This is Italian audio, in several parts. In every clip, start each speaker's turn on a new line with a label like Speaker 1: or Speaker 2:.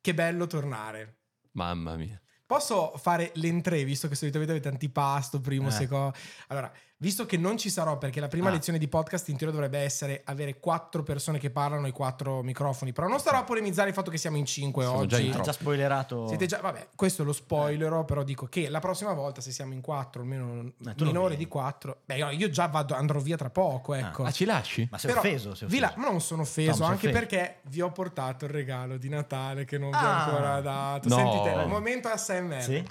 Speaker 1: Che bello tornare.
Speaker 2: Mamma mia.
Speaker 1: Posso fare l'entrée, visto che solitamente avete antipasto, primo,
Speaker 2: Eh.
Speaker 1: secondo. Allora, visto che non ci sarò, perché la prima
Speaker 2: Ah.
Speaker 1: lezione di podcast in teoria dovrebbe essere avere quattro persone che parlano e quattro microfoni, però non starò a polemizzare il fatto che siamo in cinque
Speaker 2: Siamo
Speaker 1: oggi.
Speaker 2: già in Eh.
Speaker 3: Hai già
Speaker 2: troppo.
Speaker 3: spoilerato.
Speaker 1: Siete già, vabbè, questo lo spoilerò, però dico che la prossima volta, se siamo in quattro,
Speaker 2: Eh,
Speaker 1: almeno
Speaker 3: Ma tu non
Speaker 1: minore
Speaker 3: vieni.
Speaker 1: di quattro, beh, no, io già vado, andrò via tra poco, ecco.
Speaker 2: Ah, ci lasci?
Speaker 3: Ma sei
Speaker 1: Però
Speaker 3: offeso? Sei
Speaker 1: vi la-
Speaker 3: offeso.
Speaker 1: ma non sono offeso,
Speaker 3: No, ma sei
Speaker 1: anche
Speaker 3: offeso.
Speaker 1: perché vi ho portato il regalo di Natale che non vi ho
Speaker 3: Ah.
Speaker 1: ancora dato.
Speaker 2: No.
Speaker 1: Sentite, un momento ASMR.
Speaker 3: Sì?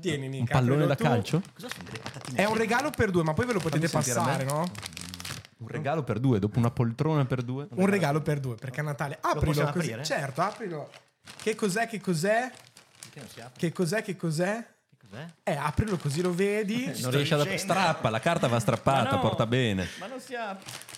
Speaker 1: Tieni,
Speaker 2: Un
Speaker 1: Nica, prendilo
Speaker 2: pallone da
Speaker 1: tu.
Speaker 2: calcio?
Speaker 3: Cosa sono delle patatine?
Speaker 1: È un regalo per due, ma poi ve lo potete
Speaker 2: Fammi sentire
Speaker 1: passare,
Speaker 2: a me.
Speaker 1: no?
Speaker 2: Un regalo per due, dopo una poltrona per due.
Speaker 1: Un regalo per due, perché a Natale. Aprilo
Speaker 3: possiamo
Speaker 1: così.
Speaker 3: aprire?
Speaker 1: Certo, aprilo. Che cos'è, che cos'è?
Speaker 3: Perché non si apre?
Speaker 1: Che cos'è, che cos'è?
Speaker 3: Che cos'è?
Speaker 1: Eh, aprilo così lo vedi.
Speaker 2: Non riesce ad
Speaker 3: dicendo.
Speaker 2: Strappa, la carta va strappata,
Speaker 3: Ma no.
Speaker 2: porta bene.
Speaker 3: Ma non si apre.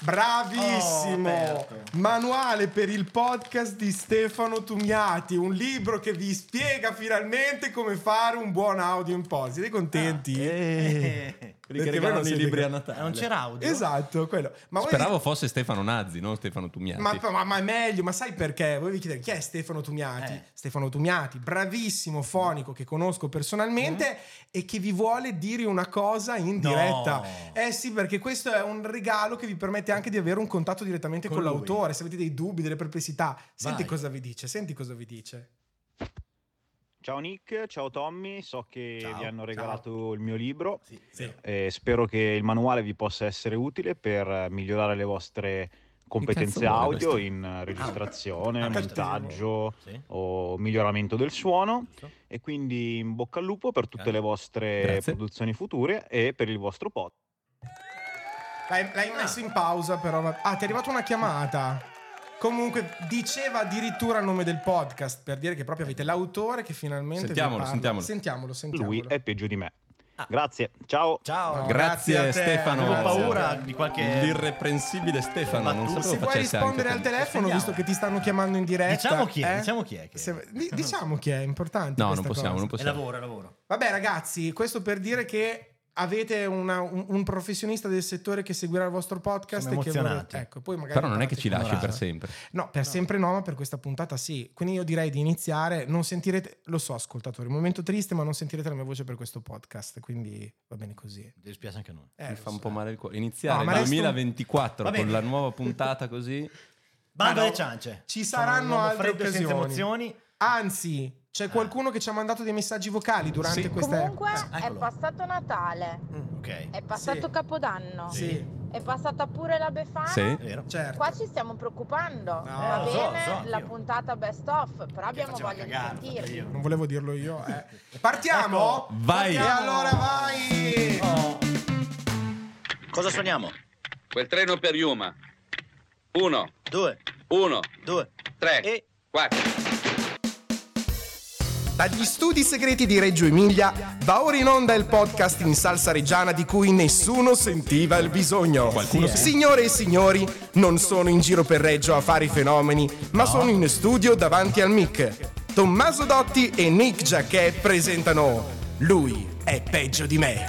Speaker 1: Bravissimo!
Speaker 3: Oh, aperto.
Speaker 1: Manuale per il podcast di Stefano Tugnati, un libro che vi spiega finalmente come fare un buon audio in posi. Siete contenti?
Speaker 3: Ah, eh,
Speaker 2: Eh, Quelli
Speaker 1: Perché
Speaker 2: che
Speaker 1: voi non
Speaker 2: regalano i
Speaker 1: siete
Speaker 2: libri
Speaker 1: ca-
Speaker 2: a Natale.
Speaker 3: Non c'era audio?
Speaker 1: Esatto, quello. Ma voi-
Speaker 2: Speravo fosse Stefano Nazzi, non Stefano Tumiati.
Speaker 1: Ma, ma- ma è meglio, ma sai perché? Voi vi chiedete chi è Stefano Tumiati?
Speaker 3: Eh.
Speaker 1: Stefano Tumiati, bravissimo fonico che conosco personalmente e che vi vuole dire una cosa in
Speaker 3: Mm. No.
Speaker 1: diretta. Eh sì, perché questo è un regalo che vi permette anche di avere un contatto direttamente con,
Speaker 3: Con lui.
Speaker 1: l'autore. Se avete dei dubbi, delle perplessità, senti
Speaker 3: Vai.
Speaker 1: cosa vi dice, senti cosa vi dice.
Speaker 4: Ciao Nick, ciao Tommy, so che
Speaker 3: Ciao,
Speaker 4: vi hanno
Speaker 3: ciao.
Speaker 4: regalato il mio libro
Speaker 3: Sì,
Speaker 4: e spero che il manuale vi possa essere utile per eh, migliorare le vostre competenze
Speaker 2: vuole
Speaker 4: audio
Speaker 2: questo?
Speaker 4: in eh, registrazione,
Speaker 3: Ah, questo.
Speaker 4: montaggio
Speaker 3: Sì.
Speaker 4: o miglioramento del suono
Speaker 3: giusto.
Speaker 4: e quindi in bocca al lupo per tutte le vostre
Speaker 2: Grazie.
Speaker 4: produzioni future e per il vostro podcast.
Speaker 1: L'hai, l'hai messo in pausa, però. va- Ah, ti è arrivata una chiamata. Comunque, diceva addirittura il nome del podcast per dire che proprio avete l'autore che finalmente. vi
Speaker 2: Sentiamolo,
Speaker 1: parla.
Speaker 2: sentiamolo.
Speaker 1: Sentiamolo, sentiamolo.
Speaker 4: Lui è peggio di me.
Speaker 3: Ah.
Speaker 4: Grazie, ciao.
Speaker 1: No,
Speaker 3: Ciao.
Speaker 2: Grazie,
Speaker 1: grazie a te,
Speaker 2: Stefano.
Speaker 1: avevo
Speaker 2: Grazie.
Speaker 3: paura di qualche-
Speaker 2: L'irreprensibile Stefano, non
Speaker 3: Battuta.
Speaker 2: sapevo
Speaker 1: Se vuoi
Speaker 2: facesse anche
Speaker 1: rispondere al
Speaker 2: quello.
Speaker 1: telefono,
Speaker 3: Sentiamo.
Speaker 1: visto che ti stanno chiamando in diretta.
Speaker 3: Diciamo chi è,
Speaker 1: eh?
Speaker 3: diciamo chi è che-
Speaker 1: Se- di- diciamo chi è, è importante.
Speaker 2: No, non
Speaker 1: questa
Speaker 2: possiamo,
Speaker 1: cosa.
Speaker 2: non
Speaker 3: È
Speaker 2: possiamo.
Speaker 3: lavoro, è lavoro.
Speaker 1: Vabbè, ragazzi, questo per dire che avete una- un, un professionista del settore che seguirà il vostro podcast.
Speaker 3: Siamo
Speaker 1: e che vorrà-
Speaker 3: emozionati.
Speaker 1: ecco, poi magari
Speaker 2: Però non è che ci
Speaker 1: imparate
Speaker 2: lasci
Speaker 1: qualcosa.
Speaker 2: per sempre.
Speaker 1: No, per sempre no, ma per questa puntata sì. Quindi io direi di iniziare. Non sentirete, lo so, ascoltatori, un momento triste, ma non sentirete la mia voce per questo podcast. Quindi va bene così.
Speaker 3: Ti dispiace anche a noi.
Speaker 1: Eh,
Speaker 2: Mi
Speaker 1: lo
Speaker 2: fa
Speaker 1: so.
Speaker 2: un po' male il cuore. Iniziare
Speaker 1: No, ma
Speaker 2: il
Speaker 1: resto-
Speaker 2: 2024
Speaker 3: Va
Speaker 2: con
Speaker 3: bene.
Speaker 2: la nuova puntata così.
Speaker 3: Bando
Speaker 1: Ma no,
Speaker 3: alle ciance.
Speaker 1: Ci
Speaker 3: Sono un
Speaker 1: saranno
Speaker 3: uomo
Speaker 1: altre
Speaker 3: freddo e senza
Speaker 1: occasioni.
Speaker 3: emozioni.
Speaker 1: Anzi, c'è qualcuno che ci ha mandato dei messaggi vocali durante
Speaker 2: Ah. Sì.
Speaker 1: questa
Speaker 5: Comunque
Speaker 1: Eh,
Speaker 5: è
Speaker 3: Eccolo.
Speaker 5: passato Natale,
Speaker 1: mm,
Speaker 3: Ok.
Speaker 5: è passato
Speaker 1: Sì.
Speaker 5: Capodanno,
Speaker 1: Sì,
Speaker 5: è passata pure la Befana.
Speaker 2: Sì.
Speaker 3: È vero.
Speaker 1: certo.
Speaker 5: Qua ci stiamo preoccupando. Va
Speaker 1: lo
Speaker 3: so,
Speaker 5: bene
Speaker 3: lo so,
Speaker 5: la
Speaker 3: io.
Speaker 5: puntata best of, però abbiamo
Speaker 3: faceva
Speaker 5: voglia
Speaker 3: cagare,
Speaker 5: di sentirli.
Speaker 1: Non volevo dirlo io. eh. Partiamo?
Speaker 3: Ecco,
Speaker 2: vai.
Speaker 1: E allora vai!
Speaker 3: Oh.
Speaker 6: Cosa suoniamo?
Speaker 7: Quel treno per Yuma. Uno,
Speaker 6: Due,
Speaker 7: uno,
Speaker 6: due.
Speaker 7: tre,
Speaker 6: E
Speaker 7: quattro.
Speaker 1: Dagli studi segreti di Reggio Emilia va ora in onda il podcast in salsa reggiana di cui nessuno sentiva il bisogno. Signore e signori, non sono in giro per Reggio a fare i fenomeni, ma sono in studio davanti al mic. Tommaso Dotti e Nick Jacquet presentano Lui è peggio di me.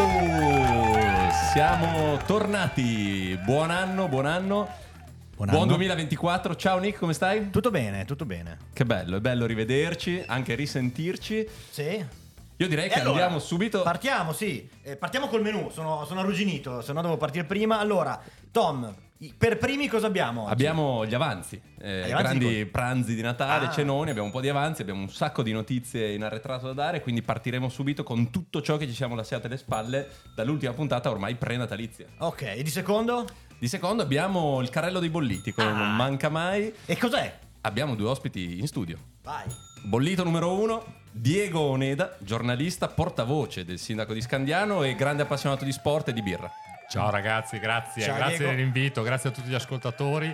Speaker 2: Wow! Siamo tornati. Buon anno, buon anno. Buon
Speaker 3: Buon anno.
Speaker 2: 2024. Ciao Nick, come stai?
Speaker 3: Tutto bene, tutto bene.
Speaker 2: Che bello, è bello rivederci, anche risentirci.
Speaker 3: Sì.
Speaker 2: Io direi
Speaker 3: E
Speaker 2: che
Speaker 3: allora,
Speaker 2: andiamo subito.
Speaker 3: Partiamo, sì. Eh, partiamo col menù. Sono, sono arrugginito, se no devo partire prima. Allora, Tom, i- per primi cosa abbiamo? oggi?
Speaker 2: Abbiamo gli avanzi, eh,
Speaker 3: Gli avanzi
Speaker 2: grandi
Speaker 3: di cosa?
Speaker 2: pranzi di Natale,
Speaker 3: Ah.
Speaker 2: cenoni, abbiamo un po' di avanzi, abbiamo un sacco di notizie in arretrato da dare, quindi partiremo subito con tutto ciò che ci siamo lasciati alle spalle dall'ultima puntata ormai pre-natalizia.
Speaker 3: Ok, e di secondo?
Speaker 2: Di secondo abbiamo il carrello dei bolliti, quello
Speaker 3: Ah.
Speaker 2: non manca mai.
Speaker 3: E cos'è?
Speaker 2: Abbiamo due ospiti in studio.
Speaker 3: Vai.
Speaker 2: Bollito numero uno, Diego Oneda, giornalista, portavoce del sindaco di Scandiano e grande appassionato di sport e di birra.
Speaker 8: Ciao ragazzi, grazie,
Speaker 3: Ciao,
Speaker 8: grazie
Speaker 3: Diego.
Speaker 8: dell'invito, grazie a tutti gli ascoltatori.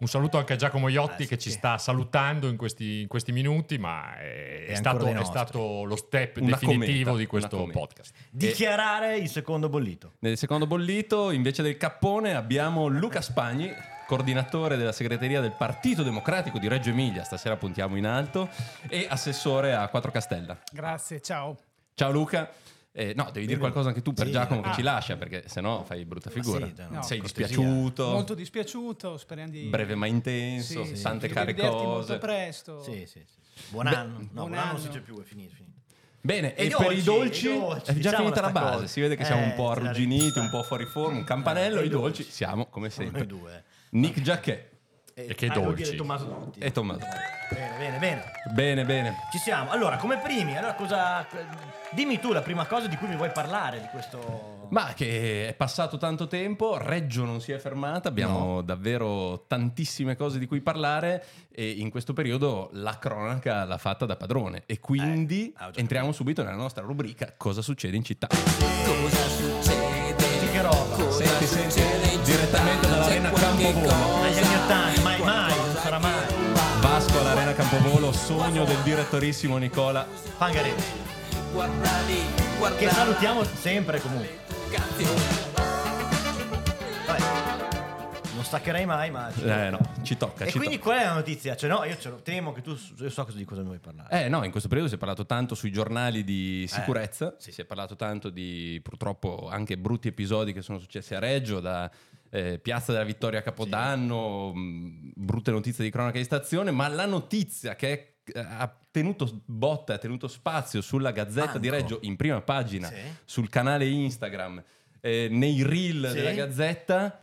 Speaker 8: Un saluto anche a Giacomo
Speaker 3: Eh,
Speaker 8: Iotti
Speaker 3: sì.
Speaker 8: che ci sta salutando in questi, in questi minuti, ma è,
Speaker 3: E
Speaker 8: è
Speaker 3: ancora
Speaker 8: stato,
Speaker 3: dei
Speaker 8: è
Speaker 3: nostri.
Speaker 8: stato lo step
Speaker 2: Una
Speaker 8: definitivo
Speaker 2: cometa,
Speaker 8: di questo
Speaker 2: una cometa.
Speaker 8: podcast.
Speaker 3: Dichiarare il secondo bollito.
Speaker 2: Nel secondo bollito, invece del cappone, abbiamo Luca Spagni, coordinatore della segreteria del Partito Democratico di Reggio Emilia, stasera puntiamo in alto, e assessore a Quattro Castella.
Speaker 9: Grazie, ciao.
Speaker 2: Ciao Luca, Eh, no, devi dire qualcosa anche tu per
Speaker 3: Sì.
Speaker 2: Giacomo che
Speaker 6: Ah.
Speaker 2: ci lascia, perché sennò fai brutta
Speaker 3: Ma
Speaker 2: figura.
Speaker 3: sì, dai, no,
Speaker 2: Sei
Speaker 3: cortesia.
Speaker 2: dispiaciuto.
Speaker 6: Molto dispiaciuto, speriamo di...
Speaker 2: Breve ma intenso,
Speaker 6: Sì, sì,
Speaker 2: tante
Speaker 6: di
Speaker 2: care
Speaker 6: rivederti
Speaker 2: cose.
Speaker 6: molto presto.
Speaker 3: Sì, sì, sì. Buon
Speaker 2: Beh,
Speaker 3: anno. No, buon,
Speaker 6: buon
Speaker 3: anno non
Speaker 6: anno.
Speaker 3: si dice più, è finito. è finito.
Speaker 2: Bene,
Speaker 3: E
Speaker 2: e,
Speaker 3: i
Speaker 2: per i dolci,
Speaker 3: dolci? I dolci,
Speaker 2: è già
Speaker 3: diciamo
Speaker 2: finita
Speaker 3: sta
Speaker 2: la base,
Speaker 3: cosa.
Speaker 2: si vede che siamo
Speaker 3: Eh,
Speaker 2: un po'
Speaker 3: te la
Speaker 2: arrugginiti,
Speaker 3: ricordo.
Speaker 2: un po' fuori forma, un campanello,
Speaker 3: Eh,
Speaker 2: i
Speaker 3: i
Speaker 2: dolci,
Speaker 3: dolci.
Speaker 2: siamo come sempre.
Speaker 3: Noi due.
Speaker 2: Nick Jacquet
Speaker 8: E che
Speaker 3: ah, devo
Speaker 8: dolci.
Speaker 3: dire Tommaso Dotti.
Speaker 2: e Tommaso.
Speaker 3: Bene, bene, bene.
Speaker 2: Bene, bene.
Speaker 3: Ci siamo. Allora, come primi, allora cosa... Dimmi tu la prima cosa di cui mi vuoi parlare di questo...
Speaker 2: Ma che è passato tanto tempo, Reggio non si è fermata, abbiamo davvero tantissime cose di cui parlare e in questo periodo la cronaca l'ha fatta da padrone e quindi
Speaker 3: ah, ho già
Speaker 2: entriamo subito nella nostra rubrica Cosa succede in città.
Speaker 3: Che roba?
Speaker 2: Senti, senti, direttamente dall'arena Campovolo.
Speaker 3: Agli anni 80, mai, mai, non sarà mai.
Speaker 2: Vasco all'arena Campovolo, sogno del direttorissimo Nicola.
Speaker 3: Pangaretti. Che salutiamo sempre e comunque. Vabbè. Non staccherei mai, ma...
Speaker 2: Eh no, ci tocca,
Speaker 3: E
Speaker 2: ci
Speaker 3: quindi
Speaker 2: tocca.
Speaker 3: qual è la notizia? Cioè, no, io ce lo temo che tu... Io so cosa- di cosa mi vuoi parlare.
Speaker 2: Eh no, in questo periodo si è parlato tanto sui giornali di sicurezza,
Speaker 3: Eh, sì.
Speaker 2: si è parlato tanto di purtroppo anche brutti episodi che sono successi a Reggio, da eh, Piazza della Vittoria a Capodanno, mh, brutte notizie di cronaca di stazione, ma la notizia che è- ha tenuto botta, ha tenuto spazio sulla Gazzetta di
Speaker 3: Manco.
Speaker 2: Reggio in prima pagina,
Speaker 3: Sì.
Speaker 2: sul canale Instagram, eh, nei reel
Speaker 3: Sì.
Speaker 2: della Gazzetta,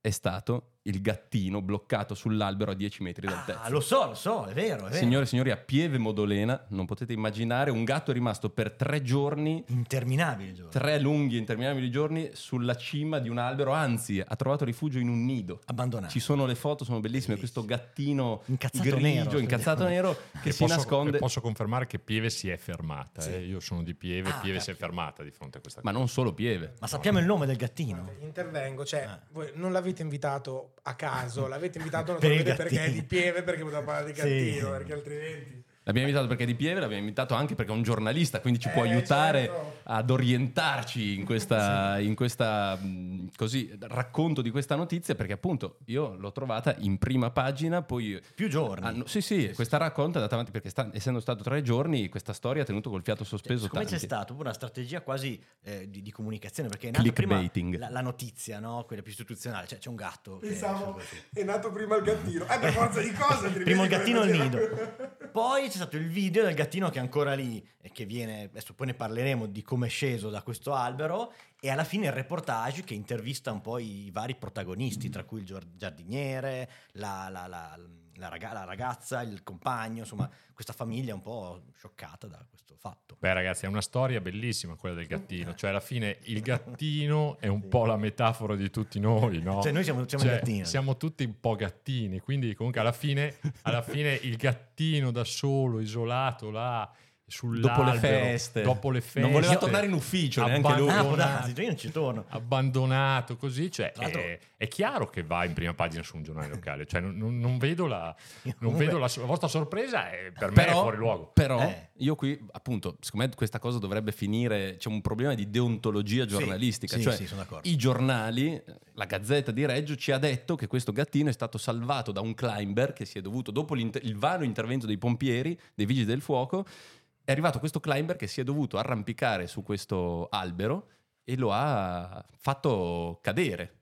Speaker 2: è stato il gattino bloccato sull'albero a 10 metri dal
Speaker 3: Ah,
Speaker 2: tetto.
Speaker 3: lo so, lo so, è vero, è vero.
Speaker 2: Signore e signori, a Pieve Modolena, non potete immaginare, un gatto è rimasto per tre giorni,
Speaker 3: Interminabile, Giorgio.
Speaker 2: tre lunghi e interminabili giorni, sulla cima di un albero, anzi ha trovato rifugio in un nido.
Speaker 3: Abbandonato.
Speaker 2: Ci sono le foto, sono bellissime, questo gattino
Speaker 3: Ah. Incazzato
Speaker 2: grigio,
Speaker 3: nero,
Speaker 2: incazzato
Speaker 3: sì.
Speaker 2: nero, che
Speaker 8: E
Speaker 2: si
Speaker 8: posso,
Speaker 2: nasconde,
Speaker 8: e posso confermare che Pieve si è fermata. eh. Io sono di Pieve,
Speaker 3: Ah,
Speaker 8: Pieve
Speaker 3: ok.
Speaker 8: si è fermata di fronte a questa
Speaker 2: ma non solo Pieve.
Speaker 3: Ma sappiamo il nome del gattino?
Speaker 6: Intervengo, cioè,
Speaker 3: Ah.
Speaker 6: voi non l'avete invitato a caso, l'avete invitato
Speaker 3: Per il
Speaker 6: naturalmente perché è
Speaker 3: gattino.
Speaker 6: di pieve, perché poteva parlare di
Speaker 3: Sì,
Speaker 6: gattino,
Speaker 3: sì.
Speaker 6: perché altrimenti...
Speaker 2: L'abbiamo invitato perché è di Pieve, l'abbiamo invitato anche perché è un giornalista, quindi ci può
Speaker 6: Eh,
Speaker 2: aiutare
Speaker 6: certo.
Speaker 2: ad orientarci in questa, in questa, mh, così, racconto di questa notizia, perché appunto io l'ho trovata in prima pagina, poi...
Speaker 3: Più giorni.
Speaker 2: hanno- Ah, sì, sì, questa racconta è andata avanti perché sta- essendo stato tre giorni questa storia ha tenuto col fiato
Speaker 3: Cioè,
Speaker 2: sospeso
Speaker 3: siccome
Speaker 2: tanti.
Speaker 3: c'è stata una strategia quasi eh, di, di comunicazione, perché è nata prima
Speaker 2: Clickbaiting.
Speaker 3: la, la notizia, no? quella più istituzionale, cioè c'è un gatto. che-
Speaker 6: Pensavo, è nato prima il gattino. Eh, per forza di cose. altrimenti
Speaker 3: Prima il gattino al
Speaker 6: come
Speaker 3: nido.
Speaker 6: faceva?
Speaker 3: Poi c'è stato il video del gattino che è ancora lì e che viene, adesso poi ne parleremo di come è sceso da questo albero e alla fine il reportage che intervista un po' i vari protagonisti, tra cui il gior- giardiniere, la, la- la- la raga- la ragazza, il compagno, insomma questa famiglia un po' scioccata da questo fatto.
Speaker 8: Beh ragazzi, è una storia bellissima quella del gattino,
Speaker 3: Eh.
Speaker 8: cioè alla fine il gattino è un po' la metafora di tutti noi, no?
Speaker 3: Cioè noi siamo, siamo
Speaker 8: Cioè,
Speaker 3: il gattino.
Speaker 8: siamo tutti un po' gattini, quindi comunque alla fine, alla fine il gattino da solo, isolato là, sull'albero,
Speaker 2: Dopo le feste.
Speaker 8: dopo le feste,
Speaker 2: Non voleva tornare in ufficio neanche lui.
Speaker 3: Ah,
Speaker 8: abbandonato-
Speaker 3: può darsi, io non ci torno.
Speaker 8: abbandonato così, cioè
Speaker 3: Tra l'altro-
Speaker 8: è, è chiaro che va in prima pagina su un giornale locale, cioè non, non- non vedo, la,
Speaker 3: Io
Speaker 8: non
Speaker 3: comunque-
Speaker 8: vedo la, la vostra sorpresa, è- per me è
Speaker 2: Però,
Speaker 8: fuori luogo.
Speaker 2: però
Speaker 3: Eh.
Speaker 2: io qui, appunto, secondo me questa cosa dovrebbe finire. C'è un problema di deontologia giornalistica.
Speaker 3: sì,
Speaker 2: cioè,
Speaker 3: sì, sono d'accordo.
Speaker 2: i giornali, la Gazzetta di Reggio ci ha detto che questo gattino è stato salvato da un climber che si è dovuto, dopo l'inter- il vano intervento dei pompieri, dei vigili del fuoco, è arrivato questo climber che si è dovuto arrampicare su questo albero e lo ha fatto cadere.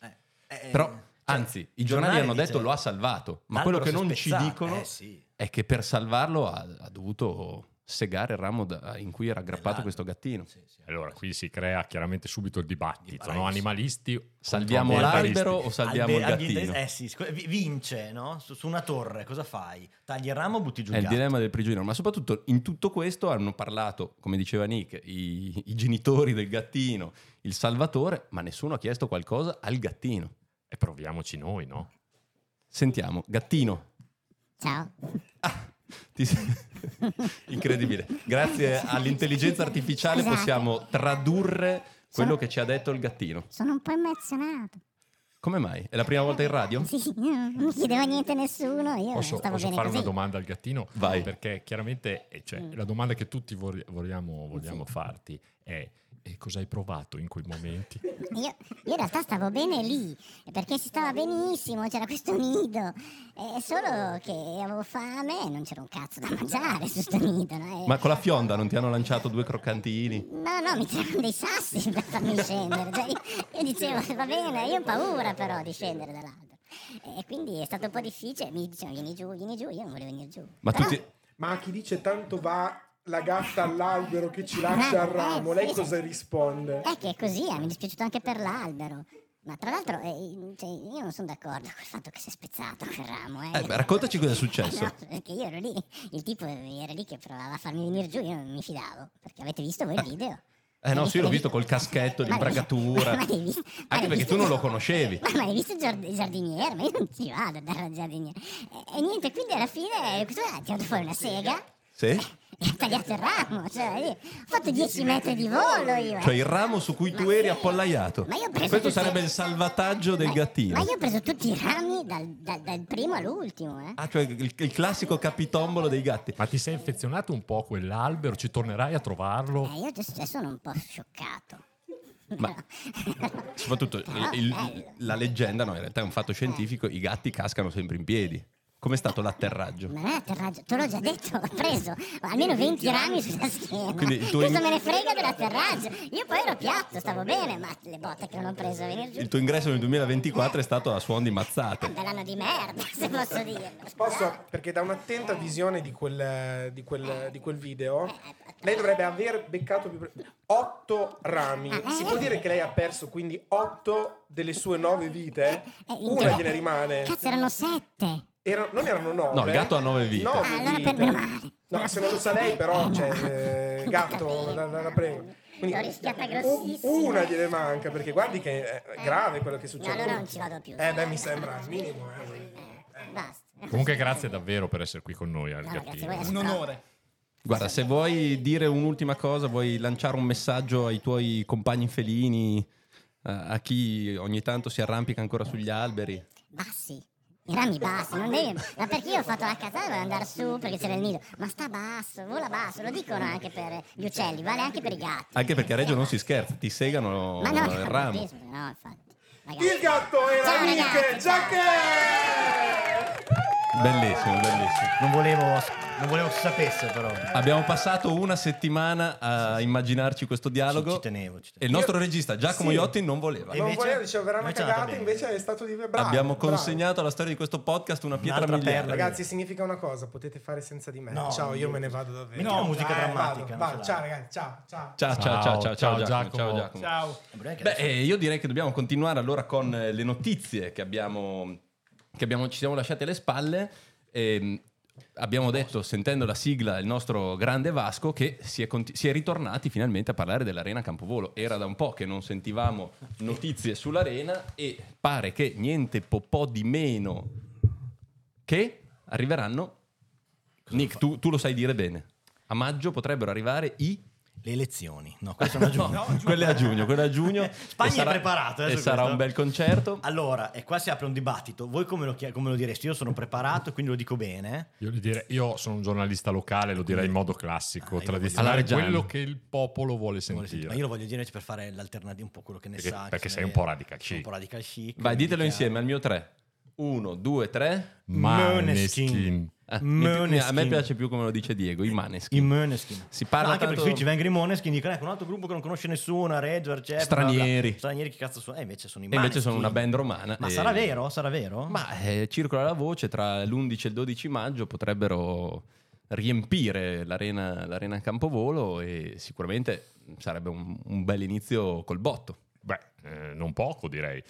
Speaker 3: Eh, eh,
Speaker 2: Però,
Speaker 3: cioè,
Speaker 2: anzi, i giornali hanno
Speaker 3: dice-
Speaker 2: detto lo ha salvato, ma
Speaker 3: L'albero
Speaker 2: quello che
Speaker 3: si è
Speaker 2: non ci
Speaker 3: spezzato.
Speaker 2: dicono
Speaker 3: Eh, sì.
Speaker 2: è che per salvarlo ha, ha dovuto segare il ramo da- in cui era aggrappato
Speaker 3: Dell'albero.
Speaker 2: questo gattino.
Speaker 3: esatto. Sì, sì.
Speaker 8: Allora, qui si crea chiaramente subito il dibattito, no?
Speaker 3: Bravissimo.
Speaker 8: animalisti. contro
Speaker 2: Salviamo
Speaker 8: ambientalisti.
Speaker 2: l'albero o salviamo
Speaker 3: Albe-
Speaker 2: il
Speaker 3: ambientalista-
Speaker 2: gattino?
Speaker 3: Eh sì, scu- vi- vince, no? Su, su una torre, cosa fai? Tagli il ramo o butti giù
Speaker 2: È
Speaker 3: il
Speaker 2: il
Speaker 3: gatto?
Speaker 2: dilemma del prigioniero, ma soprattutto in tutto questo hanno parlato, come diceva Nick, i, i genitori del gattino, il salvatore, ma nessuno ha chiesto qualcosa al gattino.
Speaker 8: E proviamoci noi, no?
Speaker 2: Sentiamo, gattino, Ah,
Speaker 9: Ciao.
Speaker 2: ti sei- incredibile. Grazie all'intelligenza artificiale
Speaker 9: Scusate.
Speaker 2: possiamo tradurre quello
Speaker 9: Sono-
Speaker 2: che ci ha detto il gattino.
Speaker 9: Sono un po' emozionato.
Speaker 2: Come mai? È la prima volta in radio?
Speaker 9: Sì, non mi chiedeva niente a nessuno. Io
Speaker 10: Eh,
Speaker 8: Posso,
Speaker 9: stavo
Speaker 8: posso
Speaker 9: bene
Speaker 8: fare
Speaker 9: così.
Speaker 8: una domanda al gattino?
Speaker 2: Vai.
Speaker 8: Perché chiaramente eh, cioè,
Speaker 9: Mm.
Speaker 8: la domanda che tutti vor- vogliamo, vogliamo farti è E cosa hai provato in quei momenti?
Speaker 10: Io, io in realtà stavo bene lì, perché si stava benissimo, c'era questo nido. È solo che avevo fame e non c'era un cazzo da mangiare su sto nido. No? E-
Speaker 2: Ma con la fionda non ti hanno lanciato due croccantini?
Speaker 10: No, no, mi tiravano dei sassi per farmi scendere. Cioè, io, io dicevo, va bene, io ho paura però di scendere dall'albero. E quindi è stato un po' difficile. Mi dicevano, vieni giù, vieni giù. Io non volevo venire giù.
Speaker 2: Ma
Speaker 10: Però-
Speaker 2: tutti...
Speaker 1: Ma chi dice tanto va la gatta all'albero che ci lascia al ramo, lei cosa risponde?
Speaker 10: È che è così, eh, mi è dispiaciuto anche per l'albero. Ma tra l'altro, eh, cioè, io non sono d'accordo col fatto che si è spezzato quel ramo. Eh.
Speaker 2: Eh, beh, raccontaci cosa è successo.
Speaker 10: No, perché io ero lì, il tipo era lì che provava a farmi venire giù, io non mi fidavo, perché avete visto voi il video.
Speaker 2: Eh no, sì, l'ho visto col caschetto,
Speaker 10: Ma-
Speaker 2: l'imbragatura.
Speaker 10: ma l'hai visto- ma l'hai
Speaker 2: Anche perché
Speaker 10: visto-
Speaker 2: tu non lo conoscevi.
Speaker 10: Ma, ma hai visto il giard- il giardiniere? Ma io non ci vado a dare al giardiniere. E, e niente, quindi alla fine eh, questo qua ha tirato fuori una sega
Speaker 2: Sì?
Speaker 10: e ha tagliato il ramo. Cioè, io ho fatto 10 metri di volo io. eh.
Speaker 2: Cioè il ramo su cui tu
Speaker 10: Ma
Speaker 2: eri
Speaker 10: sì.
Speaker 2: appollaiato.
Speaker 10: Ma io ho preso
Speaker 2: Questo
Speaker 10: tutti-
Speaker 2: sarebbe il salvataggio del
Speaker 10: Ma-
Speaker 2: gattino.
Speaker 10: Ma io ho preso tutti i rami dal, dal- dal primo all'ultimo, eh.
Speaker 2: Ah, cioè il, il classico capitombolo dei gatti.
Speaker 8: Ma ti sei infezionato un po' a quell'albero? Ci tornerai a trovarlo?
Speaker 10: Eh, io adesso adesso sono un po' scioccato.
Speaker 2: Ma- Soprattutto
Speaker 10: Ah,
Speaker 2: il-
Speaker 10: eh.
Speaker 2: il- la leggenda, no, in realtà è un fatto scientifico, i gatti cascano sempre in piedi. Com'è stato l'atterraggio?
Speaker 10: Ma non è atterraggio, te l'ho già detto, ho preso almeno 20 rami sulla schiena.
Speaker 2: Quindi il tuo
Speaker 10: Cosa
Speaker 2: in-
Speaker 10: me ne frega dell'atterraggio? Io poi ero piatto, stavo bene, ma le botte che non ho preso a venire giù.
Speaker 2: Il tuo ingresso nel 2024 è stato a suon di
Speaker 10: È
Speaker 2: mazzate.
Speaker 10: un bell'anno di merda, se posso dirlo.
Speaker 1: Posso, perché da un'attenta visione di quel, di
Speaker 10: Eh,
Speaker 1: quel- Eh, di quel video, lei dovrebbe aver beccato più pre- otto rami.
Speaker 10: Ah,
Speaker 1: Si
Speaker 10: eh.
Speaker 1: può dire che lei ha perso quindi otto delle sue nove vite?
Speaker 10: Eh,
Speaker 1: Una
Speaker 10: no.
Speaker 1: gliene rimane.
Speaker 10: Cazzo, erano sette.
Speaker 1: Era- non erano nove?
Speaker 2: No, il gatto ha nove vite.
Speaker 1: Nove
Speaker 10: Ah, allora
Speaker 1: vite.
Speaker 10: per meno male.
Speaker 1: No, se non lo sa lei però, cioè, eh,
Speaker 10: Ho
Speaker 1: gatto,
Speaker 10: capito.
Speaker 1: la, la- la prego.
Speaker 10: L'ho rischiata
Speaker 1: u-
Speaker 10: grossissima.
Speaker 1: una gliene manca, perché guardi che è grave quello che
Speaker 10: Eh, No,
Speaker 1: succede.
Speaker 10: allora non ci vado più.
Speaker 1: Eh beh, mi sembra il minimo. eh.
Speaker 10: Eh, Basta.
Speaker 8: Comunque grazie davvero per essere qui con noi al
Speaker 10: No, grazie a
Speaker 8: gattino.
Speaker 10: voi.
Speaker 11: Un onore.
Speaker 2: Guarda, se vuoi dire un'ultima cosa, vuoi lanciare un messaggio ai tuoi compagni felini, eh, a a chi ogni tanto si arrampica ancora sugli alberi.
Speaker 10: bassi. I rami bassi, non devi. Ma perché io ho fatto la casata volevo andare su perché c'era il nido. Ma sta basso, vola basso, lo dicono anche per gli uccelli, vale anche per i gatti.
Speaker 2: Anche perché a Reggio non si scherza, ti segano
Speaker 10: Ma no,
Speaker 2: il ramo.
Speaker 10: capitesimo, no, infatti. Ragazzi.
Speaker 1: Il gatto era
Speaker 10: Ciao,
Speaker 1: Nick
Speaker 10: ragazzi, ciao.
Speaker 1: Giacchè!
Speaker 2: Bellissimo, bellissimo.
Speaker 3: Non volevo, non volevo si sapesse, però.
Speaker 2: Abbiamo passato una settimana a immaginarci questo dialogo.
Speaker 3: Ci- ci tenevo, ci tenevo. Eh,
Speaker 2: E il nostro regista Giacomo
Speaker 1: Sì.
Speaker 2: Iotti non voleva.
Speaker 3: E
Speaker 1: Non
Speaker 3: invece-
Speaker 1: volevo ricevere una
Speaker 3: invece è andata
Speaker 1: cagata,
Speaker 3: bene.
Speaker 1: invece è stato di bravo.
Speaker 2: Abbiamo
Speaker 1: bravo.
Speaker 2: consegnato alla storia di questo podcast una pietra
Speaker 3: Un'altra
Speaker 2: miliare.
Speaker 3: perla.
Speaker 1: Ragazzi, significa una cosa, potete fare senza di me.
Speaker 3: No,
Speaker 1: ciao, io
Speaker 3: no.
Speaker 1: me ne vado davvero.
Speaker 3: Metti la musica
Speaker 1: Dai,
Speaker 3: drammatica,
Speaker 1: vado,
Speaker 3: non
Speaker 1: vado.
Speaker 3: ce
Speaker 1: Ciao
Speaker 3: l'ha.
Speaker 1: ragazzi, ciao, ciao.
Speaker 2: Ciao, ciao, ciao, ciao, ciao, Giacomo. Ciao, Giacomo.
Speaker 1: Ciao.
Speaker 2: Beh, eh, io direi che dobbiamo continuare allora con eh, le notizie che abbiamo, che abbiamo- ci siamo lasciate alle spalle. Ehm, abbiamo detto, sentendo la sigla, il nostro grande Vasco, che si è, conti- si è ritornati finalmente a parlare dell'Arena Campovolo. Era da un po' che non sentivamo notizie sull'Arena e pare che niente po' po' di meno che arriveranno. Nick, tu, tu lo sai dire bene. A maggio potrebbero arrivare i...
Speaker 3: Le elezioni. No, questo non aggiungo.
Speaker 2: No, quelle a giugno, quelle a giugno.
Speaker 3: Spagna
Speaker 2: E sarà-
Speaker 3: è preparato. eh,
Speaker 2: E
Speaker 3: su
Speaker 2: sarà
Speaker 3: questo.
Speaker 2: un bel concerto.
Speaker 3: Allora, e qua si apre un dibattito. Voi come lo, chia- come lo direste? Io sono preparato, quindi lo dico bene.
Speaker 8: Io, gli dire- io sono un giornalista locale, lo direi in modo classico,
Speaker 3: Ah, io
Speaker 8: tradizionale,
Speaker 2: voglio- alla
Speaker 8: quello
Speaker 2: Reggiani.
Speaker 8: che il popolo vuole
Speaker 3: Vuole sentire-
Speaker 8: sentire.
Speaker 3: Ma io lo voglio dire invece per fare l'alternativa, un po' quello che ne
Speaker 8: Perché-
Speaker 3: sa. che
Speaker 8: perché
Speaker 3: se
Speaker 8: sei
Speaker 3: ne-
Speaker 8: un po' radical
Speaker 3: sono un
Speaker 8: chic.
Speaker 3: po' radical chic.
Speaker 2: Vai,
Speaker 3: quindi
Speaker 2: ditelo
Speaker 3: chiaro.
Speaker 2: insieme al mio tre. Uno, due, tre.
Speaker 8: Maneskin.
Speaker 2: Ah, mi pi- mi- a
Speaker 3: Måneskin.
Speaker 2: me piace più come lo dice Diego, i
Speaker 3: I
Speaker 2: maneschi.
Speaker 3: Måneskin.
Speaker 2: Si parla
Speaker 3: No, anche
Speaker 2: tanto-
Speaker 3: perché se ci vengono i Måneskin dicono ecco un altro gruppo che non conosce nessuno, a Reggio, Arcep, bla, bla, bla.
Speaker 2: Stranieri.
Speaker 3: Stranieri che cazzo sono? Eh, invece sono i
Speaker 2: E invece sono una
Speaker 3: Måneskin.
Speaker 2: band romana.
Speaker 8: Eh.
Speaker 3: Ma
Speaker 2: e-
Speaker 3: sarà vero? Sarà vero?
Speaker 2: Ma eh, circola la voce, tra l'11 e il 12 maggio potrebbero riempire l'arena, l'arena Campovolo e sicuramente sarebbe un, un bel inizio col botto.
Speaker 8: Beh, eh, non poco direi.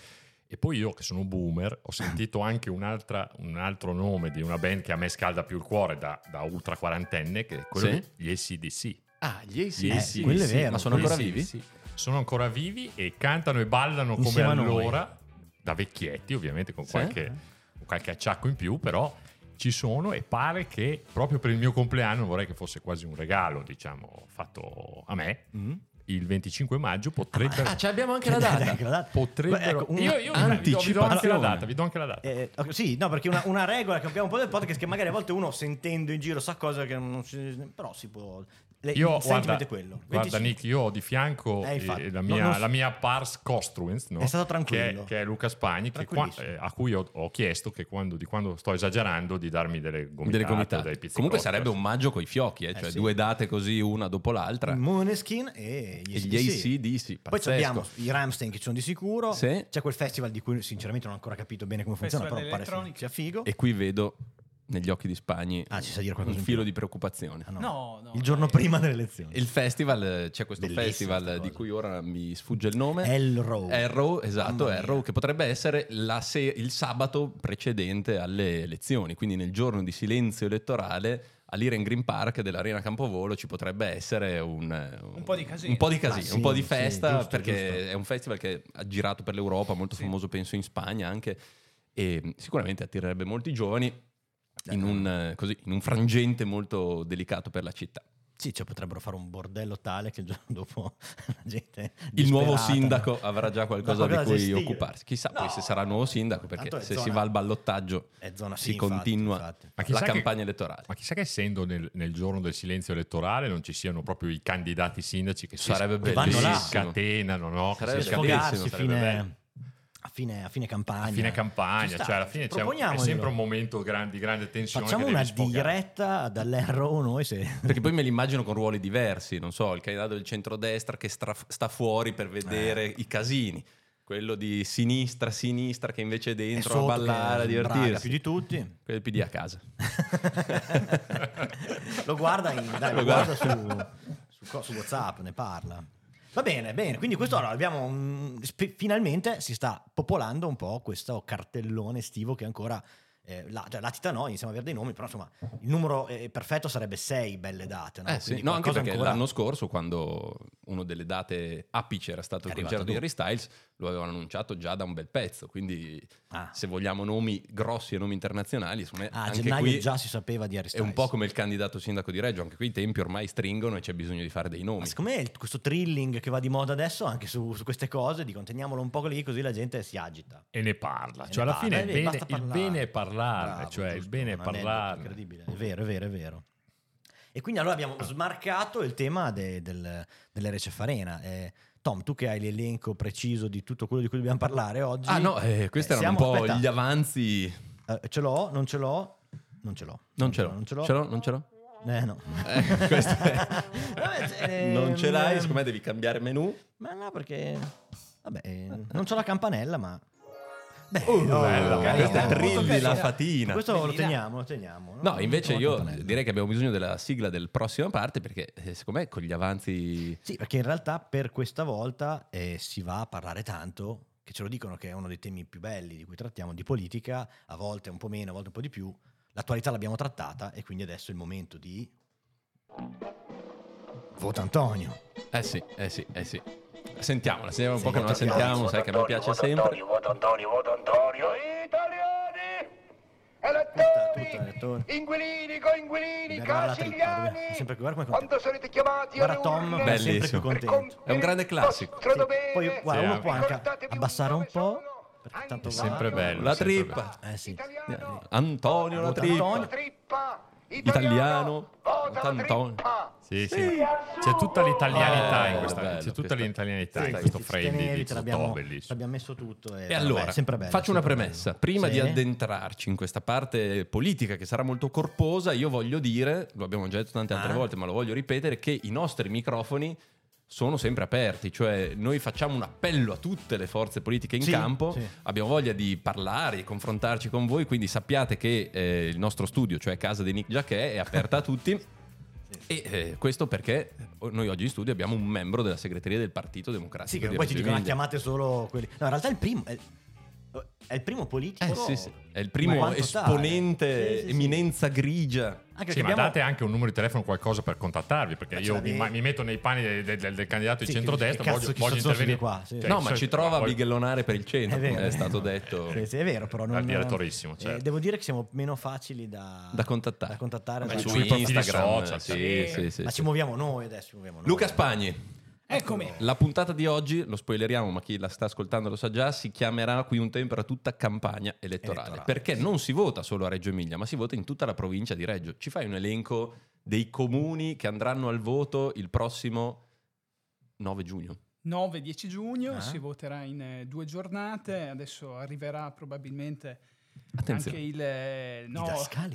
Speaker 8: E poi io che sono boomer ho sentito anche un'altra- un altro nome di una band che a me scalda più il cuore da, da ultra quarantenne, che è quello
Speaker 2: Sì?
Speaker 8: di gli ACDC.
Speaker 2: Ah, gli AC.
Speaker 8: Gli
Speaker 3: sì, quello è vero.
Speaker 2: Ma sono
Speaker 8: quelli
Speaker 2: ancora
Speaker 8: sì,
Speaker 2: vivi?
Speaker 8: Eh, sì. Sono ancora vivi e cantano e ballano come
Speaker 3: Insieme a noi.
Speaker 8: allora, da vecchietti ovviamente, con
Speaker 2: Sì.
Speaker 8: qualche, con qualche acciacco in più, però ci sono e pare che proprio per il mio compleanno, vorrei che fosse quasi un regalo, diciamo, fatto a me,
Speaker 3: Mm?
Speaker 8: il 25 maggio potrebbero...
Speaker 2: Ah, c'è abbiamo anche la
Speaker 3: Dai,
Speaker 2: data.
Speaker 3: anche la data.
Speaker 8: Potrebbero.
Speaker 3: Beh, ecco, un-
Speaker 8: io, io vi do- vi do
Speaker 2: Anticipazione.
Speaker 8: anche la data, vi do anche la data.
Speaker 3: Eh, ok, sì, no, perché una, una regola che abbiamo un po' del podcast è che magari a volte uno sentendo in giro sa cose che non si, però si può Le- il
Speaker 8: Io,
Speaker 3: sentiment
Speaker 8: guarda,
Speaker 3: è quello. 25.
Speaker 8: guarda Nick, io ho di fianco
Speaker 3: Eh,
Speaker 8: eh,
Speaker 3: infatti.
Speaker 8: la,
Speaker 3: No,
Speaker 8: mia,
Speaker 3: non-
Speaker 8: la mia pars costruens, no?
Speaker 3: È stato
Speaker 8: che,
Speaker 3: tranquillo.
Speaker 8: che è Luca Spagni, che qua-
Speaker 3: Tranquillissimo.
Speaker 8: eh, a cui ho, ho chiesto che quando, di quando sto esagerando di darmi delle gomitate,
Speaker 2: Delle gomitate.
Speaker 8: o dei pizzicotti.
Speaker 2: Comunque sarebbe un maggio coi fiocchi, eh,
Speaker 3: Eh,
Speaker 2: cioè
Speaker 3: sì. Mm.
Speaker 2: due date così una dopo l'altra.
Speaker 3: Måneskin e gli
Speaker 2: E gli
Speaker 3: AC/DC.
Speaker 2: AC/DC,
Speaker 3: Poi
Speaker 2: pazzesco.
Speaker 3: abbiamo i Ramstein che ci sono di sicuro.
Speaker 2: Sì.
Speaker 3: C'è quel festival di cui sinceramente non ho ancora capito bene come funziona,
Speaker 10: Festival
Speaker 3: però pare
Speaker 10: dell'elettronica.
Speaker 3: sia figo.
Speaker 2: E qui vedo negli occhi di Spagni
Speaker 3: Ah, ci sa dire
Speaker 2: un
Speaker 3: qualcosa in
Speaker 2: filo
Speaker 3: più?
Speaker 2: di preoccupazione.
Speaker 3: Ah, no.
Speaker 10: No, no,
Speaker 3: Il giorno
Speaker 8: eh.
Speaker 10: dai.
Speaker 3: prima delle elezioni.
Speaker 2: Il festival, eh, c'è questo
Speaker 3: Bellissima sta
Speaker 2: festival
Speaker 3: cosa.
Speaker 2: di cui ora mi sfugge il nome.
Speaker 3: Elro.
Speaker 2: Arrow, esatto,
Speaker 3: Mamma mia.
Speaker 2: Arrow, che potrebbe essere la se- il sabato precedente alle elezioni, quindi nel giorno di silenzio elettorale all'Iren Green Park dell'Arena Campovolo ci potrebbe essere un,
Speaker 10: Un po' di casino.
Speaker 2: un po' di, casino,
Speaker 3: Ma sì,
Speaker 2: un po' di
Speaker 3: sì,
Speaker 2: festa,
Speaker 3: giusto,
Speaker 2: perché
Speaker 3: giusto.
Speaker 2: è un festival che ha girato per l'Europa, molto
Speaker 10: Sì.
Speaker 2: famoso penso in Spagna anche, e sicuramente attirerebbe molti giovani in un, eh, così, in un frangente molto delicato per la città.
Speaker 3: Sì, cioè potrebbero fare un bordello tale che il giorno dopo la gente. è
Speaker 2: Il nuovo
Speaker 3: disperata.
Speaker 2: sindaco avrà già qualcosa
Speaker 3: Da
Speaker 2: di
Speaker 3: qualcosa
Speaker 2: cui
Speaker 3: da gestire.
Speaker 2: occuparsi. Chissà poi
Speaker 3: No.
Speaker 2: se sarà il nuovo sindaco, perché
Speaker 3: Tanto è
Speaker 2: se si
Speaker 3: zona-
Speaker 2: va al ballottaggio
Speaker 3: è zona-
Speaker 2: si
Speaker 3: sì, infatti,
Speaker 2: continua
Speaker 3: infatti.
Speaker 8: Ma
Speaker 2: la
Speaker 8: chissà che-
Speaker 2: campagna elettorale.
Speaker 8: Ma chissà che essendo nel, nel giorno del silenzio elettorale non ci siano proprio i candidati sindaci che si-
Speaker 2: Sarebbe
Speaker 8: che
Speaker 3: vanno là.
Speaker 8: si scatenano, no? Che
Speaker 2: Sarebbe
Speaker 8: si
Speaker 3: Sfogarsi
Speaker 2: bellissimo,
Speaker 8: sarebbe bello.
Speaker 3: fine, a, fine, a fine campagna.
Speaker 8: a fine
Speaker 3: Ci
Speaker 8: campagna,
Speaker 3: sta.
Speaker 8: cioè alla fine c'è un- è
Speaker 3: Proponiamoglielo.
Speaker 8: sempre un momento gran- di grande
Speaker 2: Diciamo
Speaker 8: tensione.
Speaker 3: Facciamo
Speaker 8: che
Speaker 3: una
Speaker 8: devi sfogare.
Speaker 3: diretta dall'Arrow noi se...
Speaker 2: Perché poi me li immagino con ruoli diversi, non so, il candidato del centrodestra che stra- sta fuori per vedere
Speaker 3: Eh.
Speaker 2: i casini, quello di sinistra, sinistra che invece è dentro
Speaker 3: sotto
Speaker 2: a ballare, a
Speaker 3: che braga
Speaker 2: divertirsi.
Speaker 3: più di tutti.
Speaker 2: Quello del PD a casa.
Speaker 3: lo guarda, in- dai, lo
Speaker 2: Lo
Speaker 3: guarda
Speaker 2: guarda.
Speaker 3: su, su co- su WhatsApp, ne parla. Va bene, bene. Quindi questo allora abbiamo un- sp- finalmente si sta popolando un po' questo cartellone estivo che ancora eh, la, cioè, latita noi, insieme a avere dei nomi, però insomma il numero eh, perfetto sarebbe sei belle date. No,
Speaker 2: Eh sì,
Speaker 3: Quindi
Speaker 2: no, anche
Speaker 3: qualcosa
Speaker 2: perché
Speaker 3: ancora-
Speaker 2: l'anno scorso, quando una delle date apice era stato
Speaker 3: È
Speaker 2: il
Speaker 3: arrivato
Speaker 2: concerto di
Speaker 3: tu.
Speaker 2: Harry Styles, lo avevano annunciato già da un bel pezzo, quindi
Speaker 3: Ah.
Speaker 2: se vogliamo nomi grossi e nomi internazionali, secondo me
Speaker 3: Ah, a
Speaker 2: anche
Speaker 3: gennaio
Speaker 2: qui
Speaker 3: già si sapeva di
Speaker 2: è
Speaker 3: Aristide.
Speaker 2: un po' come il candidato sindaco di Reggio, anche qui i tempi ormai stringono e c'è bisogno di fare dei
Speaker 3: Ma
Speaker 2: nomi.
Speaker 3: siccome il- questo thrilling che va di moda adesso anche su, su queste cose, dicono teniamolo un po' lì così la gente si agita.
Speaker 8: E ne parla.
Speaker 3: E
Speaker 8: Cioè,
Speaker 3: ne
Speaker 8: alla
Speaker 3: parla,
Speaker 8: fine
Speaker 3: e
Speaker 8: il
Speaker 3: basta
Speaker 8: bene, il
Speaker 3: parlare.
Speaker 8: bene è parlarne.
Speaker 3: Bravo,
Speaker 8: cioè, il
Speaker 3: giusto,
Speaker 8: bene è
Speaker 3: un aneddoto
Speaker 8: parlarne.
Speaker 3: Incredibile, è vero, è vero, è vero. E quindi allora
Speaker 2: Ah.
Speaker 3: abbiamo smarcato il tema de- del, dell'RC Farena. Eh, Tom, tu che hai l'elenco preciso di tutto quello di cui dobbiamo parlare oggi.
Speaker 2: Ah no, eh, questi
Speaker 3: Eh,
Speaker 2: erano un
Speaker 3: siamo-
Speaker 2: po'
Speaker 3: aspetta,
Speaker 2: gli avanzi.
Speaker 3: eh, ce l'ho, non ce l'ho, non ce l'ho.
Speaker 2: Non ce l'ho,
Speaker 3: Non ce l'ho.
Speaker 2: non ce l'ho.
Speaker 3: Eh no.
Speaker 2: Eh, questo è-
Speaker 3: Vabbè, se-
Speaker 2: non ce l'hai,
Speaker 3: ehm,
Speaker 2: siccome devi cambiare menu.
Speaker 3: Ma no, perché... Vabbè, eh, non c'ho la campanella, ma... Beh,
Speaker 8: bella,
Speaker 3: carina,
Speaker 8: questa
Speaker 3: molto
Speaker 2: trilli
Speaker 3: carina.
Speaker 2: la fatina.
Speaker 3: Questo lo
Speaker 10: Bellina.
Speaker 3: teniamo, lo teniamo.
Speaker 2: No, invece
Speaker 3: Non c'ho la
Speaker 2: io
Speaker 3: campanella.
Speaker 2: direi che abbiamo bisogno della sigla del prossima parte perché eh, secondo me con gli avanzi
Speaker 3: Sì, perché in realtà per questa volta eh, si va a parlare tanto, che ce lo dicono che è uno dei temi più belli di cui trattiamo, di politica, a volte un po' meno, a volte un po' di più. L'attualità l'abbiamo trattata e quindi adesso è il momento di... Vota Antonio.
Speaker 2: Eh sì, eh sì, eh sì. Sentiamola, sentiamo un
Speaker 3: Sì,
Speaker 2: po' che non la
Speaker 3: torniamo.
Speaker 2: sentiamo, sai che a me piace sempre.
Speaker 7: Voto Antonio, voto Antonio, italiani!
Speaker 3: Tutta- tutta elettori.
Speaker 7: inquilini, coinquilini,
Speaker 3: Guarda la eh, trippa, guarda, è sempre qui, guarda come è contento.
Speaker 7: sarete chiamati
Speaker 3: Guarda Tom, come è sempre più
Speaker 2: Bellissimo.
Speaker 3: contento.
Speaker 2: È un grande classico.
Speaker 3: Sì, Poi guarda,
Speaker 8: Sì,
Speaker 3: uno
Speaker 8: eh.
Speaker 3: può anche abbassare un po', perché tanto
Speaker 8: È
Speaker 3: va...
Speaker 8: sempre bello.
Speaker 2: La
Speaker 8: sempre
Speaker 2: trippa.
Speaker 3: Eh sì.
Speaker 2: Antonio la
Speaker 3: Vota
Speaker 2: trippa.
Speaker 3: Antonio.
Speaker 2: Italiano. Vota Antonio.
Speaker 8: Sì, sì. C'è tutta l'italianità
Speaker 3: Eh,
Speaker 2: Oh,
Speaker 8: in questa,
Speaker 2: bello,
Speaker 8: c'è
Speaker 2: questa-
Speaker 8: tutta l'italianità in
Speaker 3: Sì,
Speaker 8: questo
Speaker 3: questi
Speaker 8: frame
Speaker 3: schianevi
Speaker 8: di
Speaker 3: te
Speaker 8: tutto
Speaker 3: l'abbiamo,
Speaker 8: bellissimo.
Speaker 3: l'abbiamo messo tutto. eh,
Speaker 2: E allora,
Speaker 3: sempre bello,
Speaker 2: faccio una
Speaker 3: sempre
Speaker 2: premessa.
Speaker 3: bello.
Speaker 2: Prima di
Speaker 3: Sì.
Speaker 2: addentrarci in questa parte politica che sarà molto corposa, io voglio dire, lo abbiamo già detto tante altre
Speaker 3: Ah.
Speaker 2: volte, ma lo voglio ripetere, che i nostri microfoni sono sempre aperti, cioè noi facciamo un appello a tutte le forze politiche in
Speaker 3: Sì,
Speaker 2: campo,
Speaker 3: sì.
Speaker 2: abbiamo voglia di parlare e confrontarci con voi, quindi sappiate che eh, il nostro studio, cioè casa di Nick Jacquet, è aperta a tutti. E eh, questo perché noi oggi in studio abbiamo un membro della segreteria del Partito Democratico.
Speaker 3: Sì, che
Speaker 2: di
Speaker 3: poi ci
Speaker 2: Reggio
Speaker 3: dicono "Ah,
Speaker 2: Emilia".
Speaker 3: chiamate solo quelli. No, in realtà è il primo. È, è il primo politico.
Speaker 2: Eh, sì, sì. È il
Speaker 3: Ma
Speaker 2: primo
Speaker 3: quanto tale.
Speaker 2: esponente,
Speaker 3: Sì, sì, sì.
Speaker 2: eminenza grigia.
Speaker 3: Anche
Speaker 8: Sì,
Speaker 3: perché
Speaker 8: ma
Speaker 3: abbiamo-
Speaker 8: date anche un numero di telefono, qualcosa per contattarvi, perché
Speaker 3: Ma ce
Speaker 8: io mi,
Speaker 3: l'avete?
Speaker 8: ma- mi metto nei panni del, del- del candidato
Speaker 3: Sì, che-
Speaker 8: di
Speaker 3: che
Speaker 8: centrodestra,
Speaker 3: cazzo
Speaker 8: voglio,
Speaker 3: chi
Speaker 8: voglio
Speaker 3: sono stati
Speaker 8: intervenire.
Speaker 3: qua, sì.
Speaker 8: Cioè,
Speaker 2: no,
Speaker 8: di
Speaker 2: ma ci
Speaker 8: solito-
Speaker 2: trova a
Speaker 8: voglio-
Speaker 2: bighellonare per il centro,
Speaker 3: È vero,
Speaker 2: come
Speaker 3: è
Speaker 2: è stato
Speaker 3: vero.
Speaker 2: detto.
Speaker 3: Sì, sì, è vero, però non
Speaker 8: Dal direttorissimo,
Speaker 3: eh,
Speaker 8: certo.
Speaker 3: devo dire che siamo meno facili da,
Speaker 2: Da contattare.
Speaker 3: da contattare,
Speaker 2: Vabbè,
Speaker 3: da-
Speaker 8: su
Speaker 3: ma
Speaker 8: sui
Speaker 3: ci-
Speaker 8: profili
Speaker 2: Instagram,
Speaker 8: social,
Speaker 2: sì,
Speaker 10: sì.
Speaker 2: sì, sì,
Speaker 3: ma
Speaker 2: sì.
Speaker 3: ci muoviamo noi adesso. Ci muoviamo noi.
Speaker 2: Luca Spagni.
Speaker 10: Eccomi.
Speaker 2: La puntata di oggi, lo spoileriamo, ma chi la sta ascoltando lo sa già, si chiamerà qui un tempo era tutta campagna elettorale,
Speaker 3: Elettorale,
Speaker 2: perché
Speaker 3: sì.
Speaker 2: non si vota solo a Reggio Emilia, ma si vota in tutta la provincia di Reggio. Ci fai un elenco dei comuni che andranno al voto il prossimo 9 giugno.
Speaker 10: 9-10 giugno,
Speaker 2: Ah.
Speaker 10: si voterà in eh, due giornate, adesso arriverà probabilmente
Speaker 2: Attenzione.
Speaker 10: anche il... eh, No,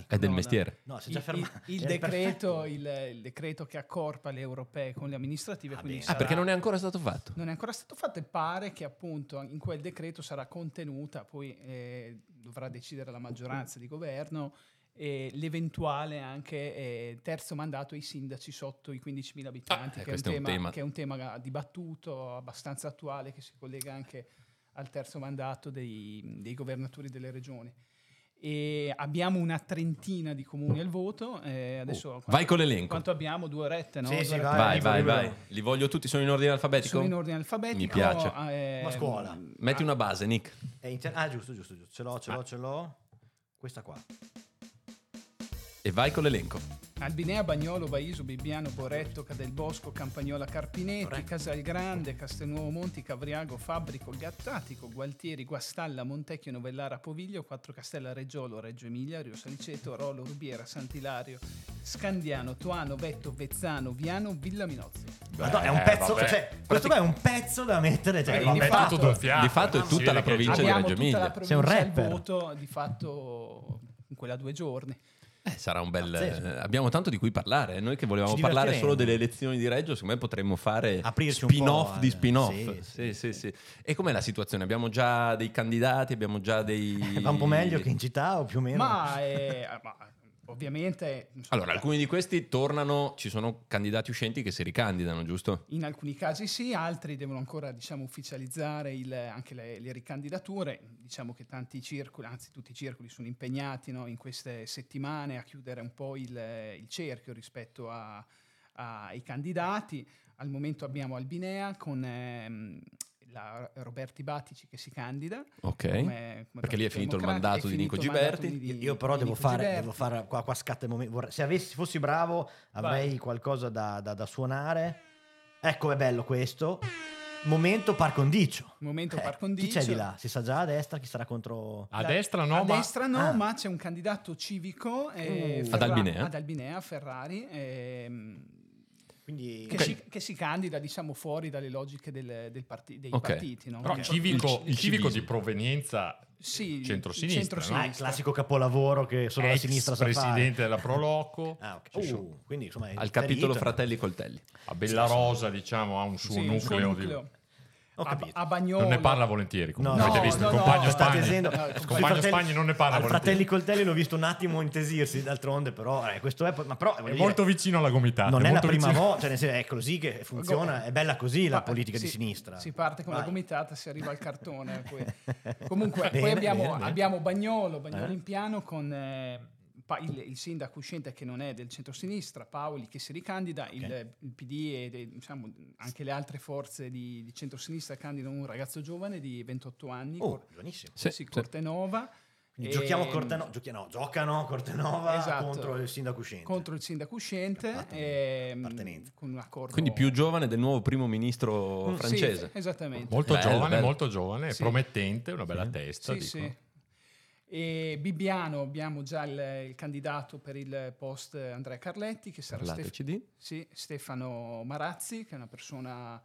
Speaker 2: È del mestiere.
Speaker 3: No, si è già
Speaker 10: Il-
Speaker 3: fermato.
Speaker 10: Il, il
Speaker 3: Era
Speaker 10: decreto, il, il decreto che accorpa le europee con le amministrative. quindi
Speaker 2: Ah,
Speaker 10: sarà-
Speaker 2: perché non è ancora stato fatto.
Speaker 10: non è ancora stato fatto e pare che appunto in quel decreto sarà contenuta, poi eh, dovrà decidere la maggioranza di governo, eh, l'eventuale anche eh, terzo mandato ai sindaci sotto i 15.000 abitanti,
Speaker 2: eh,
Speaker 10: che, è un
Speaker 2: questo è un
Speaker 10: tema,
Speaker 2: tema.
Speaker 10: che è un tema dibattuto, abbastanza attuale, che si collega anche al terzo mandato dei, dei governatori delle regioni. E abbiamo una trentina di comuni al voto. eh, adesso
Speaker 2: Oh, vai con l'elenco.
Speaker 10: Quanto abbiamo? Due orette, no?
Speaker 3: Sì,
Speaker 10: Due
Speaker 3: sì,
Speaker 10: orette.
Speaker 2: Vai,
Speaker 3: li
Speaker 2: vai,
Speaker 3: voglio
Speaker 2: vai.
Speaker 3: bene.
Speaker 2: Li voglio tutti, sono in ordine alfabetico.
Speaker 10: Sono in ordine alfabetico.
Speaker 2: Mi piace.
Speaker 10: eh,
Speaker 3: Ma scuola.
Speaker 2: Metti una base, Nick.
Speaker 3: È inter- ah, giusto, giusto, giusto. Ce l'ho, ce
Speaker 2: Ah.
Speaker 3: l'ho, ce l'ho. Questa qua.
Speaker 2: E vai con l'elenco.
Speaker 10: Albinea, Bagnolo, Baiso, Bibbiano, Boretto, Cadelbosco, Campagnola, Carpinetti, Casalgrande, Castelnuovo Monti, Cavriago, Fabbrico, Gattatico, Gualtieri, Guastalla, Montecchio, Novellara, Poviglio, Quattro Castella, Reggiolo, Reggio Emilia, Rio Saliceto, Rolo, Rubiera, Sant'Ilario, Scandiano, Toano, Vetto, Vezzano, Viano, Villa Minozzi.
Speaker 3: Madonna, è un pezzo.
Speaker 8: vabbè.
Speaker 3: Cioè, questo qua è un pezzo da mettere. Cioè,
Speaker 10: Eh,
Speaker 3: di
Speaker 8: Vabbè,
Speaker 3: fatto-
Speaker 8: tutto d'un fiato.
Speaker 2: Di fatto è
Speaker 8: Sì,
Speaker 2: tutta la
Speaker 8: perché-
Speaker 2: provincia di
Speaker 10: Abbiamo
Speaker 2: Reggio
Speaker 10: tutta la
Speaker 2: Emilia.
Speaker 3: Sei un
Speaker 10: provincia al
Speaker 3: rapper.
Speaker 10: voto, di fatto in quella due giorni.
Speaker 2: Eh, sarà un bel.
Speaker 3: Pazzesco.
Speaker 2: eh, abbiamo tanto di cui parlare. eh. Noi che volevamo
Speaker 3: Ci
Speaker 2: parlare
Speaker 3: divertiremo.
Speaker 2: solo delle elezioni di Reggio, secondo me potremmo fare
Speaker 3: Aprirci un
Speaker 2: spin-off
Speaker 3: po'
Speaker 2: di
Speaker 3: al-
Speaker 2: spin-off.
Speaker 3: sì,
Speaker 2: Sì, sì,
Speaker 3: sì, sì.
Speaker 2: sì. E com'è la situazione? Abbiamo già dei candidati, abbiamo già dei.
Speaker 3: Va un po' meglio che in città o più o meno.
Speaker 10: Ma, eh, ma ovviamente... insomma,
Speaker 2: Allora, alcuni di questi tornano, ci sono candidati uscenti che si ricandidano, giusto?
Speaker 10: In alcuni casi sì, altri devono ancora diciamo, ufficializzare il- anche le, le ricandidature. Diciamo che tanti circoli, anzi tutti i circoli, sono impegnati no, in queste settimane a chiudere un po' il, il cerchio rispetto a- ai candidati. Al momento abbiamo Albinea con ehm, la Roberti Battici che si candida.
Speaker 2: Ok.
Speaker 10: come- come
Speaker 2: Perché lì è
Speaker 10: Partito
Speaker 2: finito il
Speaker 10: Democratico,
Speaker 2: mandato
Speaker 10: è
Speaker 2: di Nico
Speaker 10: finito il mandato
Speaker 2: Giberti.
Speaker 10: di-
Speaker 3: Io però
Speaker 10: di
Speaker 3: devo
Speaker 10: Nico
Speaker 3: fare,
Speaker 10: Giberti.
Speaker 3: devo fare qua, qua scatta il momento. Vorrei- se avessi, fossi bravo avrei
Speaker 10: Vai.
Speaker 3: qualcosa da, da- da suonare. Ecco, è bello questo. Momento par condicio.
Speaker 10: Momento
Speaker 3: Eh,
Speaker 10: par
Speaker 3: Chi c'è
Speaker 10: condicio.
Speaker 3: di là? Si sa già a destra chi sarà contro...
Speaker 8: A
Speaker 10: La-
Speaker 8: destra no,
Speaker 10: a
Speaker 8: ma
Speaker 10: destra no,
Speaker 3: ah.
Speaker 10: ma c'è un candidato civico eh,
Speaker 3: Uh. Ad
Speaker 10: Ferra-
Speaker 2: Albinea?
Speaker 10: ad Albinea, Ferrari, ehm,
Speaker 3: Quindi...
Speaker 10: che, si, che si candida diciamo fuori dalle logiche del- del parti- dei
Speaker 2: Ok.
Speaker 10: partiti. No?
Speaker 8: però
Speaker 10: Che-
Speaker 8: civico,
Speaker 2: il- il
Speaker 8: il civico
Speaker 2: civismo.
Speaker 8: di provenienza
Speaker 10: Sì, il
Speaker 8: centrosinistra,
Speaker 3: Ah,
Speaker 8: centrosinistra.
Speaker 3: il classico capolavoro che solo la
Speaker 8: ex
Speaker 3: sinistra sa fare.
Speaker 8: presidente della Proloco,
Speaker 3: Ah, ok.
Speaker 8: Ci
Speaker 3: Uh,
Speaker 8: sono.
Speaker 3: quindi insomma è
Speaker 2: Al capitolo
Speaker 3: ferito.
Speaker 2: Fratelli Coltelli.
Speaker 8: a Bella Rosa diciamo ha un
Speaker 10: Sì,
Speaker 8: suo
Speaker 10: il suo
Speaker 8: nucleo, di-
Speaker 10: nucleo.
Speaker 3: Ho
Speaker 10: A,
Speaker 3: capito.
Speaker 10: a Bagnolo.
Speaker 8: non ne parla volentieri comunque.
Speaker 10: No,
Speaker 8: avete
Speaker 10: no,
Speaker 8: visto
Speaker 10: no,
Speaker 8: il compagno
Speaker 10: no,
Speaker 8: Spagni
Speaker 10: state
Speaker 3: esendo-
Speaker 10: No, il
Speaker 8: il
Speaker 10: compagno
Speaker 8: compagno Spagni non ne parla
Speaker 3: Al fratelli
Speaker 8: volentieri
Speaker 3: coltelli l'ho visto un attimo intesirsi, d'altronde però eh, questo è... Ma però, voglio
Speaker 8: è
Speaker 3: dire,
Speaker 8: molto vicino alla gomitata
Speaker 3: Non è la
Speaker 8: molto
Speaker 3: prima
Speaker 8: vicino-
Speaker 3: volta, cioè, nel senso, è così che funziona, è bella così la
Speaker 10: Ma-
Speaker 3: politica di
Speaker 10: si-
Speaker 3: sinistra.
Speaker 10: Si parte con la
Speaker 3: Vai.
Speaker 10: gomitata, si arriva al cartone. poi. Comunque,
Speaker 3: Bene,
Speaker 10: poi abbiamo,
Speaker 3: bene, bene.
Speaker 10: abbiamo Bagnolo, Bagnolo
Speaker 3: Eh?
Speaker 10: in piano con eh, pa- il, il sindaco uscente che non è del centrosinistra, Paoli che si ricandida, il, il PD e de- diciamo, anche le altre forze di, di centrosinistra candidano un ragazzo giovane di 28 anni,
Speaker 3: Oh,
Speaker 10: Cor-
Speaker 3: giovanissimo.
Speaker 2: Sì,
Speaker 10: sì,
Speaker 2: sì.
Speaker 10: Cortenova.
Speaker 3: Quindi giochiamo
Speaker 10: Ehm,
Speaker 3: Cortenova, giochi- no, giocano Cortenova
Speaker 10: Esatto.
Speaker 3: contro il sindaco uscente.
Speaker 10: contro il sindaco uscente
Speaker 3: Appartenenza.
Speaker 10: ehm,
Speaker 3: Appartenenza.
Speaker 10: con un accordo
Speaker 2: Quindi più giovane del nuovo primo ministro
Speaker 3: Mm,
Speaker 10: Sì,
Speaker 2: francese.
Speaker 10: esattamente.
Speaker 8: molto
Speaker 2: Bello,
Speaker 8: giovane
Speaker 2: bello.
Speaker 8: molto giovane
Speaker 10: Sì.
Speaker 8: promettente una bella testa
Speaker 10: Sì,
Speaker 8: dicono.
Speaker 10: sì. E Bibbiano abbiamo già il, il candidato per il post Andrea Carletti, che sarà
Speaker 2: Parlate,
Speaker 10: Stef-
Speaker 2: CD.
Speaker 10: sì, Stefano Marazzi, che è una persona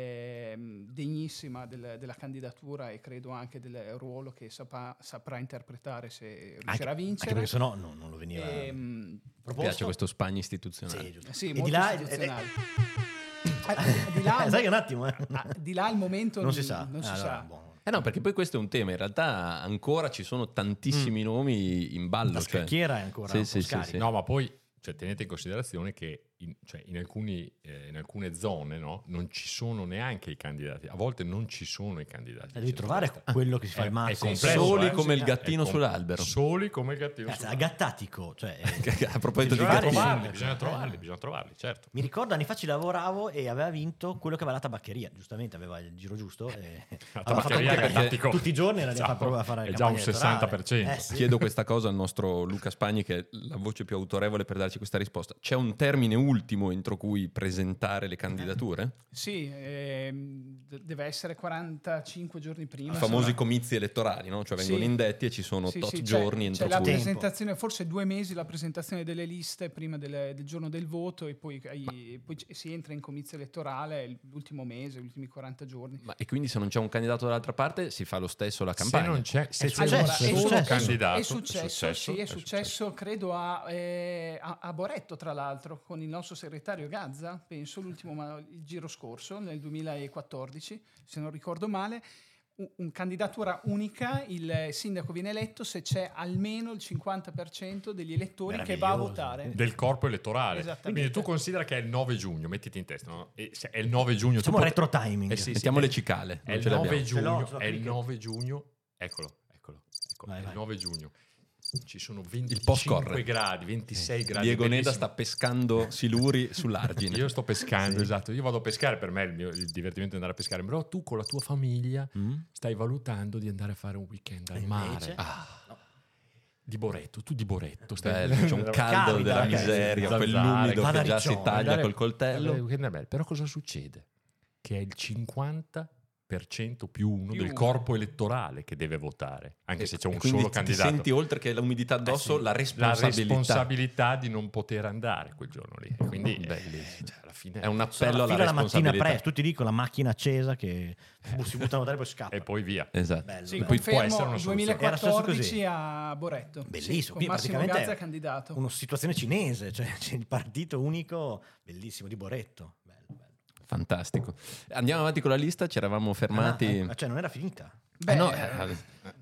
Speaker 10: ehm, degnissima del- della candidatura e credo anche del ruolo che sapà- saprà interpretare se
Speaker 3: Anche-
Speaker 10: riuscirà a
Speaker 3: Anche
Speaker 10: vincere.
Speaker 3: perché sennò non, non lo veniva
Speaker 10: Ehm,
Speaker 2: Mi
Speaker 3: proposto.
Speaker 2: piace questo spagno
Speaker 3: Sì,
Speaker 2: istituzionale.
Speaker 3: giusto.
Speaker 10: sì,
Speaker 3: E
Speaker 10: molto
Speaker 3: di là...
Speaker 10: istituzionale.
Speaker 3: eh,
Speaker 10: Eh, di là,
Speaker 3: eh, sai che un attimo, eh.
Speaker 10: ah, di là al momento
Speaker 3: non si sa.
Speaker 10: non si
Speaker 3: Ah,
Speaker 10: sa.
Speaker 3: allora, buono.
Speaker 2: Eh no, perché poi questo è un tema. In realtà ancora ci sono tantissimi nomi in ballo.
Speaker 3: La
Speaker 2: cioè.
Speaker 3: scacchiera è ancora
Speaker 2: Sì,
Speaker 3: un po'
Speaker 2: sì, sì,
Speaker 3: scarica.
Speaker 2: sì.
Speaker 8: No, ma poi cioè, tenete in considerazione che in, cioè, in alcuni, eh, in alcune zone no, non ci sono neanche i candidati. A volte non ci sono i candidati. diciamo,
Speaker 3: Eh, devi trovare
Speaker 8: Centrodestra.
Speaker 3: quello che si fa
Speaker 8: È-
Speaker 3: il massimo.
Speaker 8: è complesso,
Speaker 2: Soli
Speaker 8: eh.
Speaker 2: come il
Speaker 8: È
Speaker 2: gattino
Speaker 8: com-
Speaker 2: sull'albero.
Speaker 8: Soli come il gattino
Speaker 3: Cazzo, a
Speaker 8: sull'albero.
Speaker 3: gattatico, cioè... eh,
Speaker 2: A proposito di
Speaker 8: Bisogna
Speaker 3: Giovanni-
Speaker 2: gattini.
Speaker 8: trovarli,
Speaker 3: sì.
Speaker 8: bisogna
Speaker 3: Eh.
Speaker 8: trovarli, bisogna trovarli, certo.
Speaker 3: Mi ricordo anni fa ci lavoravo e aveva vinto quello che aveva la tabaccheria, giustamente aveva il giro giusto. E
Speaker 8: La
Speaker 3: aveva fatto
Speaker 8: tabaccheria
Speaker 3: un
Speaker 8: è gattatico.
Speaker 3: Tutti i giorni era lì a
Speaker 8: Esatto.
Speaker 3: far prova a fare
Speaker 8: È già un
Speaker 3: campagna elettorale.
Speaker 8: 60%.
Speaker 3: Eh, sì.
Speaker 2: Chiedo questa cosa al nostro Luca Spagni, che è la voce più autorevole per darci questa risposta. C'è un termine ultimo entro cui presentare le candidature?
Speaker 10: Sì, ehm, d- deve essere 45 giorni prima.
Speaker 2: I famosi
Speaker 10: se-
Speaker 2: comizi elettorali, no? Cioè vengono
Speaker 10: Sì.
Speaker 2: indetti e ci sono
Speaker 10: Sì,
Speaker 2: tot
Speaker 10: sì, c'è-
Speaker 2: giorni
Speaker 10: c'è
Speaker 2: entro
Speaker 10: la
Speaker 2: cui...
Speaker 10: presentazione, forse due mesi la presentazione delle liste prima delle- del giorno del voto e poi, e poi c- si entra in comizio elettorale l'ultimo mese, gli ultimi 40 giorni.
Speaker 2: Ma- E quindi se non c'è un candidato dall'altra parte si fa lo stesso la campagna?
Speaker 8: non c'è- se
Speaker 2: È
Speaker 8: c'è un
Speaker 2: successo.
Speaker 8: solo
Speaker 2: È successo.
Speaker 8: candidato,
Speaker 10: È successo,
Speaker 8: è successo,
Speaker 10: sì, è,
Speaker 8: è
Speaker 10: successo, credo a, eh, a- a Boretto, tra l'altro, con il nostro segretario Gazza, penso l'ultimo ma- il giro scorso, nel 2014, se non ricordo male. u- Un candidatura unica, il sindaco viene eletto se c'è almeno il 50% degli elettori che va a
Speaker 8: Meraviglioso.
Speaker 10: votare.
Speaker 8: Del corpo elettorale.
Speaker 10: Esattamente.
Speaker 8: Quindi tu considera che è il 9 giugno, mettiti in testa, no? E se è il 9 giugno...
Speaker 3: Siamo
Speaker 8: tu pot-
Speaker 3: retro timing.
Speaker 8: Eh sì, sì,
Speaker 2: Mettiamo
Speaker 8: è-
Speaker 2: le cicale,
Speaker 8: È
Speaker 2: non
Speaker 8: il
Speaker 2: ce le
Speaker 8: 9
Speaker 2: abbiamo.
Speaker 3: Ce l'ho,
Speaker 8: giugno,
Speaker 3: ce l'ho,
Speaker 8: è il
Speaker 3: clicca.
Speaker 8: 9 giugno, eccolo, eccolo, eccolo,
Speaker 3: Vai,
Speaker 8: è il
Speaker 3: vai.
Speaker 8: 9 giugno. Ci sono
Speaker 2: Il post
Speaker 8: 25
Speaker 2: corre.
Speaker 8: gradi, 26 gradi.
Speaker 2: Diego Neda
Speaker 8: bellissimo.
Speaker 2: sta pescando siluri sull'argine.
Speaker 8: Io sto pescando, esatto. Io vado a pescare, per me il, mio- il divertimento è andare a pescare. Però tu con la tua famiglia
Speaker 2: Mm?
Speaker 8: stai valutando di andare a fare un weekend al mare.
Speaker 3: Invece?
Speaker 8: Ah. Di Boretto, tu di Boretto.
Speaker 2: Bello, c'è un caldo
Speaker 3: Cavita,
Speaker 2: della
Speaker 3: ragazzi.
Speaker 2: miseria,
Speaker 8: Zanzare,
Speaker 2: quell'umido che già si
Speaker 3: Padariccione,
Speaker 2: taglia
Speaker 8: andare-
Speaker 2: col
Speaker 8: Eh,
Speaker 2: coltello.
Speaker 8: weekend è bello. Però cosa succede? Che è il 50% più uno
Speaker 10: Più
Speaker 8: del
Speaker 10: uno.
Speaker 8: corpo elettorale che deve votare, anche se c'è un
Speaker 2: eh, quindi
Speaker 8: solo
Speaker 2: ti
Speaker 8: candidato.
Speaker 2: senti oltre che l'umidità addosso
Speaker 8: Eh sì,
Speaker 2: la responsabilità. Oh,
Speaker 8: responsabilità di non poter andare quel giorno lì. E Quindi eh,
Speaker 2: Bellissimo.
Speaker 8: cioè, alla fine
Speaker 2: È un
Speaker 3: Sono
Speaker 2: appello alla
Speaker 3: fila la mattina
Speaker 2: responsabilità.
Speaker 3: presto, tutti lì con la macchina accesa che si buttano a votare e poi scappano.
Speaker 8: Eh. e poi via.
Speaker 2: Esatto.
Speaker 3: Bello.
Speaker 10: Sì,
Speaker 8: Beh,
Speaker 3: bello.
Speaker 8: può essere
Speaker 10: confermo
Speaker 8: una soluzione.
Speaker 3: Era successo così.
Speaker 10: 2014 a Boretto. Sì,
Speaker 3: Bellissimo,
Speaker 10: con
Speaker 3: qui
Speaker 10: Massimo
Speaker 3: praticamente
Speaker 10: Gazza
Speaker 3: è
Speaker 10: candidato.
Speaker 3: una situazione cinese, cioè c'è il partito unico bellissimo di Boretto. Bello, bello.
Speaker 2: Fantastico. Andiamo avanti con la lista, ci eravamo fermati.
Speaker 3: Ah, ah, cioè non era finita.
Speaker 10: Beh,
Speaker 2: Eh no, eh,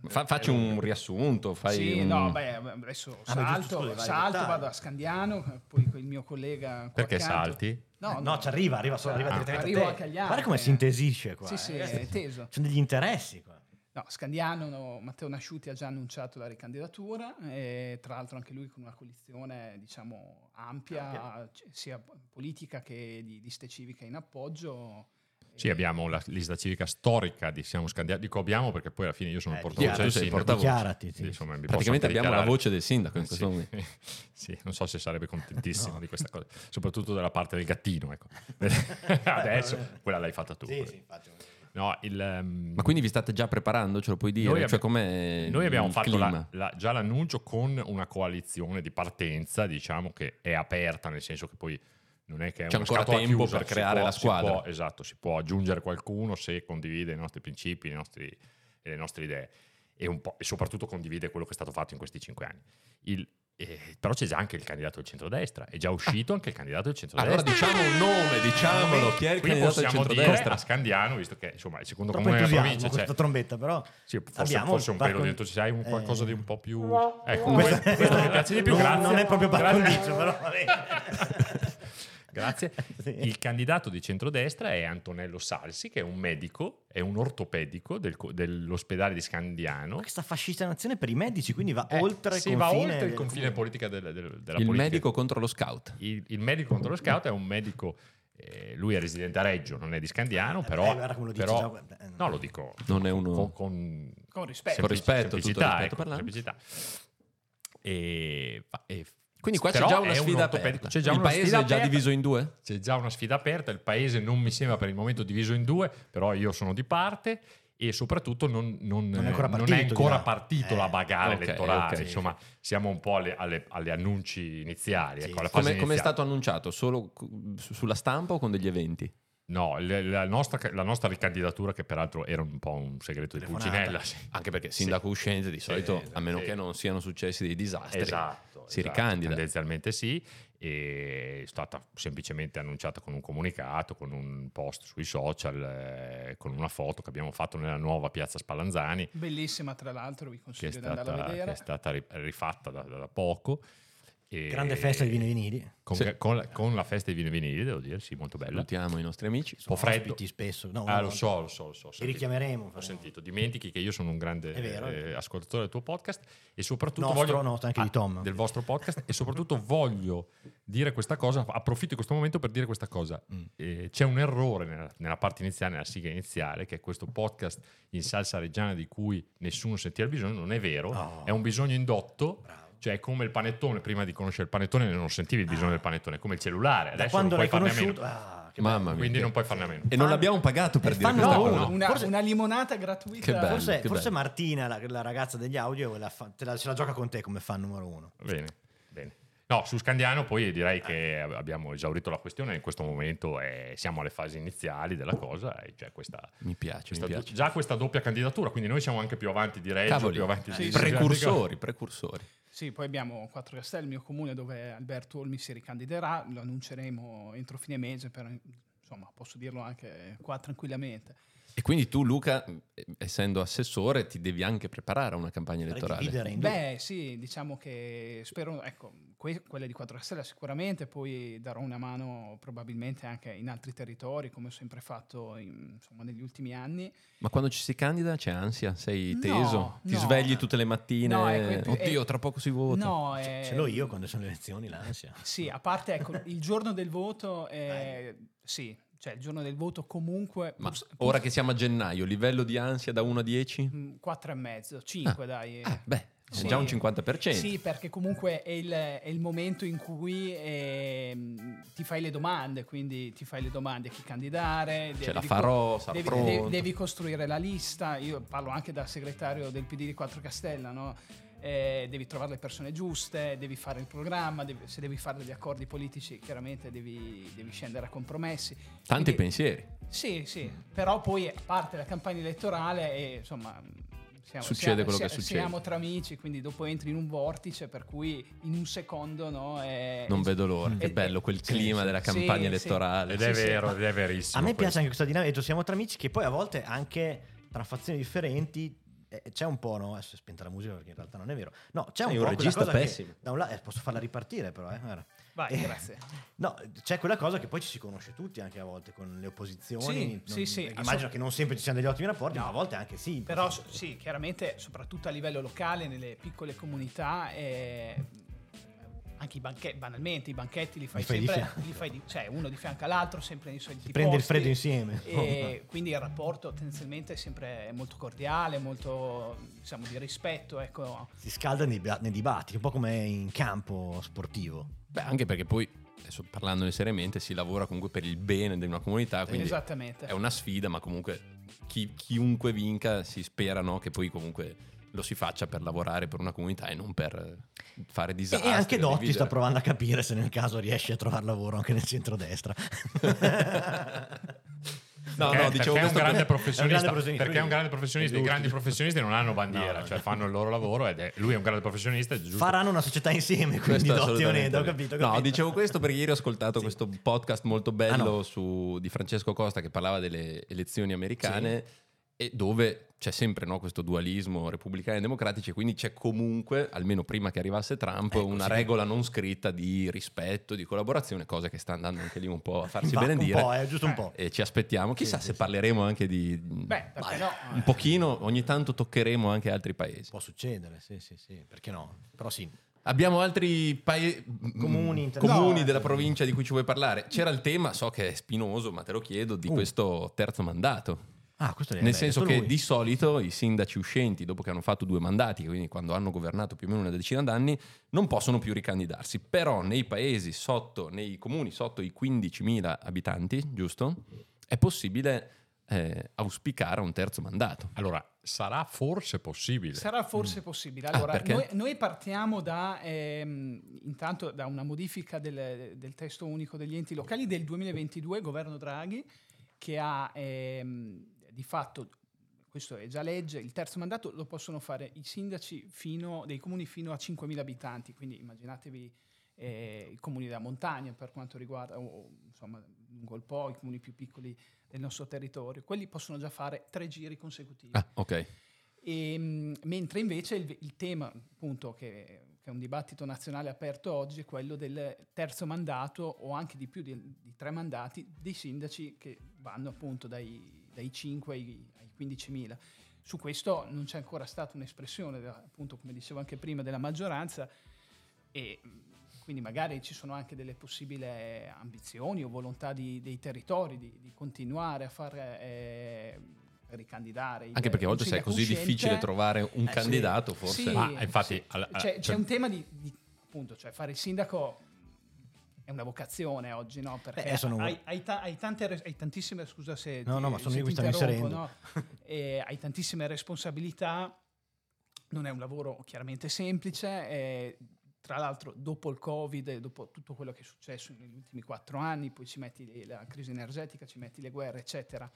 Speaker 2: fa- facci un riassunto. Fai
Speaker 10: sì,
Speaker 8: mm,
Speaker 2: un-
Speaker 10: no, beh, adesso
Speaker 3: Ah, beh, giusto,
Speaker 10: salto,
Speaker 3: scusa, vai,
Speaker 10: salto
Speaker 3: dettagli.
Speaker 10: vado a Scandiano, poi con il mio collega. qua
Speaker 8: Perché
Speaker 10: accanto.
Speaker 8: salti?
Speaker 10: No,
Speaker 3: Eh, no, ci arriva, arriva solo, arriva
Speaker 10: Ah,
Speaker 3: direttamente
Speaker 10: arrivo
Speaker 3: a te.
Speaker 10: anche agli altri. eh.
Speaker 3: Guarda come sintesisce qua.
Speaker 10: Sì, sì,
Speaker 3: eh.
Speaker 10: è teso.
Speaker 3: Ci sono degli interessi qua.
Speaker 10: No, Scandiano, no, Matteo Nasciuti ha già annunciato la ricandidatura, e tra l'altro anche lui con una coalizione diciamo, ampia, c- sia politica che di liste civiche in appoggio.
Speaker 8: Sì,
Speaker 10: Eh,
Speaker 8: abbiamo la lista civica storica di Siamo Scandiati. Dico abbiamo perché poi alla fine io sono
Speaker 3: Eh,
Speaker 8: il portavoce
Speaker 2: chiaro,
Speaker 8: del
Speaker 2: sei
Speaker 8: sindaco.
Speaker 2: portavoce.
Speaker 3: Dichiarati, sì.
Speaker 8: Insomma, mi posso
Speaker 2: Praticamente
Speaker 8: anche
Speaker 2: abbiamo la
Speaker 8: dichiarare.
Speaker 2: voce del sindaco in
Speaker 8: Eh,
Speaker 2: questo momento.
Speaker 8: sì. Sì, non so se sarebbe contentissimo
Speaker 3: No.
Speaker 8: di questa cosa, soprattutto dalla parte del gattino. Ecco. Adesso quella l'hai fatta tu.
Speaker 3: Sì, sì, infatti.
Speaker 8: No, il, ehm,
Speaker 2: Ma quindi vi state già preparando, ce lo puoi dire?
Speaker 8: Noi abbi-
Speaker 2: Cioè, com'è
Speaker 8: Noi
Speaker 2: il
Speaker 8: abbiamo fatto
Speaker 2: clima?
Speaker 8: la- la- già l'annuncio con una coalizione di partenza, diciamo che è aperta, nel senso che poi non è che è
Speaker 2: C'è
Speaker 8: una
Speaker 2: ancora
Speaker 8: scatola
Speaker 2: tempo
Speaker 8: chiusa,
Speaker 2: per
Speaker 8: si
Speaker 2: creare
Speaker 8: può-
Speaker 2: la
Speaker 8: si
Speaker 2: squadra.
Speaker 8: può- esatto, si può aggiungere qualcuno se condivide i nostri principi, i nostri- le nostre idee e, un po'- e soprattutto condivide quello che è stato fatto in questi cinque anni. Il- eh, però c'è già anche il candidato del centrodestra, è già uscito anche il candidato del centrodestra.
Speaker 2: Allora diciamo un nome, diciamolo. Chi è il
Speaker 8: Qui
Speaker 2: candidato del
Speaker 8: possiamo dire
Speaker 2: centrodestra?
Speaker 8: a Scandiano, visto che insomma, è il secondo
Speaker 3: Troppo
Speaker 8: comune della
Speaker 3: entusiasmo
Speaker 8: provincia,
Speaker 3: questa
Speaker 8: cioè,
Speaker 3: trombetta, però.
Speaker 8: sì, forse,
Speaker 3: Abbiamo
Speaker 8: forse un pelo
Speaker 3: barcon-
Speaker 8: dentro, ci sai, un qualcosa di un po' più... Ecco,
Speaker 3: Questa-
Speaker 8: questo, questo mi piace di più,
Speaker 3: non,
Speaker 8: grazie.
Speaker 3: non è proprio par
Speaker 8: Grazie.
Speaker 3: condicio, però va bene.
Speaker 8: Grazie.
Speaker 3: Sì.
Speaker 8: Il candidato di centrodestra è Antonello Salsi, che è un medico, è un ortopedico del co- dell'ospedale di Scandiano.
Speaker 3: Questa fascinazione per i medici, quindi va
Speaker 8: Eh,
Speaker 3: oltre
Speaker 8: sì,
Speaker 3: il
Speaker 8: va
Speaker 3: confine
Speaker 8: oltre il
Speaker 3: del
Speaker 8: confine
Speaker 3: comune.
Speaker 8: politica del- del- della
Speaker 2: Il
Speaker 8: politica.
Speaker 2: medico contro lo scout.
Speaker 8: Il, il medico contro lo scout è un medico, eh, lui è residente a Reggio, non è di Scandiano, però...
Speaker 3: Eh, guarda come lo dici
Speaker 8: però-
Speaker 3: già, guarda, eh, no.
Speaker 8: No, lo dico
Speaker 2: Non è
Speaker 8: con,
Speaker 2: uno...
Speaker 8: con-
Speaker 10: Con rispetto.
Speaker 2: Con rispetto, tutto
Speaker 8: semplicità,
Speaker 2: rispetto
Speaker 8: ecco,
Speaker 2: parlando.
Speaker 8: semplicità. E, fa- e-
Speaker 2: Quindi qua c'è
Speaker 8: però
Speaker 2: già una
Speaker 8: è un
Speaker 2: sfida
Speaker 8: ortopedico.
Speaker 2: aperta.
Speaker 8: C'è già
Speaker 2: il
Speaker 8: una
Speaker 2: paese
Speaker 8: sfida
Speaker 2: è già
Speaker 8: aperta.
Speaker 2: diviso in due?
Speaker 8: C'è già una sfida aperta, il paese non mi sembra per il momento diviso in due, però io sono di parte e soprattutto non, non-
Speaker 3: Non è ancora
Speaker 8: non
Speaker 3: partito,
Speaker 8: è ancora
Speaker 3: dirà.
Speaker 8: partito
Speaker 3: Eh,
Speaker 8: la bagara
Speaker 2: ok,
Speaker 8: elettorale,
Speaker 2: ok.
Speaker 8: insomma siamo un po' alle, alle- alle annunci iniziali.
Speaker 3: Sì,
Speaker 8: ecco, alla fase
Speaker 2: Come, come è
Speaker 8: iniziale.
Speaker 2: stato annunciato? Solo cu- su- sulla stampa o con degli eventi?
Speaker 8: No, il- la, nostra, la nostra ricandidatura, che peraltro era un po' un segreto di
Speaker 3: Telefonata.
Speaker 8: Pulcinella, sì.
Speaker 2: Anche perché sindaco uscente di solito, a meno
Speaker 8: sì.
Speaker 2: che non siano successi dei disastri,
Speaker 8: Esatto,
Speaker 2: si
Speaker 8: esatto,
Speaker 2: ricandida.
Speaker 8: Tendenzialmente sì, e è stata semplicemente annunciata con un comunicato, con un post sui social, eh, con una foto che abbiamo fatto nella nuova piazza Spallanzani,
Speaker 10: Bellissima, tra l'altro, vi
Speaker 8: che è
Speaker 10: consiglio di andarla a
Speaker 8: stata, che è
Speaker 10: vedere.
Speaker 8: stata ri- rifatta da, da- da poco. E-
Speaker 3: Grande festa di Vino Vinili.
Speaker 8: Con,
Speaker 2: Sì.
Speaker 8: con la, con la festa di Vino Vinili, devo dire, sì, molto bella. Un
Speaker 2: Salutiamo Eh, i nostri amici.
Speaker 8: po' freddo.
Speaker 3: Ospiti spesso. No,
Speaker 8: Ah,
Speaker 3: no,
Speaker 8: lo
Speaker 3: no.
Speaker 8: so, lo so, lo so. ho
Speaker 3: Li
Speaker 8: sentito.
Speaker 3: richiameremo.
Speaker 8: Ho
Speaker 3: faremo.
Speaker 8: sentito, dimentichi che io sono un grande
Speaker 3: È vero, è
Speaker 8: eh,
Speaker 3: vero.
Speaker 8: ascoltatore del tuo podcast e soprattutto
Speaker 3: Nostro,
Speaker 8: voglio Ah,
Speaker 3: no, anche di Tom.
Speaker 8: del vostro podcast e soprattutto voglio dire questa cosa, approfitto di questo momento per dire questa cosa.
Speaker 3: Mm.
Speaker 8: Eh, c'è un errore nella, nella parte iniziale, nella sigla iniziale, che è questo podcast in salsa reggiana di cui nessuno sentiva il bisogno, non è vero,
Speaker 3: No.
Speaker 8: è un bisogno indotto.
Speaker 3: Bravo.
Speaker 8: Cioè, è come il panettone, prima di conoscere il panettone non sentivi il bisogno del panettone, è come il cellulare. Adesso
Speaker 3: Ah. quando
Speaker 8: non
Speaker 3: l'hai
Speaker 8: puoi farne a
Speaker 3: conosciuto-
Speaker 8: meno.
Speaker 3: Ah, che
Speaker 2: Mamma mia.
Speaker 8: Quindi
Speaker 2: che-
Speaker 8: non eh, puoi farne a meno.
Speaker 2: E non l'abbiamo pagato per
Speaker 3: Ah,
Speaker 2: dire
Speaker 10: No,
Speaker 2: questa cosa.
Speaker 10: una- una,
Speaker 3: Forse-
Speaker 10: una limonata gratuita.
Speaker 2: Che bello.
Speaker 3: forse
Speaker 2: che
Speaker 3: forse
Speaker 2: bello.
Speaker 3: Martina, la, la ragazza degli audio, la fa- te la- ce la gioca con te come fan numero uno.
Speaker 8: Bene, bene. No, su Scandiano poi direi che ab- abbiamo esaurito la questione, in questo momento eh, siamo alle fasi iniziali della cosa e c'è questa,
Speaker 2: Mi piace, mi
Speaker 8: questa-
Speaker 2: piace.
Speaker 8: già questa doppia candidatura, quindi noi siamo anche più avanti di Reggio,
Speaker 2: Cavoli, eh,
Speaker 8: più avanti
Speaker 10: sì,
Speaker 8: di
Speaker 10: sì.
Speaker 2: precursori, precursori.
Speaker 10: Sì, poi abbiamo Quattro Castelli, il mio comune, dove Alberto Olmi si ricandiderà. Lo annunceremo entro fine mese, però insomma posso dirlo anche qua tranquillamente.
Speaker 2: E quindi tu, Luca, eh, essendo assessore, ti devi anche preparare a una campagna elettorale.
Speaker 3: Dividere Eh, in due.
Speaker 10: Beh, sì, diciamo che spero, ecco, que- quella di Quattro Castelli sicuramente, poi darò una mano probabilmente anche in altri territori, come ho sempre fatto in- insomma, negli ultimi anni.
Speaker 2: Ma quando ci si candida c'è ansia? Sei
Speaker 10: No,
Speaker 2: teso? Ti
Speaker 10: no.
Speaker 2: svegli tutte le mattine?
Speaker 10: No, ecco, è più-
Speaker 2: Oddio,
Speaker 10: è-
Speaker 2: tra poco si vota.
Speaker 10: No,
Speaker 3: Ce-
Speaker 10: eh,
Speaker 3: Ce l'ho io quando sono le elezioni, l'ansia.
Speaker 10: Sì, a parte ecco, il giorno del voto, eh, sì, cioè il giorno del voto comunque...
Speaker 2: Ma
Speaker 10: pur- pur-
Speaker 2: ora che siamo a gennaio, livello di ansia da 1 a 10?
Speaker 10: Mm, 4 e mezzo, 5 dai.
Speaker 2: Ah, beh, è
Speaker 10: Eh, Sì.
Speaker 2: già un 50%.
Speaker 10: Sì, perché comunque è il, è il momento in cui ehm, ti fai le domande, quindi ti fai le domande a chi candidare. devi-
Speaker 2: la farò, sarò
Speaker 10: devi,
Speaker 2: pronto.
Speaker 10: devi- devi costruire la lista, io parlo anche da segretario del PD di Quattro Castella, no? Eh, devi trovare le persone giuste, devi fare il programma, devi- se devi fare degli accordi politici chiaramente devi, devi scendere a compromessi.
Speaker 2: Tanti
Speaker 10: Quindi-
Speaker 2: pensieri.
Speaker 10: sì, sì, però poi a parte la campagna elettorale e insomma siamo,
Speaker 2: Succede
Speaker 10: siamo-
Speaker 2: quello che
Speaker 10: siamo-
Speaker 2: succede.
Speaker 10: Siamo tra amici, quindi dopo entri in un vortice per cui in un secondo no, è-
Speaker 2: Non vedo l'ora. Che
Speaker 10: è-
Speaker 2: bello quel
Speaker 10: Eh, sì,
Speaker 2: clima
Speaker 10: sì,
Speaker 2: della
Speaker 10: sì,
Speaker 2: campagna
Speaker 10: sì.
Speaker 2: elettorale.
Speaker 8: Ed è
Speaker 10: Sì, sì.
Speaker 8: vero, ed è verissimo.
Speaker 3: A me
Speaker 8: questo.
Speaker 3: piace anche questa dinamica, detto, siamo tra amici che poi a volte anche tra fazioni differenti eh, c'è un po', no? Adesso è spenta la musica perché in realtà non è vero. No, c'è un
Speaker 2: Sei
Speaker 3: po'
Speaker 2: un
Speaker 3: quella
Speaker 2: regista
Speaker 3: cosa che
Speaker 2: pessimo.
Speaker 3: da un la- eh, posso farla ripartire però, eh, guarda.
Speaker 10: Vai,
Speaker 3: Eh,
Speaker 10: grazie.
Speaker 3: No, c'è quella cosa che poi ci si conosce tutti anche a volte con le opposizioni.
Speaker 10: Sì,
Speaker 3: non-
Speaker 10: sì, sì,
Speaker 3: perché
Speaker 10: assolut-
Speaker 3: Immagino che non sempre ci siano degli ottimi rapporti,
Speaker 10: No.
Speaker 3: ma a volte anche sì.
Speaker 10: Però so- sì, chiaramente soprattutto a livello locale, nelle piccole comunità, eh, anche i banchetti, banalmente i banchetti li fai,
Speaker 3: Li fai di
Speaker 10: sempre,
Speaker 3: fianco.
Speaker 10: li fai di- cioè uno di fianco all'altro, sempre nei soliti
Speaker 3: prende il
Speaker 10: posti.
Speaker 3: freddo insieme.
Speaker 10: E quindi il rapporto tendenzialmente è sempre molto cordiale, molto diciamo di rispetto, ecco.
Speaker 3: Si scalda nei, ba- nei dibattiti, un po' come in campo sportivo.
Speaker 2: Beh, anche perché poi, adesso parlandone seriamente, si lavora comunque per il bene di una comunità, quindi
Speaker 10: Esattamente.
Speaker 2: è una sfida, ma comunque chi- chiunque vinca si spera no, che poi comunque lo si faccia per lavorare per una comunità e non per eh, fare
Speaker 3: E-
Speaker 2: disastri.
Speaker 3: E anche
Speaker 2: o
Speaker 3: Dotti sta
Speaker 2: dividere.
Speaker 3: provando a capire se nel caso riesce a trovare lavoro anche nel centrodestra.
Speaker 2: No,
Speaker 8: Eh, Perché-
Speaker 2: no, dicevo
Speaker 8: perché è un
Speaker 2: questo
Speaker 8: grande
Speaker 2: per-
Speaker 8: professionista,
Speaker 3: è un grande professionista,
Speaker 8: perché è un grande professionista, i
Speaker 3: È
Speaker 8: grandi
Speaker 3: giusto.
Speaker 8: professionisti non hanno bandiera,
Speaker 3: No,
Speaker 8: cioè
Speaker 3: no.
Speaker 8: fanno il loro lavoro ed è, lui è un grande professionista, è giusto.
Speaker 3: Faranno una società insieme, quindi
Speaker 2: Questo
Speaker 3: Dotti e
Speaker 2: assolutamente
Speaker 3: Oneda, ho
Speaker 2: no.
Speaker 3: capito, ho
Speaker 2: No,
Speaker 3: capito.
Speaker 2: dicevo questo perché ieri ho ascoltato
Speaker 3: Sì.
Speaker 2: questo podcast molto bello
Speaker 3: Ah, no.
Speaker 2: su- di Francesco Costa che parlava delle elezioni americane e dove c'è sempre no, questo dualismo repubblicani e democratici e quindi c'è comunque, almeno prima che arrivasse Trump,
Speaker 3: Ecco,
Speaker 2: una
Speaker 3: sì.
Speaker 2: regola non scritta di rispetto, di collaborazione, cosa che sta andando anche lì un po' a farsi
Speaker 3: Va,
Speaker 2: benedire.
Speaker 3: Un po', eh, giusto un po'.
Speaker 2: E ci aspettiamo, chissà
Speaker 3: sì,
Speaker 2: se
Speaker 3: sì.
Speaker 2: parleremo anche di...
Speaker 10: Beh, perché no?
Speaker 3: eh.
Speaker 2: un pochino, ogni tanto toccheremo anche altri paesi.
Speaker 3: Può succedere, sì, sì, sì, perché no? Però sì,
Speaker 2: Abbiamo altri pae-
Speaker 3: Comuni,
Speaker 2: mm,
Speaker 3: inter-
Speaker 2: comuni
Speaker 3: No.
Speaker 2: della provincia di cui ci vuoi parlare. C'era il tema, so che è spinoso, ma te lo chiedo, di
Speaker 3: Uh.
Speaker 2: questo terzo mandato.
Speaker 3: ah, questo è
Speaker 2: Nel senso
Speaker 3: detto
Speaker 2: che
Speaker 3: lui.
Speaker 2: di solito i sindaci uscenti, dopo che hanno fatto due mandati, quindi quando hanno governato più o meno una decina d'anni, non possono più ricandidarsi. Però nei paesi sotto, nei comuni sotto i 15.000 abitanti, giusto? È possibile eh, auspicare un terzo mandato.
Speaker 8: Allora, sarà forse possibile.
Speaker 10: Sarà forse possibile.
Speaker 2: Ah,
Speaker 10: Allora,
Speaker 2: perché?
Speaker 10: noi, noi partiamo da ehm, intanto da una modifica del, del testo unico degli enti locali del 2022, governo Draghi, che ha ehm, di fatto, questo è già legge, il terzo mandato lo possono fare i sindaci fino- dei comuni fino a 5.000 abitanti, quindi immaginatevi eh, i comuni della montagna per quanto riguarda, o, o, insomma, lungo il Po, i comuni più piccoli del nostro territorio, quelli possono già fare tre giri consecutivi.
Speaker 2: Ah, ok.
Speaker 10: E, mh, Ehm, mentre invece il, il tema, appunto, che, che è un dibattito nazionale aperto oggi, è quello del terzo mandato o anche di più di, di tre mandati dei sindaci che vanno appunto dai, dai 5 ai, ai 15.000. Su questo non c'è ancora stata un'espressione, da- appunto, come dicevo anche prima, della maggioranza e mh, quindi magari ci sono anche delle possibili eh, ambizioni o volontà di- dei territori di, di continuare a fare eh, ricandidare.
Speaker 2: Anche perché oggi se è così difficile trovare
Speaker 3: Eh,
Speaker 2: un candidato, forse- Ma,
Speaker 8: infatti, alla-
Speaker 10: c'è,
Speaker 8: cioè-
Speaker 10: c'è un tema di, di- appunto, cioè fare il sindaco è una vocazione oggi, no? Perché
Speaker 3: Beh, sono-
Speaker 10: hai, hai ta- hai tante res- hai tantissime, scusa se
Speaker 3: No,
Speaker 10: ti-
Speaker 3: no, ma sono
Speaker 10: se
Speaker 3: io
Speaker 10: ti
Speaker 3: che mi stavo
Speaker 10: interrompo,
Speaker 3: inserendo.
Speaker 10: no? Eh, hai tantissime responsabilità, non è un lavoro chiaramente semplice. eh, tra l'altro, dopo il Covid, e dopo tutto quello che è successo negli ultimi quattro anni, poi ci metti la crisi energetica, ci metti le guerre, eccetera,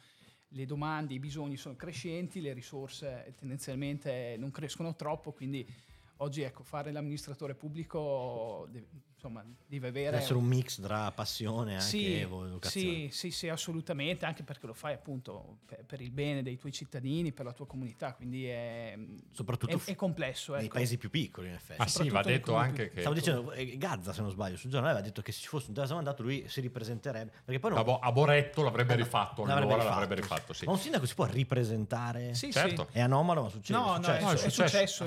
Speaker 10: le domande, i bisogni sono crescenti, le risorse eh, tendenzialmente non crescono troppo, quindi oggi ecco, fare l'amministratore pubblico deve, insomma, deve avere...
Speaker 3: Deve essere un mix tra passione anche e vocazione.
Speaker 10: sì, sì, sì, assolutamente, anche perché lo fai appunto pe- per, il bene dei tuoi cittadini, per la tua comunità, quindi è,
Speaker 3: Soprattutto
Speaker 10: è,
Speaker 3: fu-
Speaker 10: è complesso.
Speaker 3: nei
Speaker 10: ecco.
Speaker 3: paesi più piccoli in effetti.
Speaker 8: Ah, sì, va
Speaker 10: Soprattutto nei
Speaker 8: detto
Speaker 10: comuni
Speaker 8: anche
Speaker 10: più-
Speaker 8: che
Speaker 3: Stavo dicendo, eh, Gazza se non sbaglio, sul giornale aveva detto che se ci fosse un terzo mandato lui si ripresenterebbe. Perché poi non-
Speaker 8: a Bo- a Boretto l'avrebbe rifatto,
Speaker 3: L'avrebbe
Speaker 8: allora
Speaker 3: rifatto.
Speaker 8: l'avrebbe rifatto, sì.
Speaker 3: Ma un sindaco si può ripresentare?
Speaker 10: Sì, sì.
Speaker 8: Certo.
Speaker 3: È anomalo, ma succede.
Speaker 10: No,
Speaker 3: è
Speaker 10: no,
Speaker 3: successo.
Speaker 10: è,
Speaker 8: No,
Speaker 10: è
Speaker 8: è
Speaker 10: successo,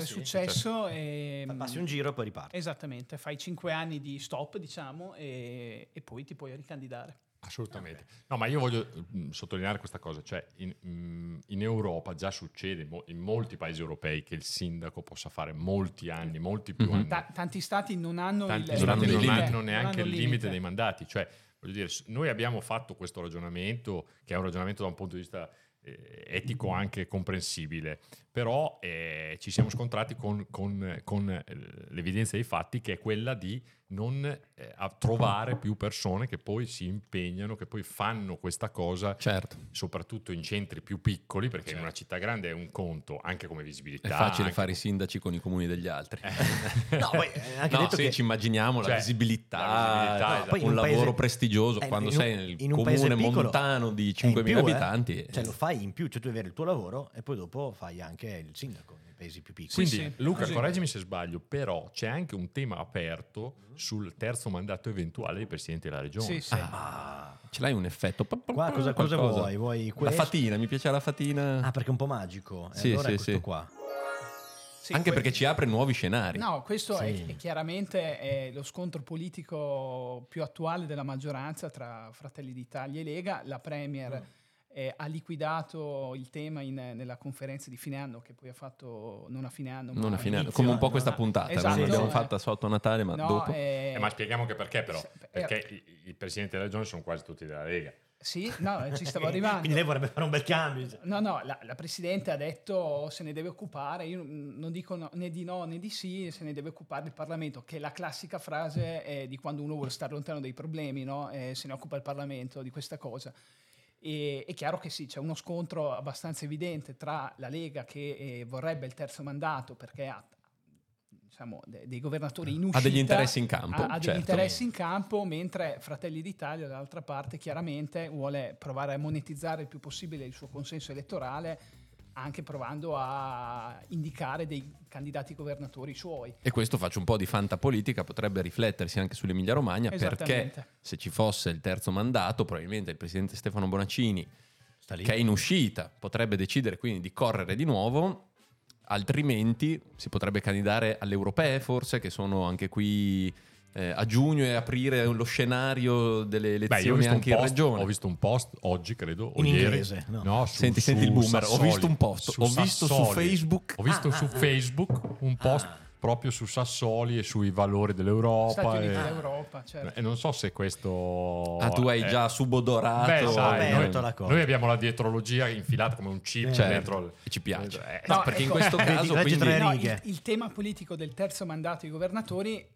Speaker 8: successo.
Speaker 10: è
Speaker 8: Ah, sì, è
Speaker 10: successo, e- mm,
Speaker 3: Passi un giro e poi riparti.
Speaker 10: Esattamente, fai 5 anni di stop, diciamo, e, e poi ti puoi ricandidare.
Speaker 8: Assolutamente. No, ma io voglio mm, sottolineare questa cosa, cioè in, mm, in Europa già succede in mo- in molti paesi europei che il sindaco possa fare molti anni, molti più
Speaker 2: Mhm.
Speaker 8: anni.
Speaker 10: Ta- tanti stati non hanno
Speaker 8: Mm. Tanti
Speaker 10: il
Speaker 8: stati
Speaker 2: hanno
Speaker 8: non
Speaker 2: il
Speaker 10: limite,
Speaker 8: hanno neanche
Speaker 10: hanno
Speaker 8: il limite dei mandati, cioè voglio dire, s- noi abbiamo fatto questo ragionamento che è un ragionamento da un punto di vista eh, etico anche comprensibile, però eh, ci siamo scontrati con, con- con, eh, l'evidenza dei fatti che è quella di non eh, a- trovare più persone che poi si impegnano, che poi fanno questa cosa
Speaker 2: Certo.
Speaker 8: soprattutto in centri più piccoli, perché in una città grande è un conto, anche come visibilità.
Speaker 2: È facile
Speaker 8: anche-
Speaker 2: fare i sindaci con i comuni degli altri.
Speaker 10: Eh.
Speaker 3: No, poi è anche
Speaker 2: No,
Speaker 3: detto
Speaker 2: sì,
Speaker 3: che-
Speaker 2: ci immaginiamo la
Speaker 8: Cioè,
Speaker 2: visibilità,
Speaker 8: la visibilità,
Speaker 2: eh,
Speaker 8: esatto.
Speaker 3: Poi in
Speaker 2: un
Speaker 3: un
Speaker 2: lavoro
Speaker 3: paese-
Speaker 2: prestigioso
Speaker 3: Eh,
Speaker 2: quando
Speaker 3: in un-
Speaker 2: sei nel
Speaker 3: in un
Speaker 2: comune
Speaker 3: paese piccolo
Speaker 2: montano
Speaker 3: è
Speaker 2: di
Speaker 3: in
Speaker 2: 5.000
Speaker 3: più, eh.
Speaker 2: abitanti. eh,
Speaker 3: Cioè lo fai in più, cioè tu devi avere il tuo lavoro e poi dopo fai anche il sindaco nei paesi più piccoli.
Speaker 8: Quindi,
Speaker 10: sì,
Speaker 8: Luca,
Speaker 10: così.
Speaker 8: correggimi se sbaglio, però c'è anche un tema aperto sul terzo mandato eventuale del Presidente della Regione.
Speaker 10: Mm-hmm. Sì, sì.
Speaker 3: Ah,
Speaker 2: Ce l'hai un effetto. pa- pa-
Speaker 3: Qua
Speaker 2: pa-
Speaker 3: cosa- cosa
Speaker 2: qualcosa.
Speaker 3: vuoi? Vuoi
Speaker 2: La
Speaker 3: questo?
Speaker 2: fatina, mi piace la fatina.
Speaker 3: Ah, perché è un po' magico. E
Speaker 2: Sì,
Speaker 3: allora
Speaker 2: sì,
Speaker 3: è questo
Speaker 2: sì.
Speaker 3: qua.
Speaker 10: Sì,
Speaker 2: Anche
Speaker 10: que-
Speaker 2: perché ci apre nuovi scenari.
Speaker 10: No, questo è-
Speaker 3: Sì.
Speaker 10: è, chiaramente eh, lo scontro politico più attuale della maggioranza tra Fratelli d'Italia e Lega. La Premier
Speaker 2: Mm.
Speaker 10: eh, ha liquidato il tema in- nella conferenza di fine anno che poi ha fatto non a fine anno, ma
Speaker 2: Non a fine anno,
Speaker 10: inizio
Speaker 2: come un po'
Speaker 10: anno,
Speaker 2: questa
Speaker 10: no?
Speaker 2: puntata,
Speaker 10: Esatto,
Speaker 2: non l'abbiamo
Speaker 10: eh.
Speaker 2: fatta sotto Natale, ma
Speaker 10: No,
Speaker 2: dopo.
Speaker 10: eh,
Speaker 8: Eh, ma spieghiamo anche perché però,
Speaker 10: sì, eh,
Speaker 8: perché i- il Presidente della Regione sono quasi tutti della Lega.
Speaker 10: Sì, no, eh, ci stavo
Speaker 3: Quindi
Speaker 10: arrivando.
Speaker 3: lei vorrebbe fare un bel cambio. cioè.
Speaker 10: No, no, la, la Presidente ha detto se ne deve occupare, io mm, non dico no- né di no né di sì, se ne deve occupare il Parlamento, che è la classica frase eh, di quando uno vuole stare lontano dai problemi, no? Eh, se ne occupa il Parlamento di questa cosa. E, è chiaro che sì, c'è uno scontro abbastanza evidente tra la Lega che eh, vorrebbe il terzo mandato perché ha diciamo, de- dei governatori in
Speaker 2: Ha
Speaker 10: uscita.
Speaker 2: degli interessi in campo,
Speaker 10: Ha, ha degli
Speaker 2: certo.
Speaker 10: interessi in campo, mentre Fratelli d'Italia, dall'altra parte, chiaramente vuole provare a monetizzare il più possibile il suo consenso elettorale, anche provando a indicare dei candidati governatori suoi.
Speaker 2: E questo faccio un po' di fantapolitica, potrebbe riflettersi anche sull'Emilia Romagna, perché
Speaker 10: Esattamente.
Speaker 2: se ci fosse il terzo mandato, probabilmente il presidente Stefano Bonaccini,
Speaker 3: Sta lì.
Speaker 2: che è in uscita, potrebbe decidere quindi di correre di nuovo, altrimenti si potrebbe candidare alle europee forse, che sono anche qui eh, a giugno e aprire lo scenario delle
Speaker 8: Beh, io ho
Speaker 2: elezioni
Speaker 8: visto, un
Speaker 2: anche in
Speaker 8: post,
Speaker 2: regione.
Speaker 8: ho visto un post oggi, credo, o
Speaker 3: In
Speaker 8: ieri.
Speaker 3: inglese, no.
Speaker 8: su-
Speaker 2: Senti,
Speaker 8: su
Speaker 2: senti il boomer. Ho
Speaker 8: Sassoli.
Speaker 2: visto un post, ho visto su
Speaker 8: Sassoli.
Speaker 2: Facebook.
Speaker 8: Ho visto
Speaker 3: Ah,
Speaker 8: su
Speaker 3: ah, ah.
Speaker 8: Facebook un post
Speaker 3: Ah.
Speaker 8: proprio su Sassoli e sui valori
Speaker 10: Stati
Speaker 8: dell'Europa.
Speaker 10: Uniti
Speaker 2: eh.
Speaker 8: e-
Speaker 10: d'Europa, certo.
Speaker 8: E non so se questo.
Speaker 2: Ah, tu hai
Speaker 8: è-
Speaker 2: già subodorato.
Speaker 8: eh. Beh, sai,
Speaker 2: Eh,
Speaker 8: noi,
Speaker 3: aperto la cosa.
Speaker 8: noi abbiamo la dietrologia infilata come un chip
Speaker 2: Certo,
Speaker 8: dentro. il-
Speaker 2: e ci piace.
Speaker 8: Eh,
Speaker 2: No,
Speaker 10: No,
Speaker 2: perché in
Speaker 10: ecco,
Speaker 2: questo
Speaker 3: vedi,
Speaker 2: caso
Speaker 3: leggi
Speaker 2: quindi,
Speaker 3: tre
Speaker 10: No,
Speaker 3: righe.
Speaker 10: il, il tema politico del terzo mandato dei governatori, eh,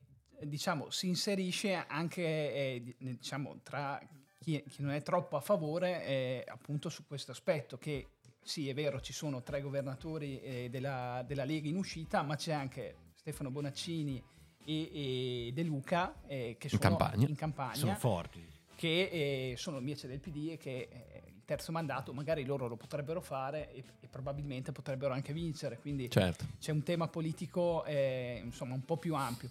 Speaker 10: diciamo, si inserisce anche eh, di- ne- diciamo, tra chi, chi non è troppo a favore, eh, appunto su questo aspetto che sì, è vero, ci sono tre governatori eh, della, della Lega in uscita, ma c'è anche Stefano Bonaccini e, e De Luca eh, che sono
Speaker 2: campagna.
Speaker 10: in campagna
Speaker 3: Sono forti.
Speaker 10: che eh, sono invece del PD e che eh, il terzo mandato magari loro lo potrebbero fare e, e probabilmente potrebbero anche vincere, quindi
Speaker 2: certo,
Speaker 10: c'è un tema politico eh, insomma un po' più ampio.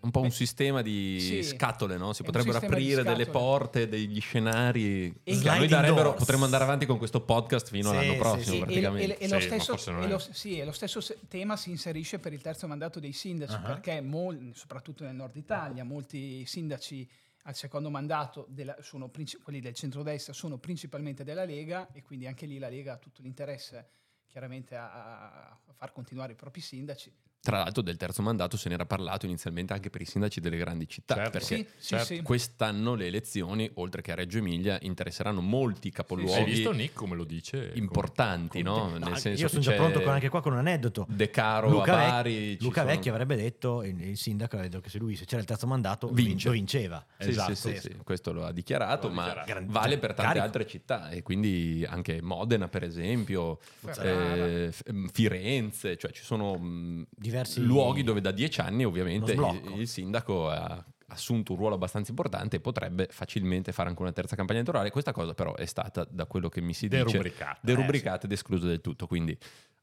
Speaker 2: un po' un
Speaker 10: Beh,
Speaker 2: sistema di
Speaker 10: sì.
Speaker 2: scatole, no?
Speaker 10: È
Speaker 2: Si
Speaker 10: un
Speaker 2: potrebbero
Speaker 10: sistema di
Speaker 2: aprire delle
Speaker 10: scatole.
Speaker 2: porte, degli scenari.
Speaker 10: E-
Speaker 2: Che a noi
Speaker 3: Sliding
Speaker 2: darebbero,
Speaker 3: doors.
Speaker 2: potremmo andare avanti con questo podcast fino
Speaker 3: Sì,
Speaker 2: all'anno
Speaker 3: sì,
Speaker 2: prossimo,
Speaker 3: sì.
Speaker 10: E-
Speaker 2: praticamente.
Speaker 10: e- e lo
Speaker 8: Sì, ma forse
Speaker 10: stesso-
Speaker 8: non
Speaker 10: e
Speaker 8: è.
Speaker 10: lo- sì, e lo stesso se- tema si inserisce per il terzo mandato dei sindaci,
Speaker 3: Ah.
Speaker 10: perché mol- soprattutto nel nord Italia molti sindaci al secondo mandato, della- sono princi- quelli del centrodestra sono principalmente della Lega e quindi anche lì la Lega ha tutto l'interesse chiaramente a, a far continuare i propri sindaci.
Speaker 2: Tra l'altro del terzo mandato se n'era parlato inizialmente anche per i sindaci delle grandi città,
Speaker 8: Certo.
Speaker 2: perché
Speaker 10: Sì, sì, Certo. sì.
Speaker 2: quest'anno le elezioni, oltre che a Reggio Emilia, interesseranno molti capoluoghi
Speaker 8: Hai visto Nick come lo dice?
Speaker 2: importanti, no?
Speaker 3: No,
Speaker 2: Nel senso
Speaker 3: io sono già
Speaker 2: che c'è
Speaker 3: pronto con- anche qua con un aneddoto.
Speaker 2: De Caro
Speaker 3: Luca,
Speaker 2: a
Speaker 3: Vec-
Speaker 2: Bari, ci
Speaker 3: Luca
Speaker 2: sono-
Speaker 3: Vecchi avrebbe detto, il, il sindaco avrebbe detto che se lui se c'era il terzo mandato
Speaker 2: Vince. Eh,
Speaker 3: lo vinceva.
Speaker 2: Sì,
Speaker 3: Esatto.
Speaker 2: sì, sì, sì, questo lo ha dichiarato,
Speaker 8: Lo ha
Speaker 2: ma
Speaker 8: dichiarato.
Speaker 3: Gran-
Speaker 2: vale per tante
Speaker 3: carico.
Speaker 2: altre città e quindi anche Modena, per esempio,
Speaker 10: Ferrara.
Speaker 2: eh, F- m, Firenze, cioè ci sono mh,
Speaker 3: Diversi
Speaker 2: luoghi dove da dieci anni ovviamente eh,
Speaker 3: Uno Eh, sblocco.
Speaker 2: il, il sindaco ha assunto un ruolo abbastanza importante e potrebbe facilmente fare anche una terza campagna elettorale. Questa cosa però è stata, da quello che mi si dice,
Speaker 3: Eh,
Speaker 8: Derubricato. Eh,
Speaker 2: derubricata ed esclusa del tutto, quindi...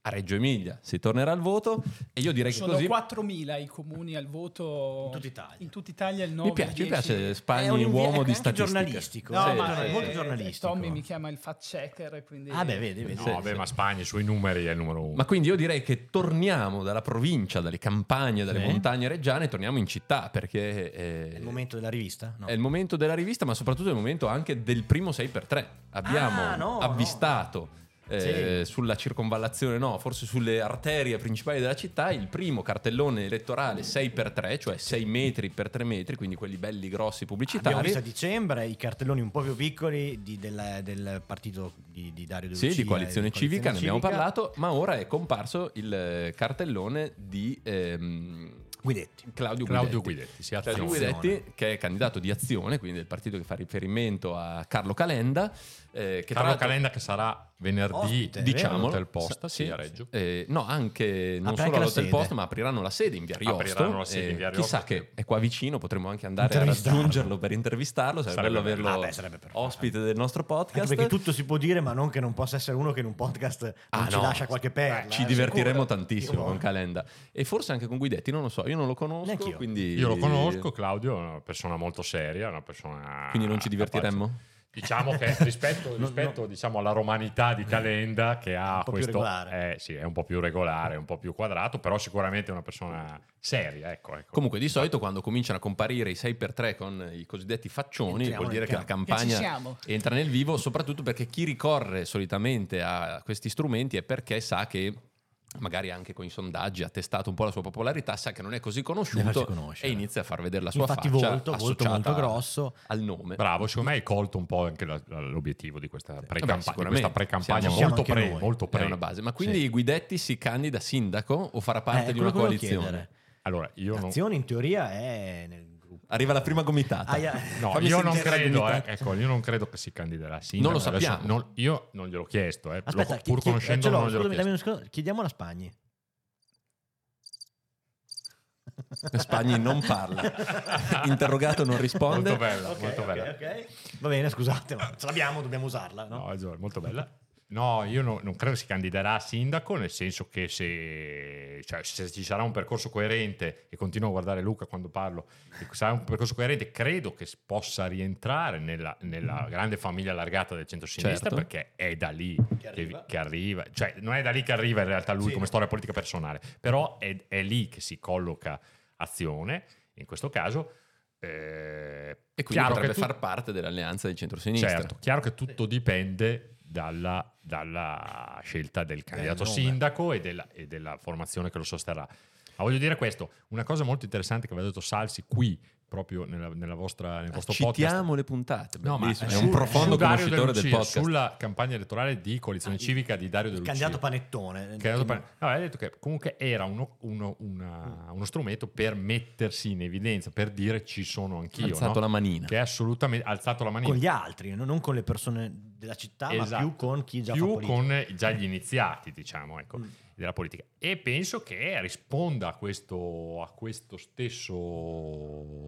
Speaker 2: A Reggio Emilia si tornerà al voto e io direi
Speaker 10: Sono
Speaker 2: che così
Speaker 10: 4.000 i comuni al voto
Speaker 3: In tutta Italia.
Speaker 10: In tutta Italia il 9
Speaker 2: mi piace, mi
Speaker 10: 10.
Speaker 2: piace
Speaker 3: È
Speaker 2: Spagna,
Speaker 3: un invia-
Speaker 2: uomo
Speaker 3: ecco,
Speaker 2: di
Speaker 3: anche
Speaker 2: statistica.
Speaker 3: giornalistico,
Speaker 10: No,
Speaker 3: Sì,
Speaker 10: ma
Speaker 3: sì,
Speaker 10: eh,
Speaker 3: molto giornalistico.
Speaker 10: Tommy mi chiama il fact checker e quindi
Speaker 3: Ah beh, vedi, vedi.
Speaker 8: No,
Speaker 2: Sì,
Speaker 8: beh,
Speaker 2: sì.
Speaker 8: ma Spagna, i suoi numeri è il numero uno.
Speaker 2: Ma quindi io direi che torniamo dalla provincia, dalle campagne, dalle
Speaker 3: Sì.
Speaker 2: montagne reggiane, torniamo in città perché eh,
Speaker 3: È il momento della rivista? No.
Speaker 2: è il momento della rivista, ma soprattutto è il momento anche del primo 6x3. Abbiamo
Speaker 3: Ah, no,
Speaker 2: avvistato eh, sulla circonvallazione, no, forse sulle arterie principali della città, il primo cartellone
Speaker 3: Mm.
Speaker 2: elettorale 6x3, cioè 6 metri per 3 metri, quindi quelli belli grossi pubblicitari.
Speaker 3: Abbiamo visto a dicembre i cartelloni un po' più piccoli di- della- del partito di, di Dario De
Speaker 2: Sì, di
Speaker 3: Lucia e
Speaker 2: coalizione civica ne abbiamo
Speaker 3: Civica.
Speaker 2: parlato, ma ora è comparso il eh, cartellone di ehm,
Speaker 3: Guidetti.
Speaker 2: Claudio, Guidetti.
Speaker 8: Claudio Guidetti, si
Speaker 2: Claudio
Speaker 8: azione.
Speaker 2: Guidetti, che è candidato di azione, quindi del partito che fa riferimento a Carlo Calenda. eh, che tra
Speaker 8: Carlo
Speaker 2: l'altro-
Speaker 8: Calenda che sarà venerdì
Speaker 3: Ospite,
Speaker 2: Diciamolo,
Speaker 8: diciamo, al posta,
Speaker 2: Sì,
Speaker 8: sì, a
Speaker 2: sì.
Speaker 8: Reggio.
Speaker 2: Eh, no, anche non solo
Speaker 3: Apre anche la
Speaker 2: all'Hotel
Speaker 3: sede.
Speaker 2: Post, ma apriranno la sede in via Riosto.
Speaker 8: Apriranno la sede in via
Speaker 2: Eh, Chissà
Speaker 8: Riosto,
Speaker 2: che
Speaker 8: sì.
Speaker 2: è qua vicino, potremmo anche andare a
Speaker 3: Intervistarlo.
Speaker 2: raggiungerlo per intervistarlo. Sarebbe,
Speaker 8: Sarebbe
Speaker 2: bello
Speaker 8: bello.
Speaker 2: averlo
Speaker 3: Vabbè, sarebbe perfetto.
Speaker 2: ospite del nostro
Speaker 3: Anche
Speaker 2: podcast.
Speaker 3: perché tutto si può dire, ma non che non possa essere uno che in un podcast non
Speaker 2: Ah,
Speaker 3: ci
Speaker 2: no.
Speaker 3: lascia qualche perla.
Speaker 2: Ci
Speaker 3: eh,
Speaker 2: divertiremo
Speaker 3: sicuro.
Speaker 2: tantissimo
Speaker 3: Sicuro.
Speaker 2: con Calenda e forse anche con Guidetti, non lo so, io non lo conosco,
Speaker 3: Neanch'io.
Speaker 2: quindi
Speaker 8: Io lo conosco, Claudio è una persona molto seria, una persona...
Speaker 2: Quindi non ci divertiremmo?
Speaker 8: capace. Diciamo che rispetto, rispetto, diciamo, alla romanità di Calenda che ha
Speaker 3: Un po' più
Speaker 8: questo...
Speaker 3: regolare.
Speaker 8: eh, sì, è un po' più regolare, un po' più quadrato, però sicuramente è una persona seria, ecco. ecco.
Speaker 2: Comunque di solito quando cominciano a comparire i 6x3 con i cosiddetti faccioni
Speaker 3: Entriamo
Speaker 2: vuol dire
Speaker 3: nel
Speaker 2: che la
Speaker 3: campo.
Speaker 10: Che ci
Speaker 2: campagna
Speaker 10: siamo.
Speaker 2: entra nel vivo, soprattutto perché chi ricorre solitamente a questi strumenti è perché sa che magari anche con i sondaggi ha testato un po' la sua popolarità, sa che non è così
Speaker 3: Deve farsi
Speaker 2: conosciuto e
Speaker 3: conoscere.
Speaker 2: inizia a far vedere la sua
Speaker 3: Infatti
Speaker 2: faccia
Speaker 3: volto, volto
Speaker 2: associata
Speaker 3: molto grosso.
Speaker 2: al nome.
Speaker 8: Bravo, secondo me hai colto un po' anche la- la- l'obiettivo di questa
Speaker 2: Vabbè,
Speaker 8: pre-campa- di
Speaker 2: sicuramente.
Speaker 8: questa pre-campagna
Speaker 2: Siamo-
Speaker 8: molto
Speaker 3: siamo anche
Speaker 8: pre,
Speaker 3: noi.
Speaker 8: molto
Speaker 2: È
Speaker 8: pre.
Speaker 2: una base. Ma quindi Guidetti si candida sindaco o farà parte
Speaker 3: Eh,
Speaker 2: di
Speaker 3: quello
Speaker 2: una
Speaker 3: che volevo
Speaker 2: coalizione?
Speaker 3: chiedere.
Speaker 8: Allora, io non,
Speaker 3: L'azione in teoria è nel gruppo.
Speaker 2: Arriva la prima gomitata.
Speaker 3: Ah, yeah.
Speaker 8: No,
Speaker 3: Fammi
Speaker 8: io non
Speaker 3: sentire la
Speaker 8: credo,
Speaker 3: dignità.
Speaker 8: eh, ecco, io non credo che si candiderà a sindaco.
Speaker 2: Non lo sappiamo.
Speaker 8: Adesso non- io non gliel'ho chiesto, eh. Lo-
Speaker 3: Aspetta,
Speaker 8: pur
Speaker 3: chi- chi- eh, ce
Speaker 8: conoscendolo
Speaker 3: l'ho,
Speaker 8: non gliel'ho
Speaker 3: scusami, dammi
Speaker 8: chiesto.
Speaker 3: un secondo. chiediamo alla Spagni.
Speaker 2: Spagni non parla. Interrogato non risponde.
Speaker 8: Molto bella,
Speaker 3: Ok,
Speaker 8: molto
Speaker 3: ok,
Speaker 8: bella.
Speaker 3: ok. Va bene, scusate, ma ce l'abbiamo, dobbiamo usarla. No?
Speaker 8: No, Gio, molto bella. No, io no- non credo si candiderà a sindaco, nel senso che se, cioè, se ci sarà un percorso coerente, e continuo a guardare Luca quando parlo, se sarà un percorso coerente, credo che s- possa rientrare nella, nella grande famiglia allargata del centro-sinistra,
Speaker 2: Certo.
Speaker 8: perché è da lì che
Speaker 3: arriva.
Speaker 8: che, arriva, cioè non è da lì che arriva in realtà lui
Speaker 3: Sì.
Speaker 8: come storia politica personale, però è, è lì che si colloca azione, in questo caso. eh,
Speaker 2: E quindi
Speaker 8: chiaro
Speaker 2: potrebbe
Speaker 8: che tu-
Speaker 2: far parte dell'alleanza del centrosinistra.
Speaker 8: Certo, chiaro che tutto dipende dalla, dalla scelta del candidato
Speaker 3: nome.
Speaker 8: sindaco e della, e della formazione che lo sosterrà. Ma voglio dire questo, una cosa molto interessante che aveva detto Salsi qui, proprio nella, nella vostra, nel vostro podcast.
Speaker 2: Citiamo le puntate.
Speaker 8: No, ma
Speaker 2: bellissimo. è
Speaker 8: su-
Speaker 2: un profondo
Speaker 8: su Dario
Speaker 2: conoscitore
Speaker 8: De
Speaker 2: del
Speaker 8: Lucia,
Speaker 2: podcast.
Speaker 8: Sulla campagna elettorale di coalizione civica di Dario De
Speaker 3: Ah, Il
Speaker 8: Lucia.
Speaker 3: candidato Mm. panettone. eh,
Speaker 8: Che era dopo- no, ha detto che comunque era uno, uno- una- uno strumento per mettersi in evidenza, per dire ci sono
Speaker 2: Ha
Speaker 8: anch'io.
Speaker 2: alzato
Speaker 8: no?
Speaker 2: la manina.
Speaker 8: Che è assolutamente ha alzato la manina.
Speaker 3: Con gli altri, no? non con le persone della città, ma
Speaker 8: Esatto.
Speaker 3: più con chi già
Speaker 8: Più
Speaker 3: fa politica. Eh,
Speaker 8: con già gli iniziati, diciamo, ecco,
Speaker 3: Mm.
Speaker 8: della politica. E penso che risponda a questo, a questo stesso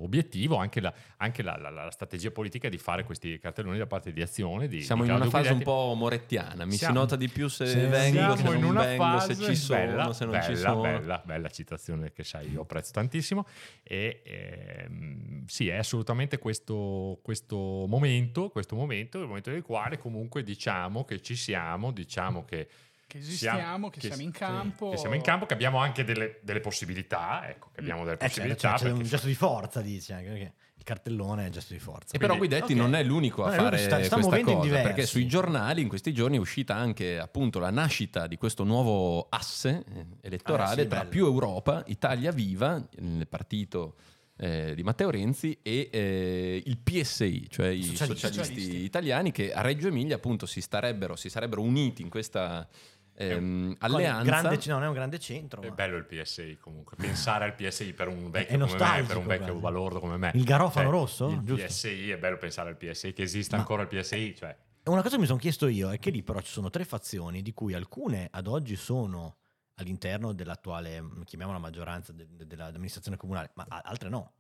Speaker 8: obiettivo anche, la, anche la, la- la strategia politica di fare questi cartelloni da parte di azione. Di,
Speaker 2: Siamo
Speaker 8: di
Speaker 2: in una
Speaker 8: Claudio
Speaker 2: fase un
Speaker 8: Guidetti.
Speaker 2: po' morettiana. Mi
Speaker 8: Siamo-
Speaker 2: si nota di più se
Speaker 3: Sì,
Speaker 2: vengo, se
Speaker 8: Siamo
Speaker 2: non
Speaker 8: in una
Speaker 2: vengo,
Speaker 8: fase
Speaker 2: se ci sono,
Speaker 8: bella,
Speaker 2: se non
Speaker 8: bella,
Speaker 2: ci sono.
Speaker 8: Bella, bella citazione che sai, io apprezzo tantissimo. E ehm, sì, è assolutamente questo, questo momento, questo momento, il momento nel quale comunque diciamo che ci siamo, diciamo che
Speaker 10: Che esistiamo, che siamo in campo.
Speaker 8: Che siamo in campo, che abbiamo anche delle, delle possibilità, ecco, che abbiamo delle
Speaker 3: Eh, c'è,
Speaker 8: possibilità.
Speaker 3: c'è un
Speaker 8: perché-
Speaker 3: gesto di forza, dice anche, perché il cartellone è il gesto di forza.
Speaker 2: E però Guidetti non è l'unico a fare questa cosa, perché sui giornali in questi giorni è uscita anche appunto la nascita di questo nuovo asse eh, elettorale
Speaker 3: Ah, sì,
Speaker 2: tra
Speaker 3: bello.
Speaker 2: più Europa, Italia Viva, il partito eh, di Matteo Renzi e eh, il PSI, cioè i
Speaker 3: Socialisti.
Speaker 2: socialisti, italiani che a Reggio Emilia appunto si, starebbero, si sarebbero uniti in questa ehm, alleanza.
Speaker 3: Grande, no, non è un grande centro.
Speaker 8: È
Speaker 3: ma-
Speaker 8: bello il PSI comunque, pensare al PSI per un
Speaker 3: È
Speaker 8: vecchio come me,
Speaker 3: nostalgico,
Speaker 8: per un vecchio
Speaker 3: quasi.
Speaker 8: balordo come me. Cioè,
Speaker 3: Il garofano rosso?
Speaker 8: Il
Speaker 3: Giusto.
Speaker 8: PSI, è bello pensare al PSI, che esista
Speaker 3: Ma- eh,
Speaker 8: ancora il PSI, cioè...
Speaker 3: E Una cosa che mi sono chiesto io è che lì però ci sono tre fazioni, di cui alcune ad oggi sono all'interno dell'attuale, mm, chiamiamola maggioranza de- de- dell'amministrazione comunale, ma a- altre no.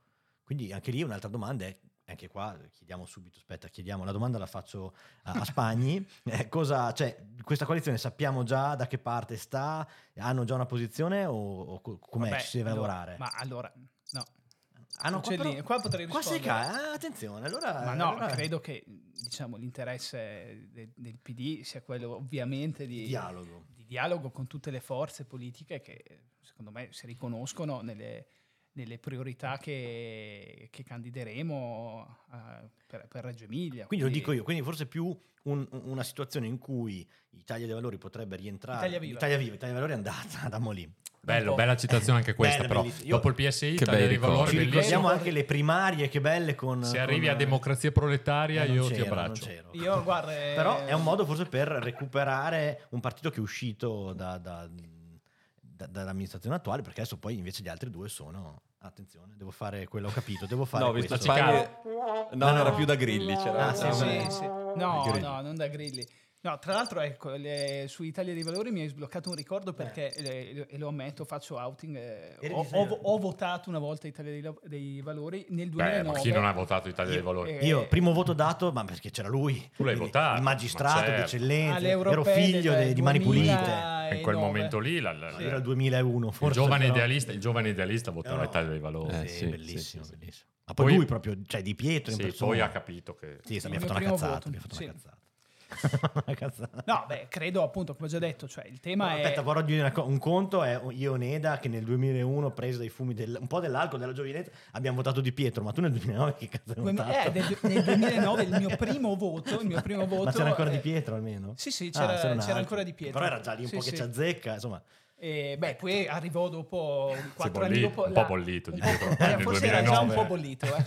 Speaker 3: Quindi anche lì un'altra domanda è, anche qua chiediamo subito, aspetta, chiediamo, la domanda la faccio a, a Spagni, Eh, cosa, cioè questa coalizione sappiamo già da che parte sta, hanno già una posizione o, o co- com'è
Speaker 10: Vabbè,
Speaker 3: ci si deve
Speaker 10: allora-
Speaker 3: lavorare? Eh,
Speaker 10: Ma allora, no.
Speaker 3: Ah, no, qua,
Speaker 10: Uccellini,
Speaker 3: però-
Speaker 10: qua potrei
Speaker 3: qua si
Speaker 10: rispondere.
Speaker 3: ca- ah, attenzione, allora...
Speaker 10: Ma no,
Speaker 3: allora-
Speaker 10: credo che diciamo, l'interesse de- del PD sia quello ovviamente di
Speaker 3: Dialogo.
Speaker 10: di dialogo con tutte le forze politiche che secondo me si riconoscono nelle, nelle priorità che, che candideremo eh, per, per Reggio Emilia.
Speaker 3: Quindi lo dico io, quindi forse più un- una situazione in cui Italia dei Valori potrebbe rientrare.
Speaker 10: Italia Viva.
Speaker 3: Italia Viva, Italia dei Valori è andata da Molì.
Speaker 8: Bello,
Speaker 10: po'.
Speaker 8: bella citazione anche questa,
Speaker 3: Bella,
Speaker 8: però.
Speaker 3: bellissima. Io-
Speaker 8: Dopo il PSI,
Speaker 2: Che
Speaker 8: Italia
Speaker 2: bei
Speaker 8: dei valori,
Speaker 2: ricordi.
Speaker 8: bellissimo.
Speaker 3: Ricordiamo anche le primarie, che belle con...
Speaker 8: Se
Speaker 3: con-
Speaker 8: arrivi a democrazia proletaria,
Speaker 3: Eh, non
Speaker 8: io ti
Speaker 3: c'ero,
Speaker 8: abbraccio.
Speaker 3: non c'ero.
Speaker 10: Io, guarda, eh,
Speaker 3: Però è un modo forse per recuperare un partito che è uscito da- da- da- dall'amministrazione attuale, perché adesso poi invece gli altri due sono... Attenzione, devo fare quello, ho capito, devo fare
Speaker 2: No, ho
Speaker 3: questo.
Speaker 2: visto Spagni... No, era più da grilli. C'era
Speaker 3: Ah, sì,
Speaker 2: era
Speaker 10: sì,
Speaker 2: un-
Speaker 10: sì. No,
Speaker 2: Da Grilli.
Speaker 10: no, non da Grilli. No, tra l'altro, ecco, le- su Italia dei Valori mi hai sbloccato un ricordo perché, eh, e lo ammetto, faccio outing. eh,
Speaker 3: Eri
Speaker 10: ho,
Speaker 3: di Serie
Speaker 10: ho- ho votato una volta Italia dei, Lo- dei Valori nel
Speaker 8: Beh,
Speaker 10: 2009.
Speaker 8: ma chi non ha votato Italia dei
Speaker 10: Io-
Speaker 8: Valori?
Speaker 10: eh,
Speaker 3: Io, primo voto dato, ma perché c'era lui.
Speaker 8: Tu l'hai
Speaker 3: Quindi
Speaker 8: votato,
Speaker 3: Il
Speaker 8: ma
Speaker 3: magistrato
Speaker 8: certo.
Speaker 3: d'eccellenza.
Speaker 10: alle
Speaker 3: Ero
Speaker 10: europee
Speaker 3: figlio
Speaker 10: del
Speaker 3: de- di Mani Pulite.
Speaker 10: 2009.
Speaker 8: In quel momento lì, la- la-
Speaker 10: Sì.
Speaker 3: Era il 2001,
Speaker 8: il,
Speaker 3: forse.
Speaker 8: giovane
Speaker 3: però-
Speaker 8: idealista, il giovane idealista votava
Speaker 3: No, no.
Speaker 8: Italia dei Valori.
Speaker 2: Eh,
Speaker 3: Sì,
Speaker 2: sì,
Speaker 3: bellissimo,
Speaker 2: sì, sì,
Speaker 3: bellissimo. Ma poi
Speaker 8: Poi-
Speaker 3: lui proprio, cioè di Pietro in
Speaker 8: Sì,
Speaker 3: persona.
Speaker 8: poi ha capito che...
Speaker 3: Sì, sì,
Speaker 10: Il
Speaker 3: mi ha
Speaker 10: mio
Speaker 3: fatto una
Speaker 10: primo
Speaker 3: cazzata,
Speaker 10: voto,
Speaker 3: mi ha fatto
Speaker 10: sì.
Speaker 3: una cazzata. Una cazzata.
Speaker 10: No, beh, credo appunto, come ho già detto, cioè il tema è...
Speaker 3: Aspetta, vorrò dire una co- un conto è io e Neda che nel 2001 preso dai fumi del- un po' dell'alcol della giovinezza abbiamo votato di Pietro, ma tu nel 2009 che cazzo hai
Speaker 10: Duem-
Speaker 3: votato?
Speaker 10: eh, del- nel 2009 il mio primo voto, il mio primo
Speaker 3: Ma
Speaker 10: voto,
Speaker 3: c'era ancora di
Speaker 10: eh,
Speaker 3: Pietro almeno?
Speaker 10: sì, sì,
Speaker 3: Ah,
Speaker 10: c'era-
Speaker 3: un
Speaker 10: c'era
Speaker 3: altro.
Speaker 10: ancora di Pietro.
Speaker 3: Però era già lì un
Speaker 10: Sì,
Speaker 3: po' che
Speaker 10: sì.
Speaker 3: ci azzecca, insomma.
Speaker 10: eh, beh, poi arrivò dopo quattro anni
Speaker 8: bollito,
Speaker 10: dopo...
Speaker 8: un po' bollito di Pietro
Speaker 10: Eh,
Speaker 8: nel
Speaker 10: forse era già un
Speaker 8: 2009.
Speaker 10: po' bollito, eh.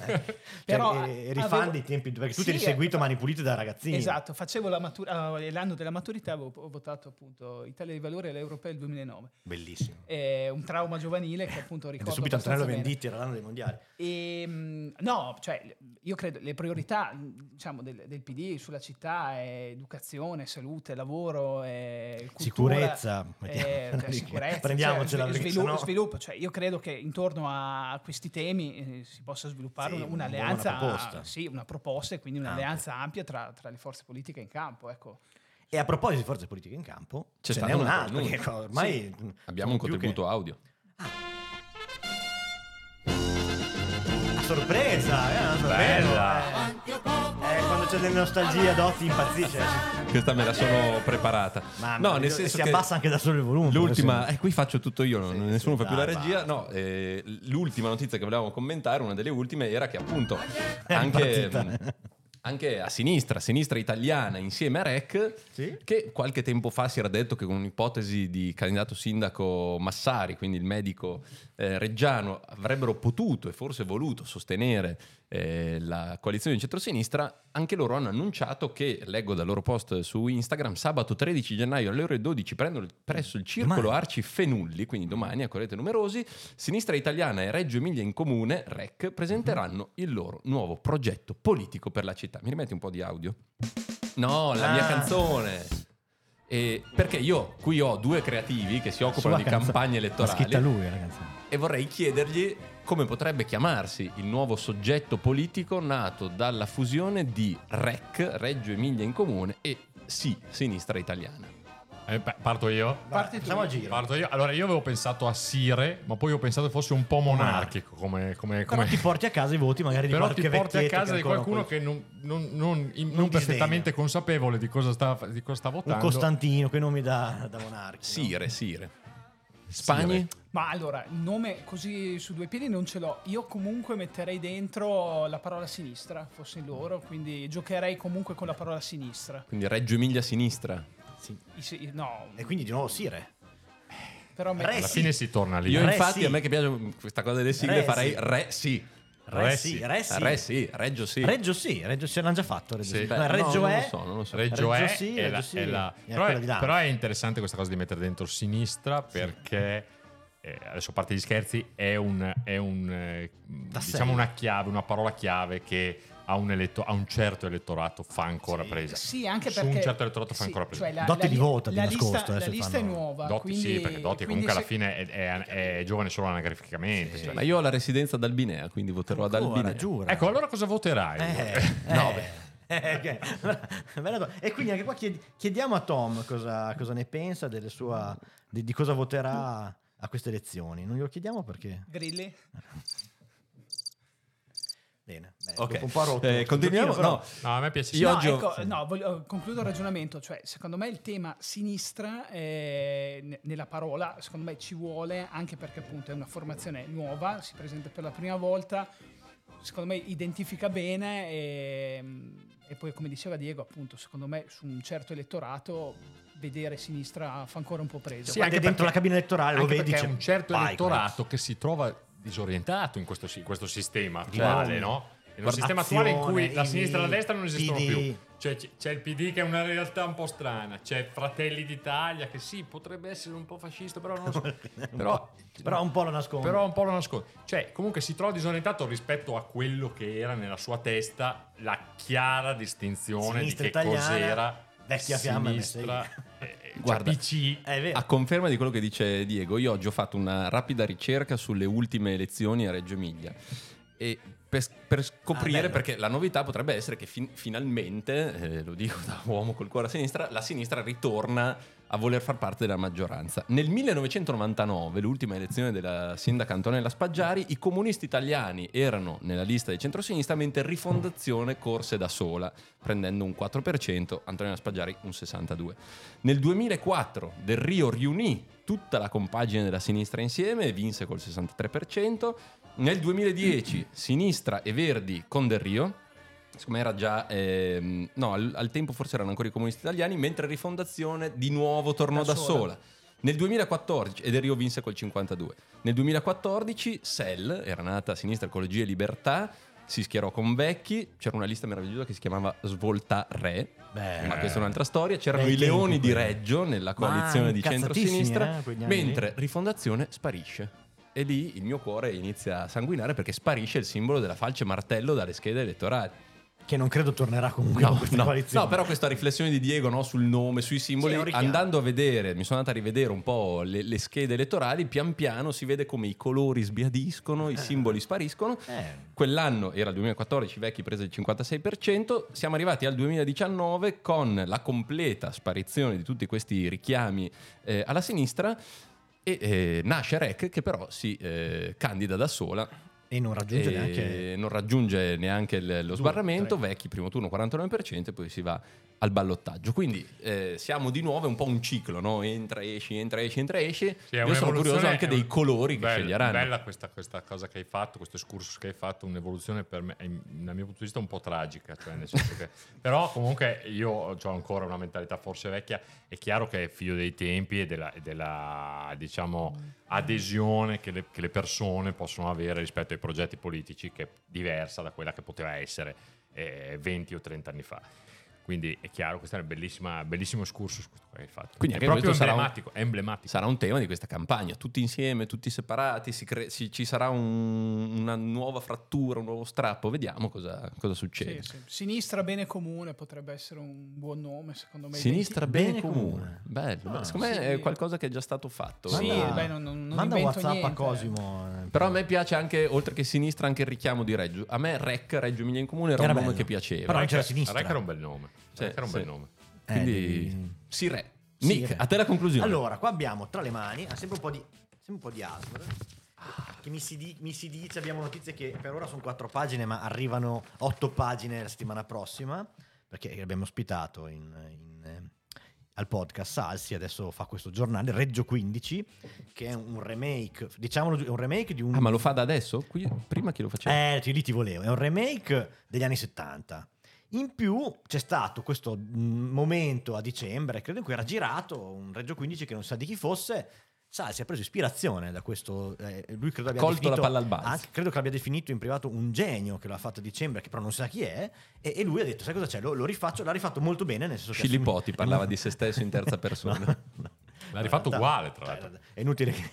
Speaker 3: Però
Speaker 10: Però
Speaker 3: eri
Speaker 10: avevo-
Speaker 3: fan dei tempi perché tu ti eri
Speaker 10: Sì,
Speaker 3: seguito
Speaker 10: eh,
Speaker 3: Mani Pulite da ragazzino.
Speaker 10: Esatto, facevo la matura- eh, l'anno della maturità, avevo ho votato appunto Italia dei Valori e l'Europea del 2009.
Speaker 3: Bellissimo.
Speaker 10: È Eh, un trauma giovanile che appunto
Speaker 3: Ed è
Speaker 10: ricordo
Speaker 3: subito Antonello
Speaker 10: abbastanza bene.
Speaker 3: Venditti era l'anno dei mondiali.
Speaker 10: Ehm, no, cioè, io credo le priorità diciamo, del, del PD sulla città è educazione, salute, lavoro, è cultura,
Speaker 3: Sicurezza,
Speaker 10: è-
Speaker 3: mettiamo-
Speaker 10: cioè, sicurezza,
Speaker 3: Prendiamocela,
Speaker 10: cioè,
Speaker 3: perché
Speaker 10: svilu-
Speaker 3: sennò-
Speaker 10: sviluppo. Cioè, io credo che intorno a questi temi eh, si possa sviluppare
Speaker 3: Sì,
Speaker 10: un-
Speaker 3: una buona
Speaker 10: un'alleanza,
Speaker 3: proposta.
Speaker 10: sì, una proposta e quindi
Speaker 3: Ampia.
Speaker 10: un'alleanza ampia tra, tra le forze politiche in campo. Ecco.
Speaker 3: E a proposito di forze politiche in campo,
Speaker 2: C'è
Speaker 3: ce
Speaker 2: stato
Speaker 3: n'è un
Speaker 2: una
Speaker 3: altro
Speaker 2: pervenuta.
Speaker 3: che qua ormai
Speaker 2: Abbiamo un
Speaker 3: più che-
Speaker 2: contributo audio.
Speaker 3: a sorpresa, eh, una sorpresa.
Speaker 8: Bella.
Speaker 3: Eh, quando c'è della nostalgia Dotti impazzisce.
Speaker 2: Questa me la sono preparata.
Speaker 3: Ma
Speaker 2: no, nel senso
Speaker 3: si
Speaker 2: che
Speaker 3: abbassa anche da solo il volume.
Speaker 2: L'ultima,
Speaker 3: adesso.
Speaker 2: eh, qui faccio tutto io, non-
Speaker 3: Sì,
Speaker 2: nessuno
Speaker 3: sì,
Speaker 2: fa più la
Speaker 3: dai,
Speaker 2: regia.
Speaker 3: basta.
Speaker 2: No, eh, l'ultima notizia che volevamo commentare, una delle ultime, era che appunto
Speaker 3: È
Speaker 2: anche,
Speaker 3: partita.
Speaker 2: mh, anche a sinistra, sinistra italiana insieme a REC,
Speaker 3: Sì?
Speaker 2: che qualche tempo fa si era detto che con un'ipotesi di candidato sindaco Massari, quindi il medico eh, reggiano, avrebbero potuto e forse voluto sostenere eh, la coalizione di centrosinistra, anche loro hanno annunciato che, leggo dal loro post su Instagram, sabato 13 gennaio alle ore 12 prendono il- presso il circolo
Speaker 3: Domani.
Speaker 2: Arci Fenulli, quindi domani accorrete numerosi, Sinistra Italiana e Reggio Emilia in Comune, REC, presenteranno
Speaker 3: Mhm.
Speaker 2: il loro nuovo progetto politico per la città. Mi rimetti un po' di audio? No, la mia
Speaker 3: Ah.
Speaker 2: canzone. E- perché io qui ho due creativi che si occupano
Speaker 3: Sua
Speaker 2: di
Speaker 3: canzone.
Speaker 2: campagne
Speaker 3: L'ha scritta
Speaker 2: elettorali
Speaker 3: lui, ragazzi.
Speaker 2: e vorrei chiedergli come potrebbe chiamarsi il nuovo soggetto politico nato dalla fusione di REC, Reggio Emilia in Comune, e Sì, Sinistra Italiana.
Speaker 8: Eh, pa- parto io?
Speaker 3: Parti tu. Facciamo a giro.
Speaker 8: Parto io. Allora, io avevo pensato a Sire, ma poi ho pensato fosse un po' monarchico come, come,
Speaker 3: Però
Speaker 8: come-
Speaker 3: ti porti a casa i voti magari di
Speaker 8: Però ti
Speaker 3: qualche
Speaker 8: porti a
Speaker 3: vecchietto
Speaker 8: casa
Speaker 3: che
Speaker 8: di
Speaker 3: ancora
Speaker 8: qualcuno
Speaker 3: non-
Speaker 8: che non, non- non- in- non perfettamente consapevole di cosa sta, di cosa sta
Speaker 3: Un
Speaker 8: votando.
Speaker 3: Costantino, che nomi da, da monarchi.
Speaker 2: Sire, Sire.
Speaker 8: Spagni?
Speaker 10: Ma allora, nome così su due piedi non ce l'ho. Io comunque metterei dentro la parola sinistra, fossi loro, quindi giocherei comunque con la parola sinistra.
Speaker 2: Quindi Reggio Emilia sinistra.
Speaker 10: I si- no,
Speaker 3: E quindi di nuovo Sire.
Speaker 10: però me-
Speaker 3: Re
Speaker 8: Alla
Speaker 3: sì.
Speaker 8: fine si torna lì.
Speaker 2: Io
Speaker 3: Re
Speaker 2: infatti
Speaker 3: sì.
Speaker 2: a me che piace questa cosa delle sigle
Speaker 3: Re
Speaker 2: farei
Speaker 3: sì.
Speaker 2: re sì.
Speaker 3: Re sì, re sì.
Speaker 2: Re sì, Reggio sì.
Speaker 3: Reggio sì, Reggio ce l'hanno già fatto. Reggio,
Speaker 8: Sì.
Speaker 3: sì.
Speaker 8: Beh,
Speaker 3: Ma
Speaker 2: no,
Speaker 3: Reggio
Speaker 2: non
Speaker 3: è...
Speaker 2: lo so, non lo so.
Speaker 8: Reggio,
Speaker 3: Reggio
Speaker 8: è,
Speaker 3: sì,
Speaker 8: è la-
Speaker 3: Reggio sì.
Speaker 8: è la-
Speaker 3: È
Speaker 8: però,
Speaker 3: quella
Speaker 8: è,
Speaker 3: di là.
Speaker 8: però è interessante questa cosa di mettere dentro sinistra perché eh, adesso a parte gli scherzi è un, è un, eh,
Speaker 3: Tassello.
Speaker 8: diciamo una chiave una parola chiave che a un, eletto- a un certo elettorato fa ancora
Speaker 3: Sì.
Speaker 8: presa
Speaker 10: Sì, anche
Speaker 8: Su
Speaker 10: perché...
Speaker 8: un certo elettorato fa
Speaker 10: sì,
Speaker 8: ancora presa
Speaker 10: cioè la-
Speaker 3: Dotti
Speaker 10: la
Speaker 3: di
Speaker 10: li-
Speaker 3: voto, di
Speaker 10: la
Speaker 3: nascosto,
Speaker 10: lista,
Speaker 3: eh,
Speaker 10: la
Speaker 3: se
Speaker 10: lista è
Speaker 3: fanno-
Speaker 10: nuova,
Speaker 8: Dotti
Speaker 10: quindi...
Speaker 8: sì perché Dotti
Speaker 10: quindi
Speaker 8: comunque alla
Speaker 10: se-
Speaker 8: fine è, è- è giovane solo anagraficamente cioè.
Speaker 2: Ma io ho la residenza ad Albinea, quindi voterò ad
Speaker 3: Ancora,
Speaker 2: Albinea.
Speaker 3: giura.
Speaker 8: ecco allora cosa voterai
Speaker 3: Eh,
Speaker 2: No,
Speaker 3: eh. Eh, ok. Bella domanda. e quindi anche qua chied- chiediamo a Tom cosa, cosa ne pensa delle sua, di, di cosa voterà a queste elezioni. Non glielo chiediamo perché.
Speaker 10: Grilli?
Speaker 3: Bene, beh,
Speaker 2: Ok.
Speaker 3: dopo un po' rotto.
Speaker 2: Eh, continuiamo?
Speaker 3: Tutino, però-
Speaker 2: No.
Speaker 8: no a me piace
Speaker 2: Io
Speaker 10: no,
Speaker 2: oggi ho-
Speaker 10: ecco, no, voglio- concludo il ragionamento. Cioè, secondo me il tema sinistra eh, ne- nella parola, secondo me ci vuole anche perché appunto è una formazione nuova, si presenta per la prima volta, secondo me identifica bene e, e poi come diceva Diego, appunto, secondo me su un certo elettorato vedere sinistra fa ancora un po' preso.
Speaker 3: Sì, anche Cioè, dentro la cabina elettorale, lo
Speaker 8: anche
Speaker 3: vedi,
Speaker 8: perché
Speaker 3: c'è-
Speaker 8: è un certo
Speaker 3: vai,
Speaker 8: elettorato che si trova disorientato in questo, si- questo sistema
Speaker 3: Di
Speaker 8: attuale,
Speaker 3: nuovo.
Speaker 8: no? In un
Speaker 3: Guarda,
Speaker 8: sistema attuale in cui
Speaker 3: Azione,
Speaker 8: la sinistra e la
Speaker 3: PD,
Speaker 8: destra non esistono
Speaker 3: PD.
Speaker 8: più. Cioè, c- c'è il PD che è una realtà un po' strana, c'è Fratelli d'Italia che sì, potrebbe essere un po' fascista, però non lo so. però,
Speaker 3: Però un po' lo nasconde.
Speaker 8: però un po' lo nasconde. Cioè, comunque si trova disorientato rispetto a quello che era nella sua testa la chiara distinzione
Speaker 3: Sinistra
Speaker 8: di che
Speaker 3: italiana,
Speaker 8: cos'era
Speaker 3: vecchia fiamma
Speaker 8: sinistra,
Speaker 3: MSI.
Speaker 8: eh, eh, cioè
Speaker 2: Guarda,
Speaker 8: PC
Speaker 3: È vero.
Speaker 2: A conferma di quello che dice Diego, io oggi ho fatto una rapida ricerca sulle ultime elezioni a Reggio Emilia. E per, per scoprire,
Speaker 3: Ah, bello.
Speaker 2: perché la novità potrebbe essere che fin- finalmente, eh, lo dico da uomo col cuore a sinistra, la sinistra ritorna a voler far parte della maggioranza. Nel 1999, l'ultima elezione della sindaca Antonella Spaggiari, i comunisti italiani erano nella lista di centrosinistra, mentre Rifondazione corse da sola, prendendo un 4%, Antonella Spaggiari un 62%. Nel 2004 Del Rio riunì tutta la compagine della sinistra insieme e vinse col 63%. Nel 2010 Sinistra e Verdi con Del Rio, siccome era già... ehm, no, al, al tempo forse erano ancora i comunisti italiani, mentre Rifondazione di nuovo tornò da,
Speaker 10: Da sola.
Speaker 2: sola. Nel 2014, e Del Rio vinse col 52. Nel 2014 SEL, era nata Sinistra Ecologia e Libertà, si schierò con Vecchi, c'era una lista meravigliosa che si chiamava Svolta Re,
Speaker 3: Beh,
Speaker 2: ma questa è un'altra storia. C'erano
Speaker 3: Bei
Speaker 2: i leoni
Speaker 3: tempi
Speaker 2: di
Speaker 3: quelli.
Speaker 2: Reggio nella
Speaker 3: Ma
Speaker 2: coalizione di
Speaker 3: incazzatissimi,
Speaker 2: centrosinistra,
Speaker 3: eh, quegli anni lì.
Speaker 2: mentre Rifondazione sparisce. E lì il mio cuore inizia a sanguinare perché sparisce il simbolo della falce martello dalle schede elettorali.
Speaker 3: Che non credo tornerà comunque con questa
Speaker 2: no,
Speaker 3: coalizione.
Speaker 2: no, però questa riflessione di Diego no, sul nome, sui simboli,
Speaker 3: Sì, è un richiamo.
Speaker 2: andando a vedere, mi sono andato a rivedere un po' le, le schede elettorali, pian piano si vede come i colori sbiadiscono, i simboli spariscono
Speaker 3: Eh,
Speaker 2: Quell'anno era il 2014, Vecchi prese il 56%, siamo arrivati al 2019 con la completa sparizione di tutti questi richiami eh, alla sinistra e eh, nasce Rec che però si eh, candida da sola
Speaker 3: e non
Speaker 8: Eh,
Speaker 3: raggiunge
Speaker 2: e
Speaker 3: neanche...
Speaker 2: non raggiunge neanche il- lo sbarramento, Vecchi primo turno 49% e poi si va al ballottaggio. Quindi eh, siamo di nuovo è un po' un ciclo, no? entra, esci, entra, esci, entra, esci.
Speaker 8: Sì, è
Speaker 2: Io sono
Speaker 8: un'evoluzione-
Speaker 2: curioso anche
Speaker 8: è
Speaker 2: dei
Speaker 8: un-
Speaker 2: colori che
Speaker 8: bella-
Speaker 2: sceglieranno.
Speaker 8: Bella questa, questa cosa che hai fatto, questo excursus che hai fatto, un'evoluzione per me, in- dal mio punto di vista un po' tragica. cioè, nel senso che- però comunque io ho ancora una mentalità forse vecchia, è chiaro che è figlio dei tempi e della, e della, diciamo, adesione che le, che le persone possono avere rispetto ai progetti politici che è diversa da quella che poteva essere eh, 20 o 30 anni fa. Quindi è chiaro, questo è un bellissima, bellissimo excursus questo che hai fatto.
Speaker 2: Quindi
Speaker 8: è
Speaker 2: anche
Speaker 8: proprio
Speaker 2: questo sarà un-
Speaker 8: emblematico, è emblematico.
Speaker 2: sarà un tema di questa campagna. Tutti insieme, tutti separati, si cre- si- ci sarà un- una nuova frattura, un nuovo strappo. Vediamo cosa, cosa
Speaker 10: Sì,
Speaker 2: succede.
Speaker 10: sì. Sinistra bene comune potrebbe essere un buon nome, secondo me.
Speaker 2: Sinistra
Speaker 3: Bene
Speaker 2: bene, comune.
Speaker 3: comune.
Speaker 2: Bello.
Speaker 3: Ah,
Speaker 2: Secondo me
Speaker 10: sì.
Speaker 2: è qualcosa che è già stato fatto.
Speaker 10: Sì,
Speaker 3: Manda-
Speaker 10: beh, non- non- non
Speaker 3: manda
Speaker 10: invento
Speaker 3: WhatsApp a
Speaker 10: niente.
Speaker 3: Cosimo. eh,
Speaker 2: Però a me piace anche, oltre che sinistra, anche il richiamo di Reggio. A me Rec, Reggio Emilia in Comune, era,
Speaker 3: Era
Speaker 2: un nome
Speaker 3: bello.
Speaker 2: che piaceva.
Speaker 3: Però non c'era
Speaker 8: Rec-
Speaker 3: sinistra.
Speaker 8: Rec era un bel nome.
Speaker 2: Sì,
Speaker 8: Rec era un
Speaker 2: sì.
Speaker 8: bel nome.
Speaker 3: Eh,
Speaker 2: Quindi,
Speaker 3: devi-
Speaker 2: si re. Nick, a te la conclusione.
Speaker 3: Allora, qua abbiamo tra le mani, ha sempre un po' di, sempre un po' di ASMR,
Speaker 2: Ah.
Speaker 3: Che mi si, di- mi si dice, abbiamo notizie che per ora sono quattro pagine, ma arrivano otto pagine la settimana prossima, perché abbiamo ospitato in- in, eh, al podcast Salsi, adesso fa questo giornale, Reggio 15, che è un remake, diciamolo, gi- è un remake di un...
Speaker 2: Ah, ma lo fa da adesso? Qui- prima chi lo faceva?
Speaker 3: Eh, ti- lì ti volevo. È un remake degli anni 70. In più c'è stato questo mh, momento a dicembre, credo in cui era girato un Reggio 15 che non sa di chi fosse. Sa, si è preso ispirazione da questo. eh, lui credo abbia
Speaker 2: Colto la
Speaker 3: definito-
Speaker 2: palla al balzo.
Speaker 3: anche- credo che l'abbia definito in privato un genio che l'ha fatto a dicembre, che però non sa chi è. E, e lui ha detto: Sai cosa c'è? Lo, lo rifaccio. L'ha rifatto molto bene. Nel senso che
Speaker 2: Scilipoti
Speaker 3: assumi-
Speaker 2: parlava di se stesso in terza persona.
Speaker 8: L'ha rifatto uguale, tra l'altro.
Speaker 3: Cioè, È inutile che.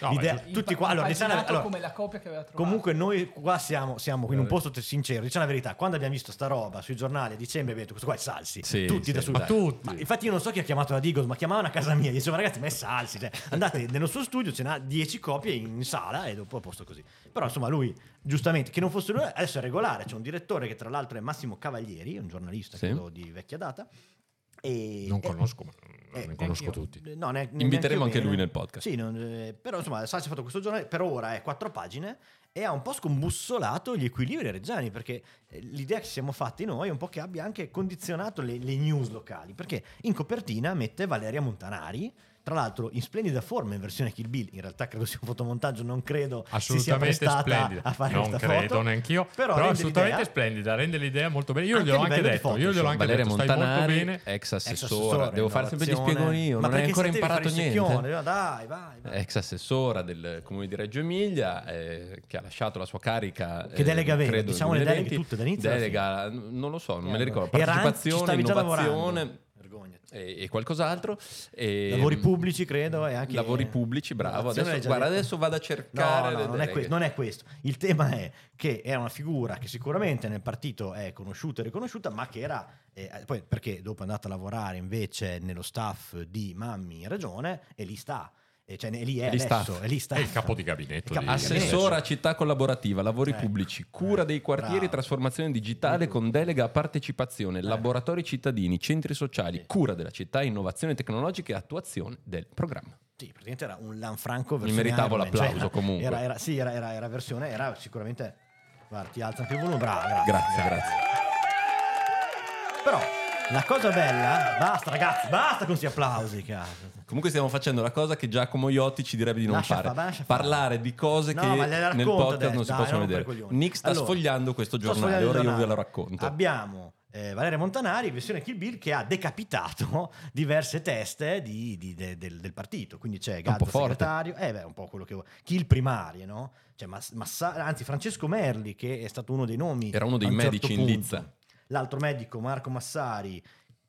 Speaker 8: No, ma
Speaker 3: l'idea-
Speaker 8: è giusto.
Speaker 3: tutti qua. Allora, diciamo,
Speaker 10: Impaginato
Speaker 3: allora,
Speaker 10: come la copia che aveva trovato.
Speaker 3: Comunque noi qua siamo, siamo
Speaker 2: Eh.
Speaker 3: in un posto t- sincero, diciamo la verità, quando abbiamo visto sta roba sui giornali a dicembre abbiamo detto questo qua è Salsi,
Speaker 2: Sì,
Speaker 3: tutti
Speaker 2: sì,
Speaker 3: da su.
Speaker 2: ma tutti.
Speaker 3: infatti io non so chi ha chiamato la Digos, ma chiamavano a casa mia, dicevano ragazzi ma è Salsi, cioè, andate nel nostro studio, ce n'ha 10 copie in sala e dopo a posto così. Però insomma lui, giustamente, che non fosse lui, adesso è regolare, c'è un direttore che tra l'altro è Massimo Cavalieri, un giornalista
Speaker 2: Sì.
Speaker 3: credo di vecchia data. E,
Speaker 8: Non
Speaker 3: e-
Speaker 8: conosco, ma
Speaker 3: eh,
Speaker 8: ne conosco
Speaker 3: neanch'io.
Speaker 8: tutti.
Speaker 3: No, ne- ne-
Speaker 2: Inviteremo
Speaker 3: neanch'io
Speaker 2: anche lui
Speaker 3: bene.
Speaker 2: nel podcast.
Speaker 3: Sì, non- eh, però insomma, Sassi ha fatto questo giornale, per ora è quattro pagine e ha un po' scombussolato gli equilibri reggiani perché eh, l'idea che ci siamo fatti noi è un po' che abbia anche condizionato le, le news locali perché in copertina mette Valeria Montanari tra l'altro in splendida forma in versione Kill Bill in realtà credo sia un fotomontaggio non credo si sia
Speaker 8: Assolutamente
Speaker 3: prestata
Speaker 8: splendida.
Speaker 3: a fare
Speaker 8: non
Speaker 3: questa
Speaker 8: credo
Speaker 3: foto
Speaker 8: neanch'io. Però,
Speaker 3: rende
Speaker 8: assolutamente
Speaker 3: l'idea-
Speaker 8: splendida, rende l'idea molto bene. Io
Speaker 3: Anche
Speaker 8: gliel'ho
Speaker 3: a
Speaker 8: anche
Speaker 3: livello di
Speaker 8: detto, io gliel'ho
Speaker 3: Photoshop.
Speaker 8: anche
Speaker 2: Valeria
Speaker 8: detto, stai molto
Speaker 2: Montanari,
Speaker 8: bene.
Speaker 2: ex
Speaker 3: Ex
Speaker 2: assessora,
Speaker 3: assessore,
Speaker 2: devo fare sempre gli
Speaker 3: innovazione.
Speaker 2: spiegoni io,
Speaker 3: Ma
Speaker 2: non hai
Speaker 3: perché
Speaker 2: ancora
Speaker 3: se devi fare
Speaker 2: imparato
Speaker 3: il secchione?
Speaker 2: niente.
Speaker 3: Dai, vai, vai.
Speaker 2: Eh, Ex assessora del comune di Reggio Emilia, eh, che ha lasciato la sua carica. eh,
Speaker 3: Che delega aveva?
Speaker 2: credo, nel
Speaker 3: Diciamo le deleghe
Speaker 2: 2020.
Speaker 3: tutte, dall'inizio alla
Speaker 2: Delega, n- non lo so, non me le ricordo.
Speaker 3: E Ranzi, Eh, ci
Speaker 2: Partecipazione,
Speaker 3: stavi già
Speaker 2: innovazione
Speaker 3: lavorando. Vergognati.
Speaker 2: e, e qualcos'altro. E- mm,
Speaker 3: Lavori pubblici, credo, e anche
Speaker 2: Lavori pubblici, bravo.
Speaker 3: Innovazione, l'hai
Speaker 2: Adesso,
Speaker 3: già
Speaker 2: guarda,
Speaker 3: detto.
Speaker 2: adesso vado a cercare. le
Speaker 3: No, no, non, è
Speaker 2: deleghe.
Speaker 3: que- non è questo. Il tema è che era una figura che sicuramente nel partito è conosciuta e riconosciuta, ma che era eh, poi perché dopo è andata a lavorare invece nello staff di Mammi in regione e lì sta. E cioè, e lì è
Speaker 2: E lì
Speaker 3: adesso,
Speaker 2: staff.
Speaker 3: e lì
Speaker 8: È il
Speaker 3: staff.
Speaker 8: capo di gabinetto.
Speaker 3: Il
Speaker 8: di-
Speaker 3: capo di gabinetto.
Speaker 2: Assessora a città collaborativa, lavori
Speaker 3: cioè. Ecco,
Speaker 2: pubblici, cura dei quartieri,
Speaker 3: bravo. Ecco. Eh.
Speaker 2: trasformazione digitale con delega a partecipazione, laboratori cittadini, centri sociali, cura della città, innovazione tecnologica e attuazione del programma.
Speaker 3: Sì, praticamente era un Lanfranco
Speaker 2: Mi
Speaker 3: versione
Speaker 2: meritavo
Speaker 3: Iron Man,
Speaker 2: l'applauso
Speaker 3: cioè,
Speaker 2: comunque.
Speaker 3: Era, era- sì, era, era- era versione, era sicuramente... Guarda, ti alza anche il volume, bravo, grazie.
Speaker 2: Grazie, grazie.
Speaker 3: Però la cosa bella... Basta ragazzi, basta con questi applausi, cazzo.
Speaker 2: Comunque stiamo facendo la cosa che Giacomo Iotti ci direbbe di non
Speaker 3: Lascia
Speaker 2: fare,
Speaker 3: fa- lascia fare.
Speaker 2: parlare di cose
Speaker 3: No,
Speaker 2: che
Speaker 3: ma le racconto
Speaker 2: nel podcast
Speaker 3: adesso,
Speaker 2: non si
Speaker 3: dai,
Speaker 2: possono
Speaker 3: non per
Speaker 2: vedere.
Speaker 3: coglioni.
Speaker 2: Nick sta
Speaker 3: Allora,
Speaker 2: sfogliando questo
Speaker 3: sto
Speaker 2: giornale,
Speaker 3: sfogliando
Speaker 2: ora
Speaker 3: il
Speaker 2: io ve lo
Speaker 3: giornale.
Speaker 2: racconto.
Speaker 3: Abbiamo eh, Valeria Montanari, versione Kill Bill, che ha decapitato diverse teste di- di- de- del, del partito. Quindi c'è
Speaker 2: po'
Speaker 3: Gazza
Speaker 2: forte.
Speaker 3: segretario, eh beh, un po' quello che vuoi. Kill primarie, no? Cioè, Mas- Massa- anzi, Francesco Merli, che è stato uno dei nomi.
Speaker 2: Era uno dei
Speaker 3: a un
Speaker 2: medici
Speaker 3: certo
Speaker 2: in
Speaker 3: punto.
Speaker 2: Lizza.
Speaker 3: L'altro medico, Marco Massari,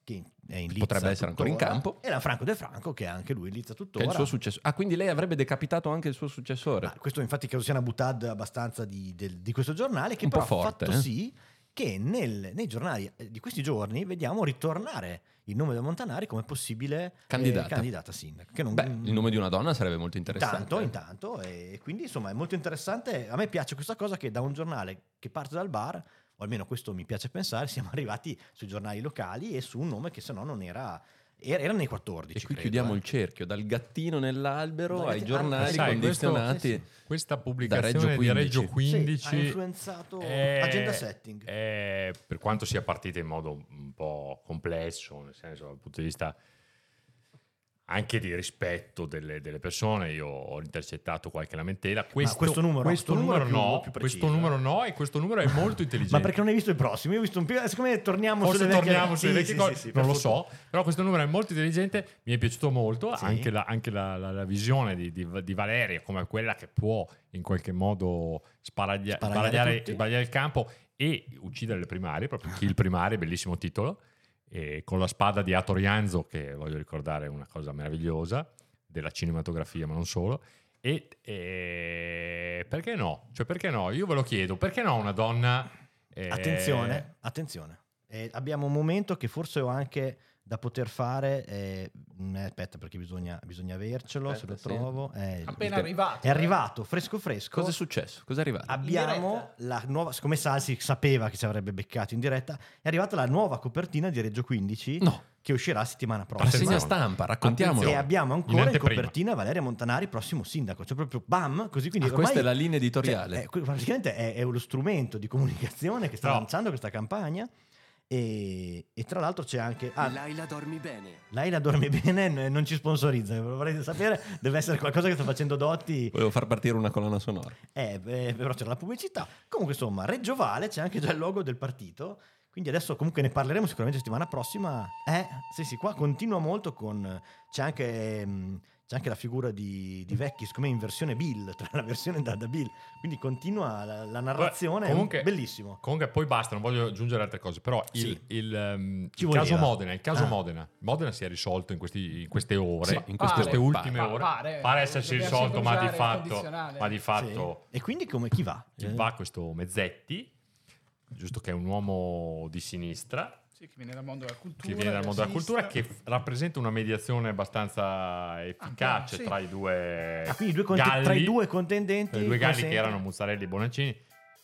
Speaker 3: che è in Lizza.
Speaker 2: Potrebbe essere ancora in
Speaker 3: tuttora,
Speaker 2: campo.
Speaker 3: E la Franco De Franco, che è anche lui in Lizza
Speaker 2: Che
Speaker 3: tuttora.
Speaker 2: è il suo successo- Ah, quindi lei avrebbe decapitato anche il suo
Speaker 3: Ma
Speaker 2: successore.
Speaker 3: questo infatti credo sia una buttad abbastanza di, del- di questo giornale che
Speaker 2: Un po'
Speaker 3: però ha
Speaker 2: forte,
Speaker 3: fatto
Speaker 2: eh?
Speaker 3: sì che nel- nei giornali eh, di questi giorni vediamo ritornare il nome da Montanari come possibile eh,
Speaker 2: Candidata.
Speaker 3: candidata a sindaco. Che non,
Speaker 2: Beh, il nome di una donna sarebbe molto interessante.
Speaker 3: mm.
Speaker 2: eh.
Speaker 3: Intanto, intanto, e quindi insomma è molto interessante. A me piace questa cosa che da un giornale che parte dal bar, o almeno questo mi piace pensare, siamo arrivati sui giornali locali e su un nome che se no non era... Era, era nei 14.
Speaker 2: E qui
Speaker 3: credo,
Speaker 2: chiudiamo
Speaker 3: eh.
Speaker 2: il cerchio, dal gattino nell'albero
Speaker 3: Dal
Speaker 2: ai
Speaker 3: gattino- ah,
Speaker 2: giornali
Speaker 8: Sai,
Speaker 2: condizionati.
Speaker 8: questo- Questa
Speaker 2: da
Speaker 8: pubblicazione
Speaker 2: Reggio
Speaker 8: di Reggio 15
Speaker 3: Sì, ha influenzato
Speaker 8: è-
Speaker 3: agenda setting.
Speaker 8: è, Eh, per quanto sia partita in modo un po' complesso, nel senso dal punto di vista anche di rispetto delle, delle persone, io ho intercettato qualche lamentela. Questo,
Speaker 3: questo numero-
Speaker 8: questo
Speaker 3: questo numero
Speaker 8: numero
Speaker 3: è più-
Speaker 8: no,
Speaker 3: più preciso,
Speaker 8: questo numero no, e questo numero è molto intelligente.
Speaker 3: Ma perché non hai visto il prossimo? Io ho visto un piccolo. Siccome torniamo
Speaker 8: Forse
Speaker 3: sulle vecchie-
Speaker 8: torniamo sulle
Speaker 3: Sì,
Speaker 8: vecchie
Speaker 3: sì,
Speaker 8: cose,
Speaker 3: sì, sì,
Speaker 8: non
Speaker 3: per
Speaker 8: lo
Speaker 3: fortuna.
Speaker 8: so, però questo numero è molto intelligente, mi è piaciuto molto,
Speaker 3: Sì.
Speaker 8: anche, la, anche la- la- la visione di, di- di Valeria come quella che può in qualche modo sparaglia-
Speaker 3: Sbaragliare
Speaker 8: sbaragliare,
Speaker 3: tutti.
Speaker 8: sbaragliare il campo e uccidere le primarie, proprio il primario, bellissimo titolo, e con la spada di Atorianzo, che voglio ricordare è una cosa meravigliosa della cinematografia, ma non solo. E, e- perché no? Cioè, perché no? Io ve lo chiedo, perché no una donna... eh,
Speaker 3: Attenzione, attenzione. Eh, abbiamo un momento che forse ho anche da poter fare. eh, mm, aspetta, perché bisogna, bisogna avercelo.
Speaker 2: Aspetta,
Speaker 3: se
Speaker 2: sì.
Speaker 3: lo trovo, eh,
Speaker 10: Appena
Speaker 3: il-
Speaker 10: arrivato,
Speaker 3: È arrivato fresco, fresco.
Speaker 2: Cosa è successo? Cosa è
Speaker 3: Ah,
Speaker 2: arrivato?
Speaker 3: Abbiamo la nuova, siccome Salsi sapeva che ci avrebbe beccato in diretta, è arrivata la nuova copertina di Reggio 15
Speaker 2: No.
Speaker 3: che uscirà settimana prossima.
Speaker 2: Rassegna
Speaker 3: Ah,
Speaker 2: stampa, raccontiamolo.
Speaker 3: E abbiamo
Speaker 8: In
Speaker 3: ancora in
Speaker 8: anteprima.
Speaker 3: copertina Valeria Montanari, prossimo sindaco. Cioè proprio bam, così quindi
Speaker 2: Ah,
Speaker 3: ormai-
Speaker 2: questa è la linea editoriale.
Speaker 3: cioè, è- que- praticamente è, è lo strumento di comunicazione che sta
Speaker 8: No.
Speaker 3: lanciando questa campagna. E, e tra l'altro c'è anche... Ah,
Speaker 12: Laila dormi bene.
Speaker 3: Laila dorme bene, n- non ci sponsorizza, vorrei sapere, deve essere qualcosa che sta facendo Dotti
Speaker 2: Volevo far partire una colonna sonora.
Speaker 3: eh, beh, però c'era la pubblicità. Comunque, insomma, Reggio Vale c'è anche già il logo del partito. Quindi adesso comunque ne parleremo sicuramente settimana prossima. Eh, sì, sì, qua continua molto con... C'è anche, ehm, c'è anche la figura di, di Vecchi, siccome in versione Bill, tra la versione da, da Bill. Quindi continua la, la narrazione, è un-
Speaker 8: Comunque-
Speaker 3: bellissimo.
Speaker 8: Comunque poi basta, non voglio aggiungere altre cose, però il,
Speaker 3: Sì.
Speaker 8: il, ehm,
Speaker 3: Ci
Speaker 8: il
Speaker 3: voleva.
Speaker 8: caso Modena, il caso
Speaker 3: Ah.
Speaker 8: Modena, Modena si è risolto in, questi- in queste ore,
Speaker 2: Sì,
Speaker 8: in
Speaker 2: in
Speaker 8: queste,
Speaker 2: queste
Speaker 3: Ah,
Speaker 2: ore.
Speaker 8: ultime
Speaker 10: Pare.
Speaker 8: ore,
Speaker 10: Pare. eh,
Speaker 8: pare essersi
Speaker 10: Dobbiamo
Speaker 8: risolto, ma di
Speaker 10: sempre usare il
Speaker 8: fatto,
Speaker 10: condizionale.
Speaker 8: ma di fatto
Speaker 3: Sì. E quindi come chi va? Eh,
Speaker 8: chi va questo Mezzetti, giusto che è un uomo di sinistra,
Speaker 10: Sì, che viene dal mondo della cultura.
Speaker 8: che viene dal mondo della cultura, che f- rappresenta una mediazione abbastanza efficace
Speaker 10: Ah, sì.
Speaker 8: tra i due
Speaker 3: Ah, quindi due conte-
Speaker 8: galli,
Speaker 3: tra i due contendenti...
Speaker 8: tra i due
Speaker 3: come
Speaker 8: galli che
Speaker 3: sempre.
Speaker 8: erano Muzzarelli e Bonaccini.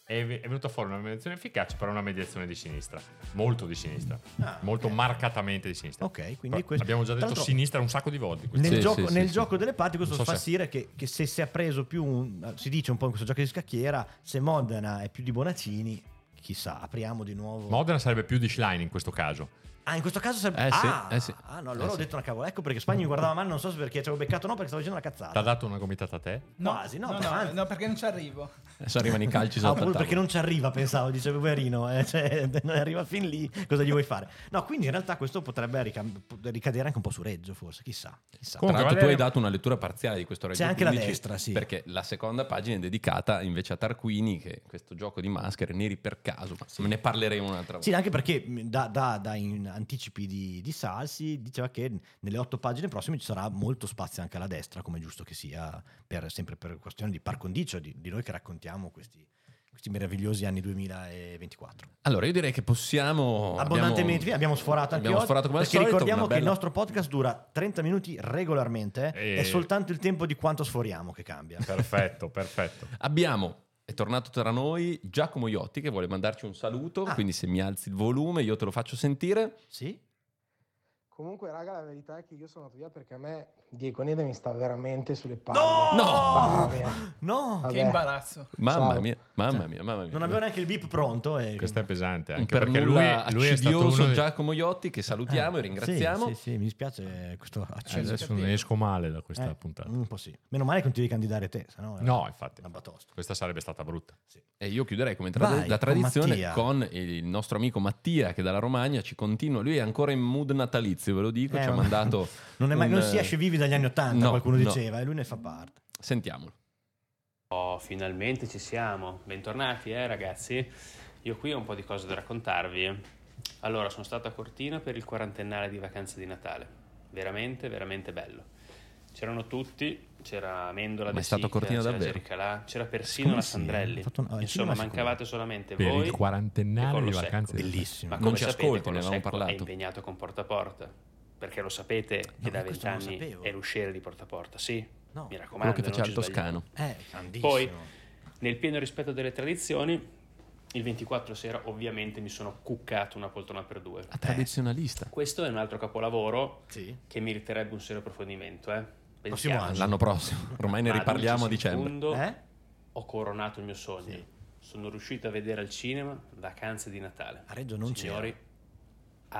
Speaker 8: È ve- è venuta fuori una mediazione efficace, però una mediazione di sinistra, molto di sinistra,
Speaker 3: Ah,
Speaker 8: molto
Speaker 3: ok.
Speaker 8: marcatamente di sinistra.
Speaker 3: Ok, quindi
Speaker 8: Però
Speaker 3: questo-
Speaker 8: abbiamo già
Speaker 3: tra
Speaker 8: detto
Speaker 3: l'altro-
Speaker 8: sinistra un sacco di volte. questo.
Speaker 3: Nel
Speaker 2: Sì,
Speaker 3: gioco,
Speaker 2: sì,
Speaker 3: nel
Speaker 2: sì,
Speaker 3: giosto
Speaker 2: sì.
Speaker 3: delle parti, questo
Speaker 8: Non so
Speaker 3: fa
Speaker 8: se-
Speaker 3: dire che, che se si è preso più, un- si dice un po' in questo gioco di scacchiera, se Modena è più di Bonaccini, chissà, apriamo di nuovo.
Speaker 8: Modena sarebbe più di Schlein in questo caso.
Speaker 3: ah, in questo caso sempre...
Speaker 2: Eh sì,
Speaker 3: ah,
Speaker 2: eh sì.
Speaker 3: ah, no, allora
Speaker 2: Eh
Speaker 3: ho
Speaker 2: sì.
Speaker 3: detto una cavola. Ecco perché Spagna mi guardava male, non so se perché ci avevo beccato o no, perché stavo dicendo una
Speaker 8: Ti ha
Speaker 3: cazzata.
Speaker 8: dato una gomitata a te?
Speaker 3: Quasi, no,
Speaker 10: no,
Speaker 3: ma
Speaker 10: no,
Speaker 3: avanti.
Speaker 10: no, perché non ci arrivo.
Speaker 2: Adesso Eh, arrivano i calci
Speaker 3: Ah,
Speaker 2: sotto
Speaker 3: proprio
Speaker 2: il
Speaker 3: perché
Speaker 2: tavolo.
Speaker 3: non ci arriva, pensavo, dicevo poverino, eh, cioè, non arriva fin lì, cosa gli vuoi fare? No, quindi in realtà questo potrebbe ricam- ricadere anche un po' su Reggio, forse, chissà. chissà.
Speaker 2: Tra l'altro tu
Speaker 8: Valeria-
Speaker 2: hai dato una lettura parziale di questo Reggio
Speaker 3: anche la
Speaker 2: 15,
Speaker 3: destra, sì.
Speaker 2: Perché la seconda pagina è dedicata invece a Tarquini, che è questo gioco di maschere neri per caso, ma ne parleremo un'altra volta.
Speaker 3: Sì, anche perché mh, da, da- da in anticipi di, di Salsi diceva che nelle otto pagine prossime ci sarà molto spazio anche alla destra, come è giusto che sia, per- sempre per questione di par condicio di, di noi che raccontiamo questi, questi meravigliosi anni 2024.
Speaker 2: Allora, io direi che possiamo...
Speaker 3: Abbondantemente, abbiamo, sforato anche
Speaker 2: abbiamo
Speaker 3: oggi,
Speaker 2: sforato come al
Speaker 3: perché
Speaker 2: solito,
Speaker 3: ricordiamo
Speaker 2: una
Speaker 3: che il
Speaker 2: bella-
Speaker 3: nostro podcast dura 30 minuti regolarmente, eh,
Speaker 8: E-
Speaker 3: è soltanto il tempo di quanto sforiamo che cambia.
Speaker 8: Perfetto, perfetto.
Speaker 2: Abbiamo, è tornato tra noi, Giacomo Iotti che vuole mandarci un saluto,
Speaker 3: Ah.
Speaker 2: quindi se mi alzi il volume io te lo faccio sentire.
Speaker 3: Sì?
Speaker 6: Comunque, raga, la verità è che io sono andato via perché a me Diego Nede mi sta veramente sulle palle.
Speaker 3: No!
Speaker 6: Mamma mia.
Speaker 3: No!
Speaker 6: Vabbè.
Speaker 10: Che imbarazzo.
Speaker 2: Mamma
Speaker 6: Ciao.
Speaker 2: mia, mamma mia, mamma mia.
Speaker 3: Cioè, Non avevo neanche il beep pronto. eh, E...
Speaker 8: Questo è pesante.
Speaker 2: un
Speaker 8: Anche
Speaker 2: per
Speaker 8: perché
Speaker 2: nulla
Speaker 8: lui, lui è stato
Speaker 2: accidioso
Speaker 8: uno dei- Eh,
Speaker 2: Giacomo Iotti che salutiamo
Speaker 3: Eh,
Speaker 2: e ringraziamo.
Speaker 3: Sì, sì, sì, mi dispiace eh, questo
Speaker 8: Eh,
Speaker 3: acceso.
Speaker 8: Adesso ne esco male da questa
Speaker 3: Eh,
Speaker 8: puntata.
Speaker 3: Un po' sì. Meno male che non ti devi candidare te, sennò era
Speaker 8: No, infatti.
Speaker 3: Una batosta.
Speaker 8: Questa sarebbe stata brutta.
Speaker 2: E io chiuderei come tra-
Speaker 3: Vai,
Speaker 2: da
Speaker 3: con
Speaker 2: tradizione
Speaker 3: Mattia.
Speaker 2: con, il nostro amico Mattia che dalla Romagna ci continua. Lui è ancora in mood natalizio, ve lo dico.
Speaker 3: Eh,
Speaker 2: ci ha
Speaker 3: vabbè.
Speaker 2: mandato.
Speaker 3: Non, è mai-
Speaker 2: un- eh,
Speaker 3: non si esce vivi dagli anni Ottanta,
Speaker 2: No,
Speaker 3: qualcuno
Speaker 2: no.
Speaker 3: diceva, e lui ne fa parte.
Speaker 2: Sentiamolo.
Speaker 12: Oh, finalmente ci siamo. Bentornati, eh, ragazzi. Io qui ho un po' di cose da raccontarvi. Allora, sono stato a Cortina per il quarantennale di vacanze di Natale. Veramente, veramente bello. C'erano tutti, c'era
Speaker 2: Ma
Speaker 12: Mendola
Speaker 2: è
Speaker 12: De
Speaker 2: stato a
Speaker 12: Sica,
Speaker 2: Cortina
Speaker 12: c'era
Speaker 2: davvero?
Speaker 12: Gericalà, c'era persino
Speaker 3: Come
Speaker 12: la
Speaker 3: sì,
Speaker 12: Sandrelli.
Speaker 3: ha fatto una- eh,
Speaker 12: Insomma,
Speaker 3: sì, ma
Speaker 12: mancavate solamente
Speaker 8: Per
Speaker 12: voi
Speaker 8: il
Speaker 12: e
Speaker 8: quarantennale
Speaker 12: Collo
Speaker 8: di
Speaker 12: Secco.
Speaker 8: vacanze.
Speaker 3: Bellissimo.
Speaker 12: Ma
Speaker 2: Non
Speaker 12: come
Speaker 2: ci
Speaker 12: sapete,
Speaker 2: ascolti,
Speaker 12: Collo
Speaker 2: ne avevamo
Speaker 12: Secco è
Speaker 2: parlato.
Speaker 12: impegnato con Porta a Porta, perché lo sapete
Speaker 3: No,
Speaker 12: che da
Speaker 3: questo non lo
Speaker 12: vent'anni
Speaker 3: sapevo.
Speaker 12: è l'usciere di Porta a Porta, sì?
Speaker 3: No.
Speaker 12: Mi
Speaker 2: Quello
Speaker 12: raccomando,
Speaker 2: che faceva
Speaker 12: non
Speaker 2: il
Speaker 12: ci sbagliate.
Speaker 2: toscano.
Speaker 3: Eh, grandissimo.
Speaker 12: Poi, nel pieno rispetto delle tradizioni, il 24 sera ovviamente mi sono cuccato una poltrona per due.
Speaker 3: Eh.
Speaker 2: A tradizionalista.
Speaker 12: Questo è un altro capolavoro
Speaker 3: Sì.
Speaker 12: che meriterebbe un serio approfondimento, eh.
Speaker 3: Prossimo anno.
Speaker 2: L'anno prossimo. Ormai ne
Speaker 12: Ma
Speaker 2: riparliamo a
Speaker 12: Dulcis in
Speaker 2: dicembre.
Speaker 12: Fondo,
Speaker 3: Eh?
Speaker 12: Ho coronato il mio sogno.
Speaker 3: Sì.
Speaker 12: Sono riuscito a vedere al cinema Vacanze di Natale.
Speaker 3: A Reggio non
Speaker 12: Signori,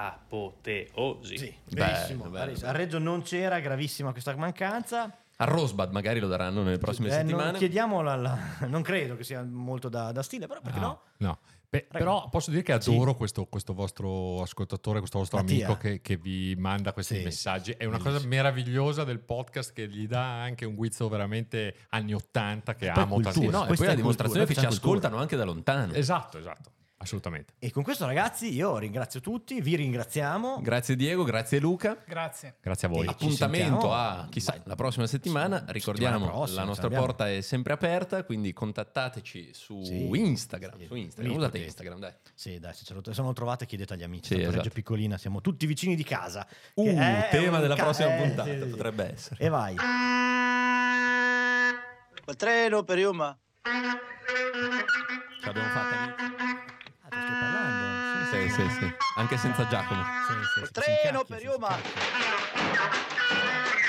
Speaker 12: apoteosi.
Speaker 3: Sì, bellissimo.
Speaker 2: bello, bello.
Speaker 3: A Reggio non c'era, gravissima questa mancanza.
Speaker 2: A Rosbad magari lo daranno nelle prossime
Speaker 3: Eh, non,
Speaker 2: settimane.
Speaker 3: chiediamolo alla- non credo che sia molto da, da stile, però perché
Speaker 8: Ah,
Speaker 3: no?
Speaker 8: no. Beh,
Speaker 3: Raga.
Speaker 8: però posso dire che
Speaker 3: Sì.
Speaker 8: adoro questo, questo vostro ascoltatore, questo vostro
Speaker 3: Mattia.
Speaker 8: amico che, che vi manda questi
Speaker 3: Sì.
Speaker 8: messaggi. È una cosa
Speaker 3: Bellissimo.
Speaker 8: meravigliosa del podcast che gli dà anche un guizzo veramente anni 80 che
Speaker 3: Poi
Speaker 8: amo
Speaker 3: cultura.
Speaker 8: tantissimo.
Speaker 2: No, e
Speaker 3: Questa
Speaker 2: poi la
Speaker 3: è cultura,
Speaker 2: dimostrazione che ci
Speaker 3: questa è cultura.
Speaker 2: ascoltano anche da lontano.
Speaker 8: Esatto, esatto. Assolutamente.
Speaker 3: E con questo, ragazzi, io ringrazio tutti, vi ringraziamo.
Speaker 2: Grazie Diego, grazie Luca.
Speaker 10: Grazie.
Speaker 2: Grazie a voi.
Speaker 3: E ci
Speaker 2: Appuntamento
Speaker 3: sentiamo.
Speaker 2: a chissà la prossima settimana. Ricordiamo
Speaker 3: settimana prossima,
Speaker 2: la
Speaker 3: ce
Speaker 2: nostra
Speaker 3: l'abbiamo.
Speaker 2: porta è sempre aperta, quindi contattateci su
Speaker 3: Sì.
Speaker 2: Instagram. Su Instagram,
Speaker 3: Lì
Speaker 2: usate
Speaker 3: potete.
Speaker 2: Instagram, dai.
Speaker 3: Sì, dai, se, ce lo, se non lo trovate chiedete agli amici.
Speaker 2: Sì,
Speaker 3: Tanto Reggio
Speaker 2: esatto.
Speaker 3: Piccolina, siamo tutti vicini di casa.
Speaker 2: Uh,
Speaker 3: Che è
Speaker 2: tema
Speaker 3: un
Speaker 2: della
Speaker 3: ca-
Speaker 2: prossima
Speaker 3: eh,
Speaker 2: puntata
Speaker 3: sì, sì.
Speaker 2: potrebbe essere.
Speaker 3: E vai.
Speaker 13: Quattreno per Yuma.
Speaker 2: Ce l'abbiamo fatta. Ah, Sì, sì, sì. Anche senza Giacomo.
Speaker 13: Treno per Yuma.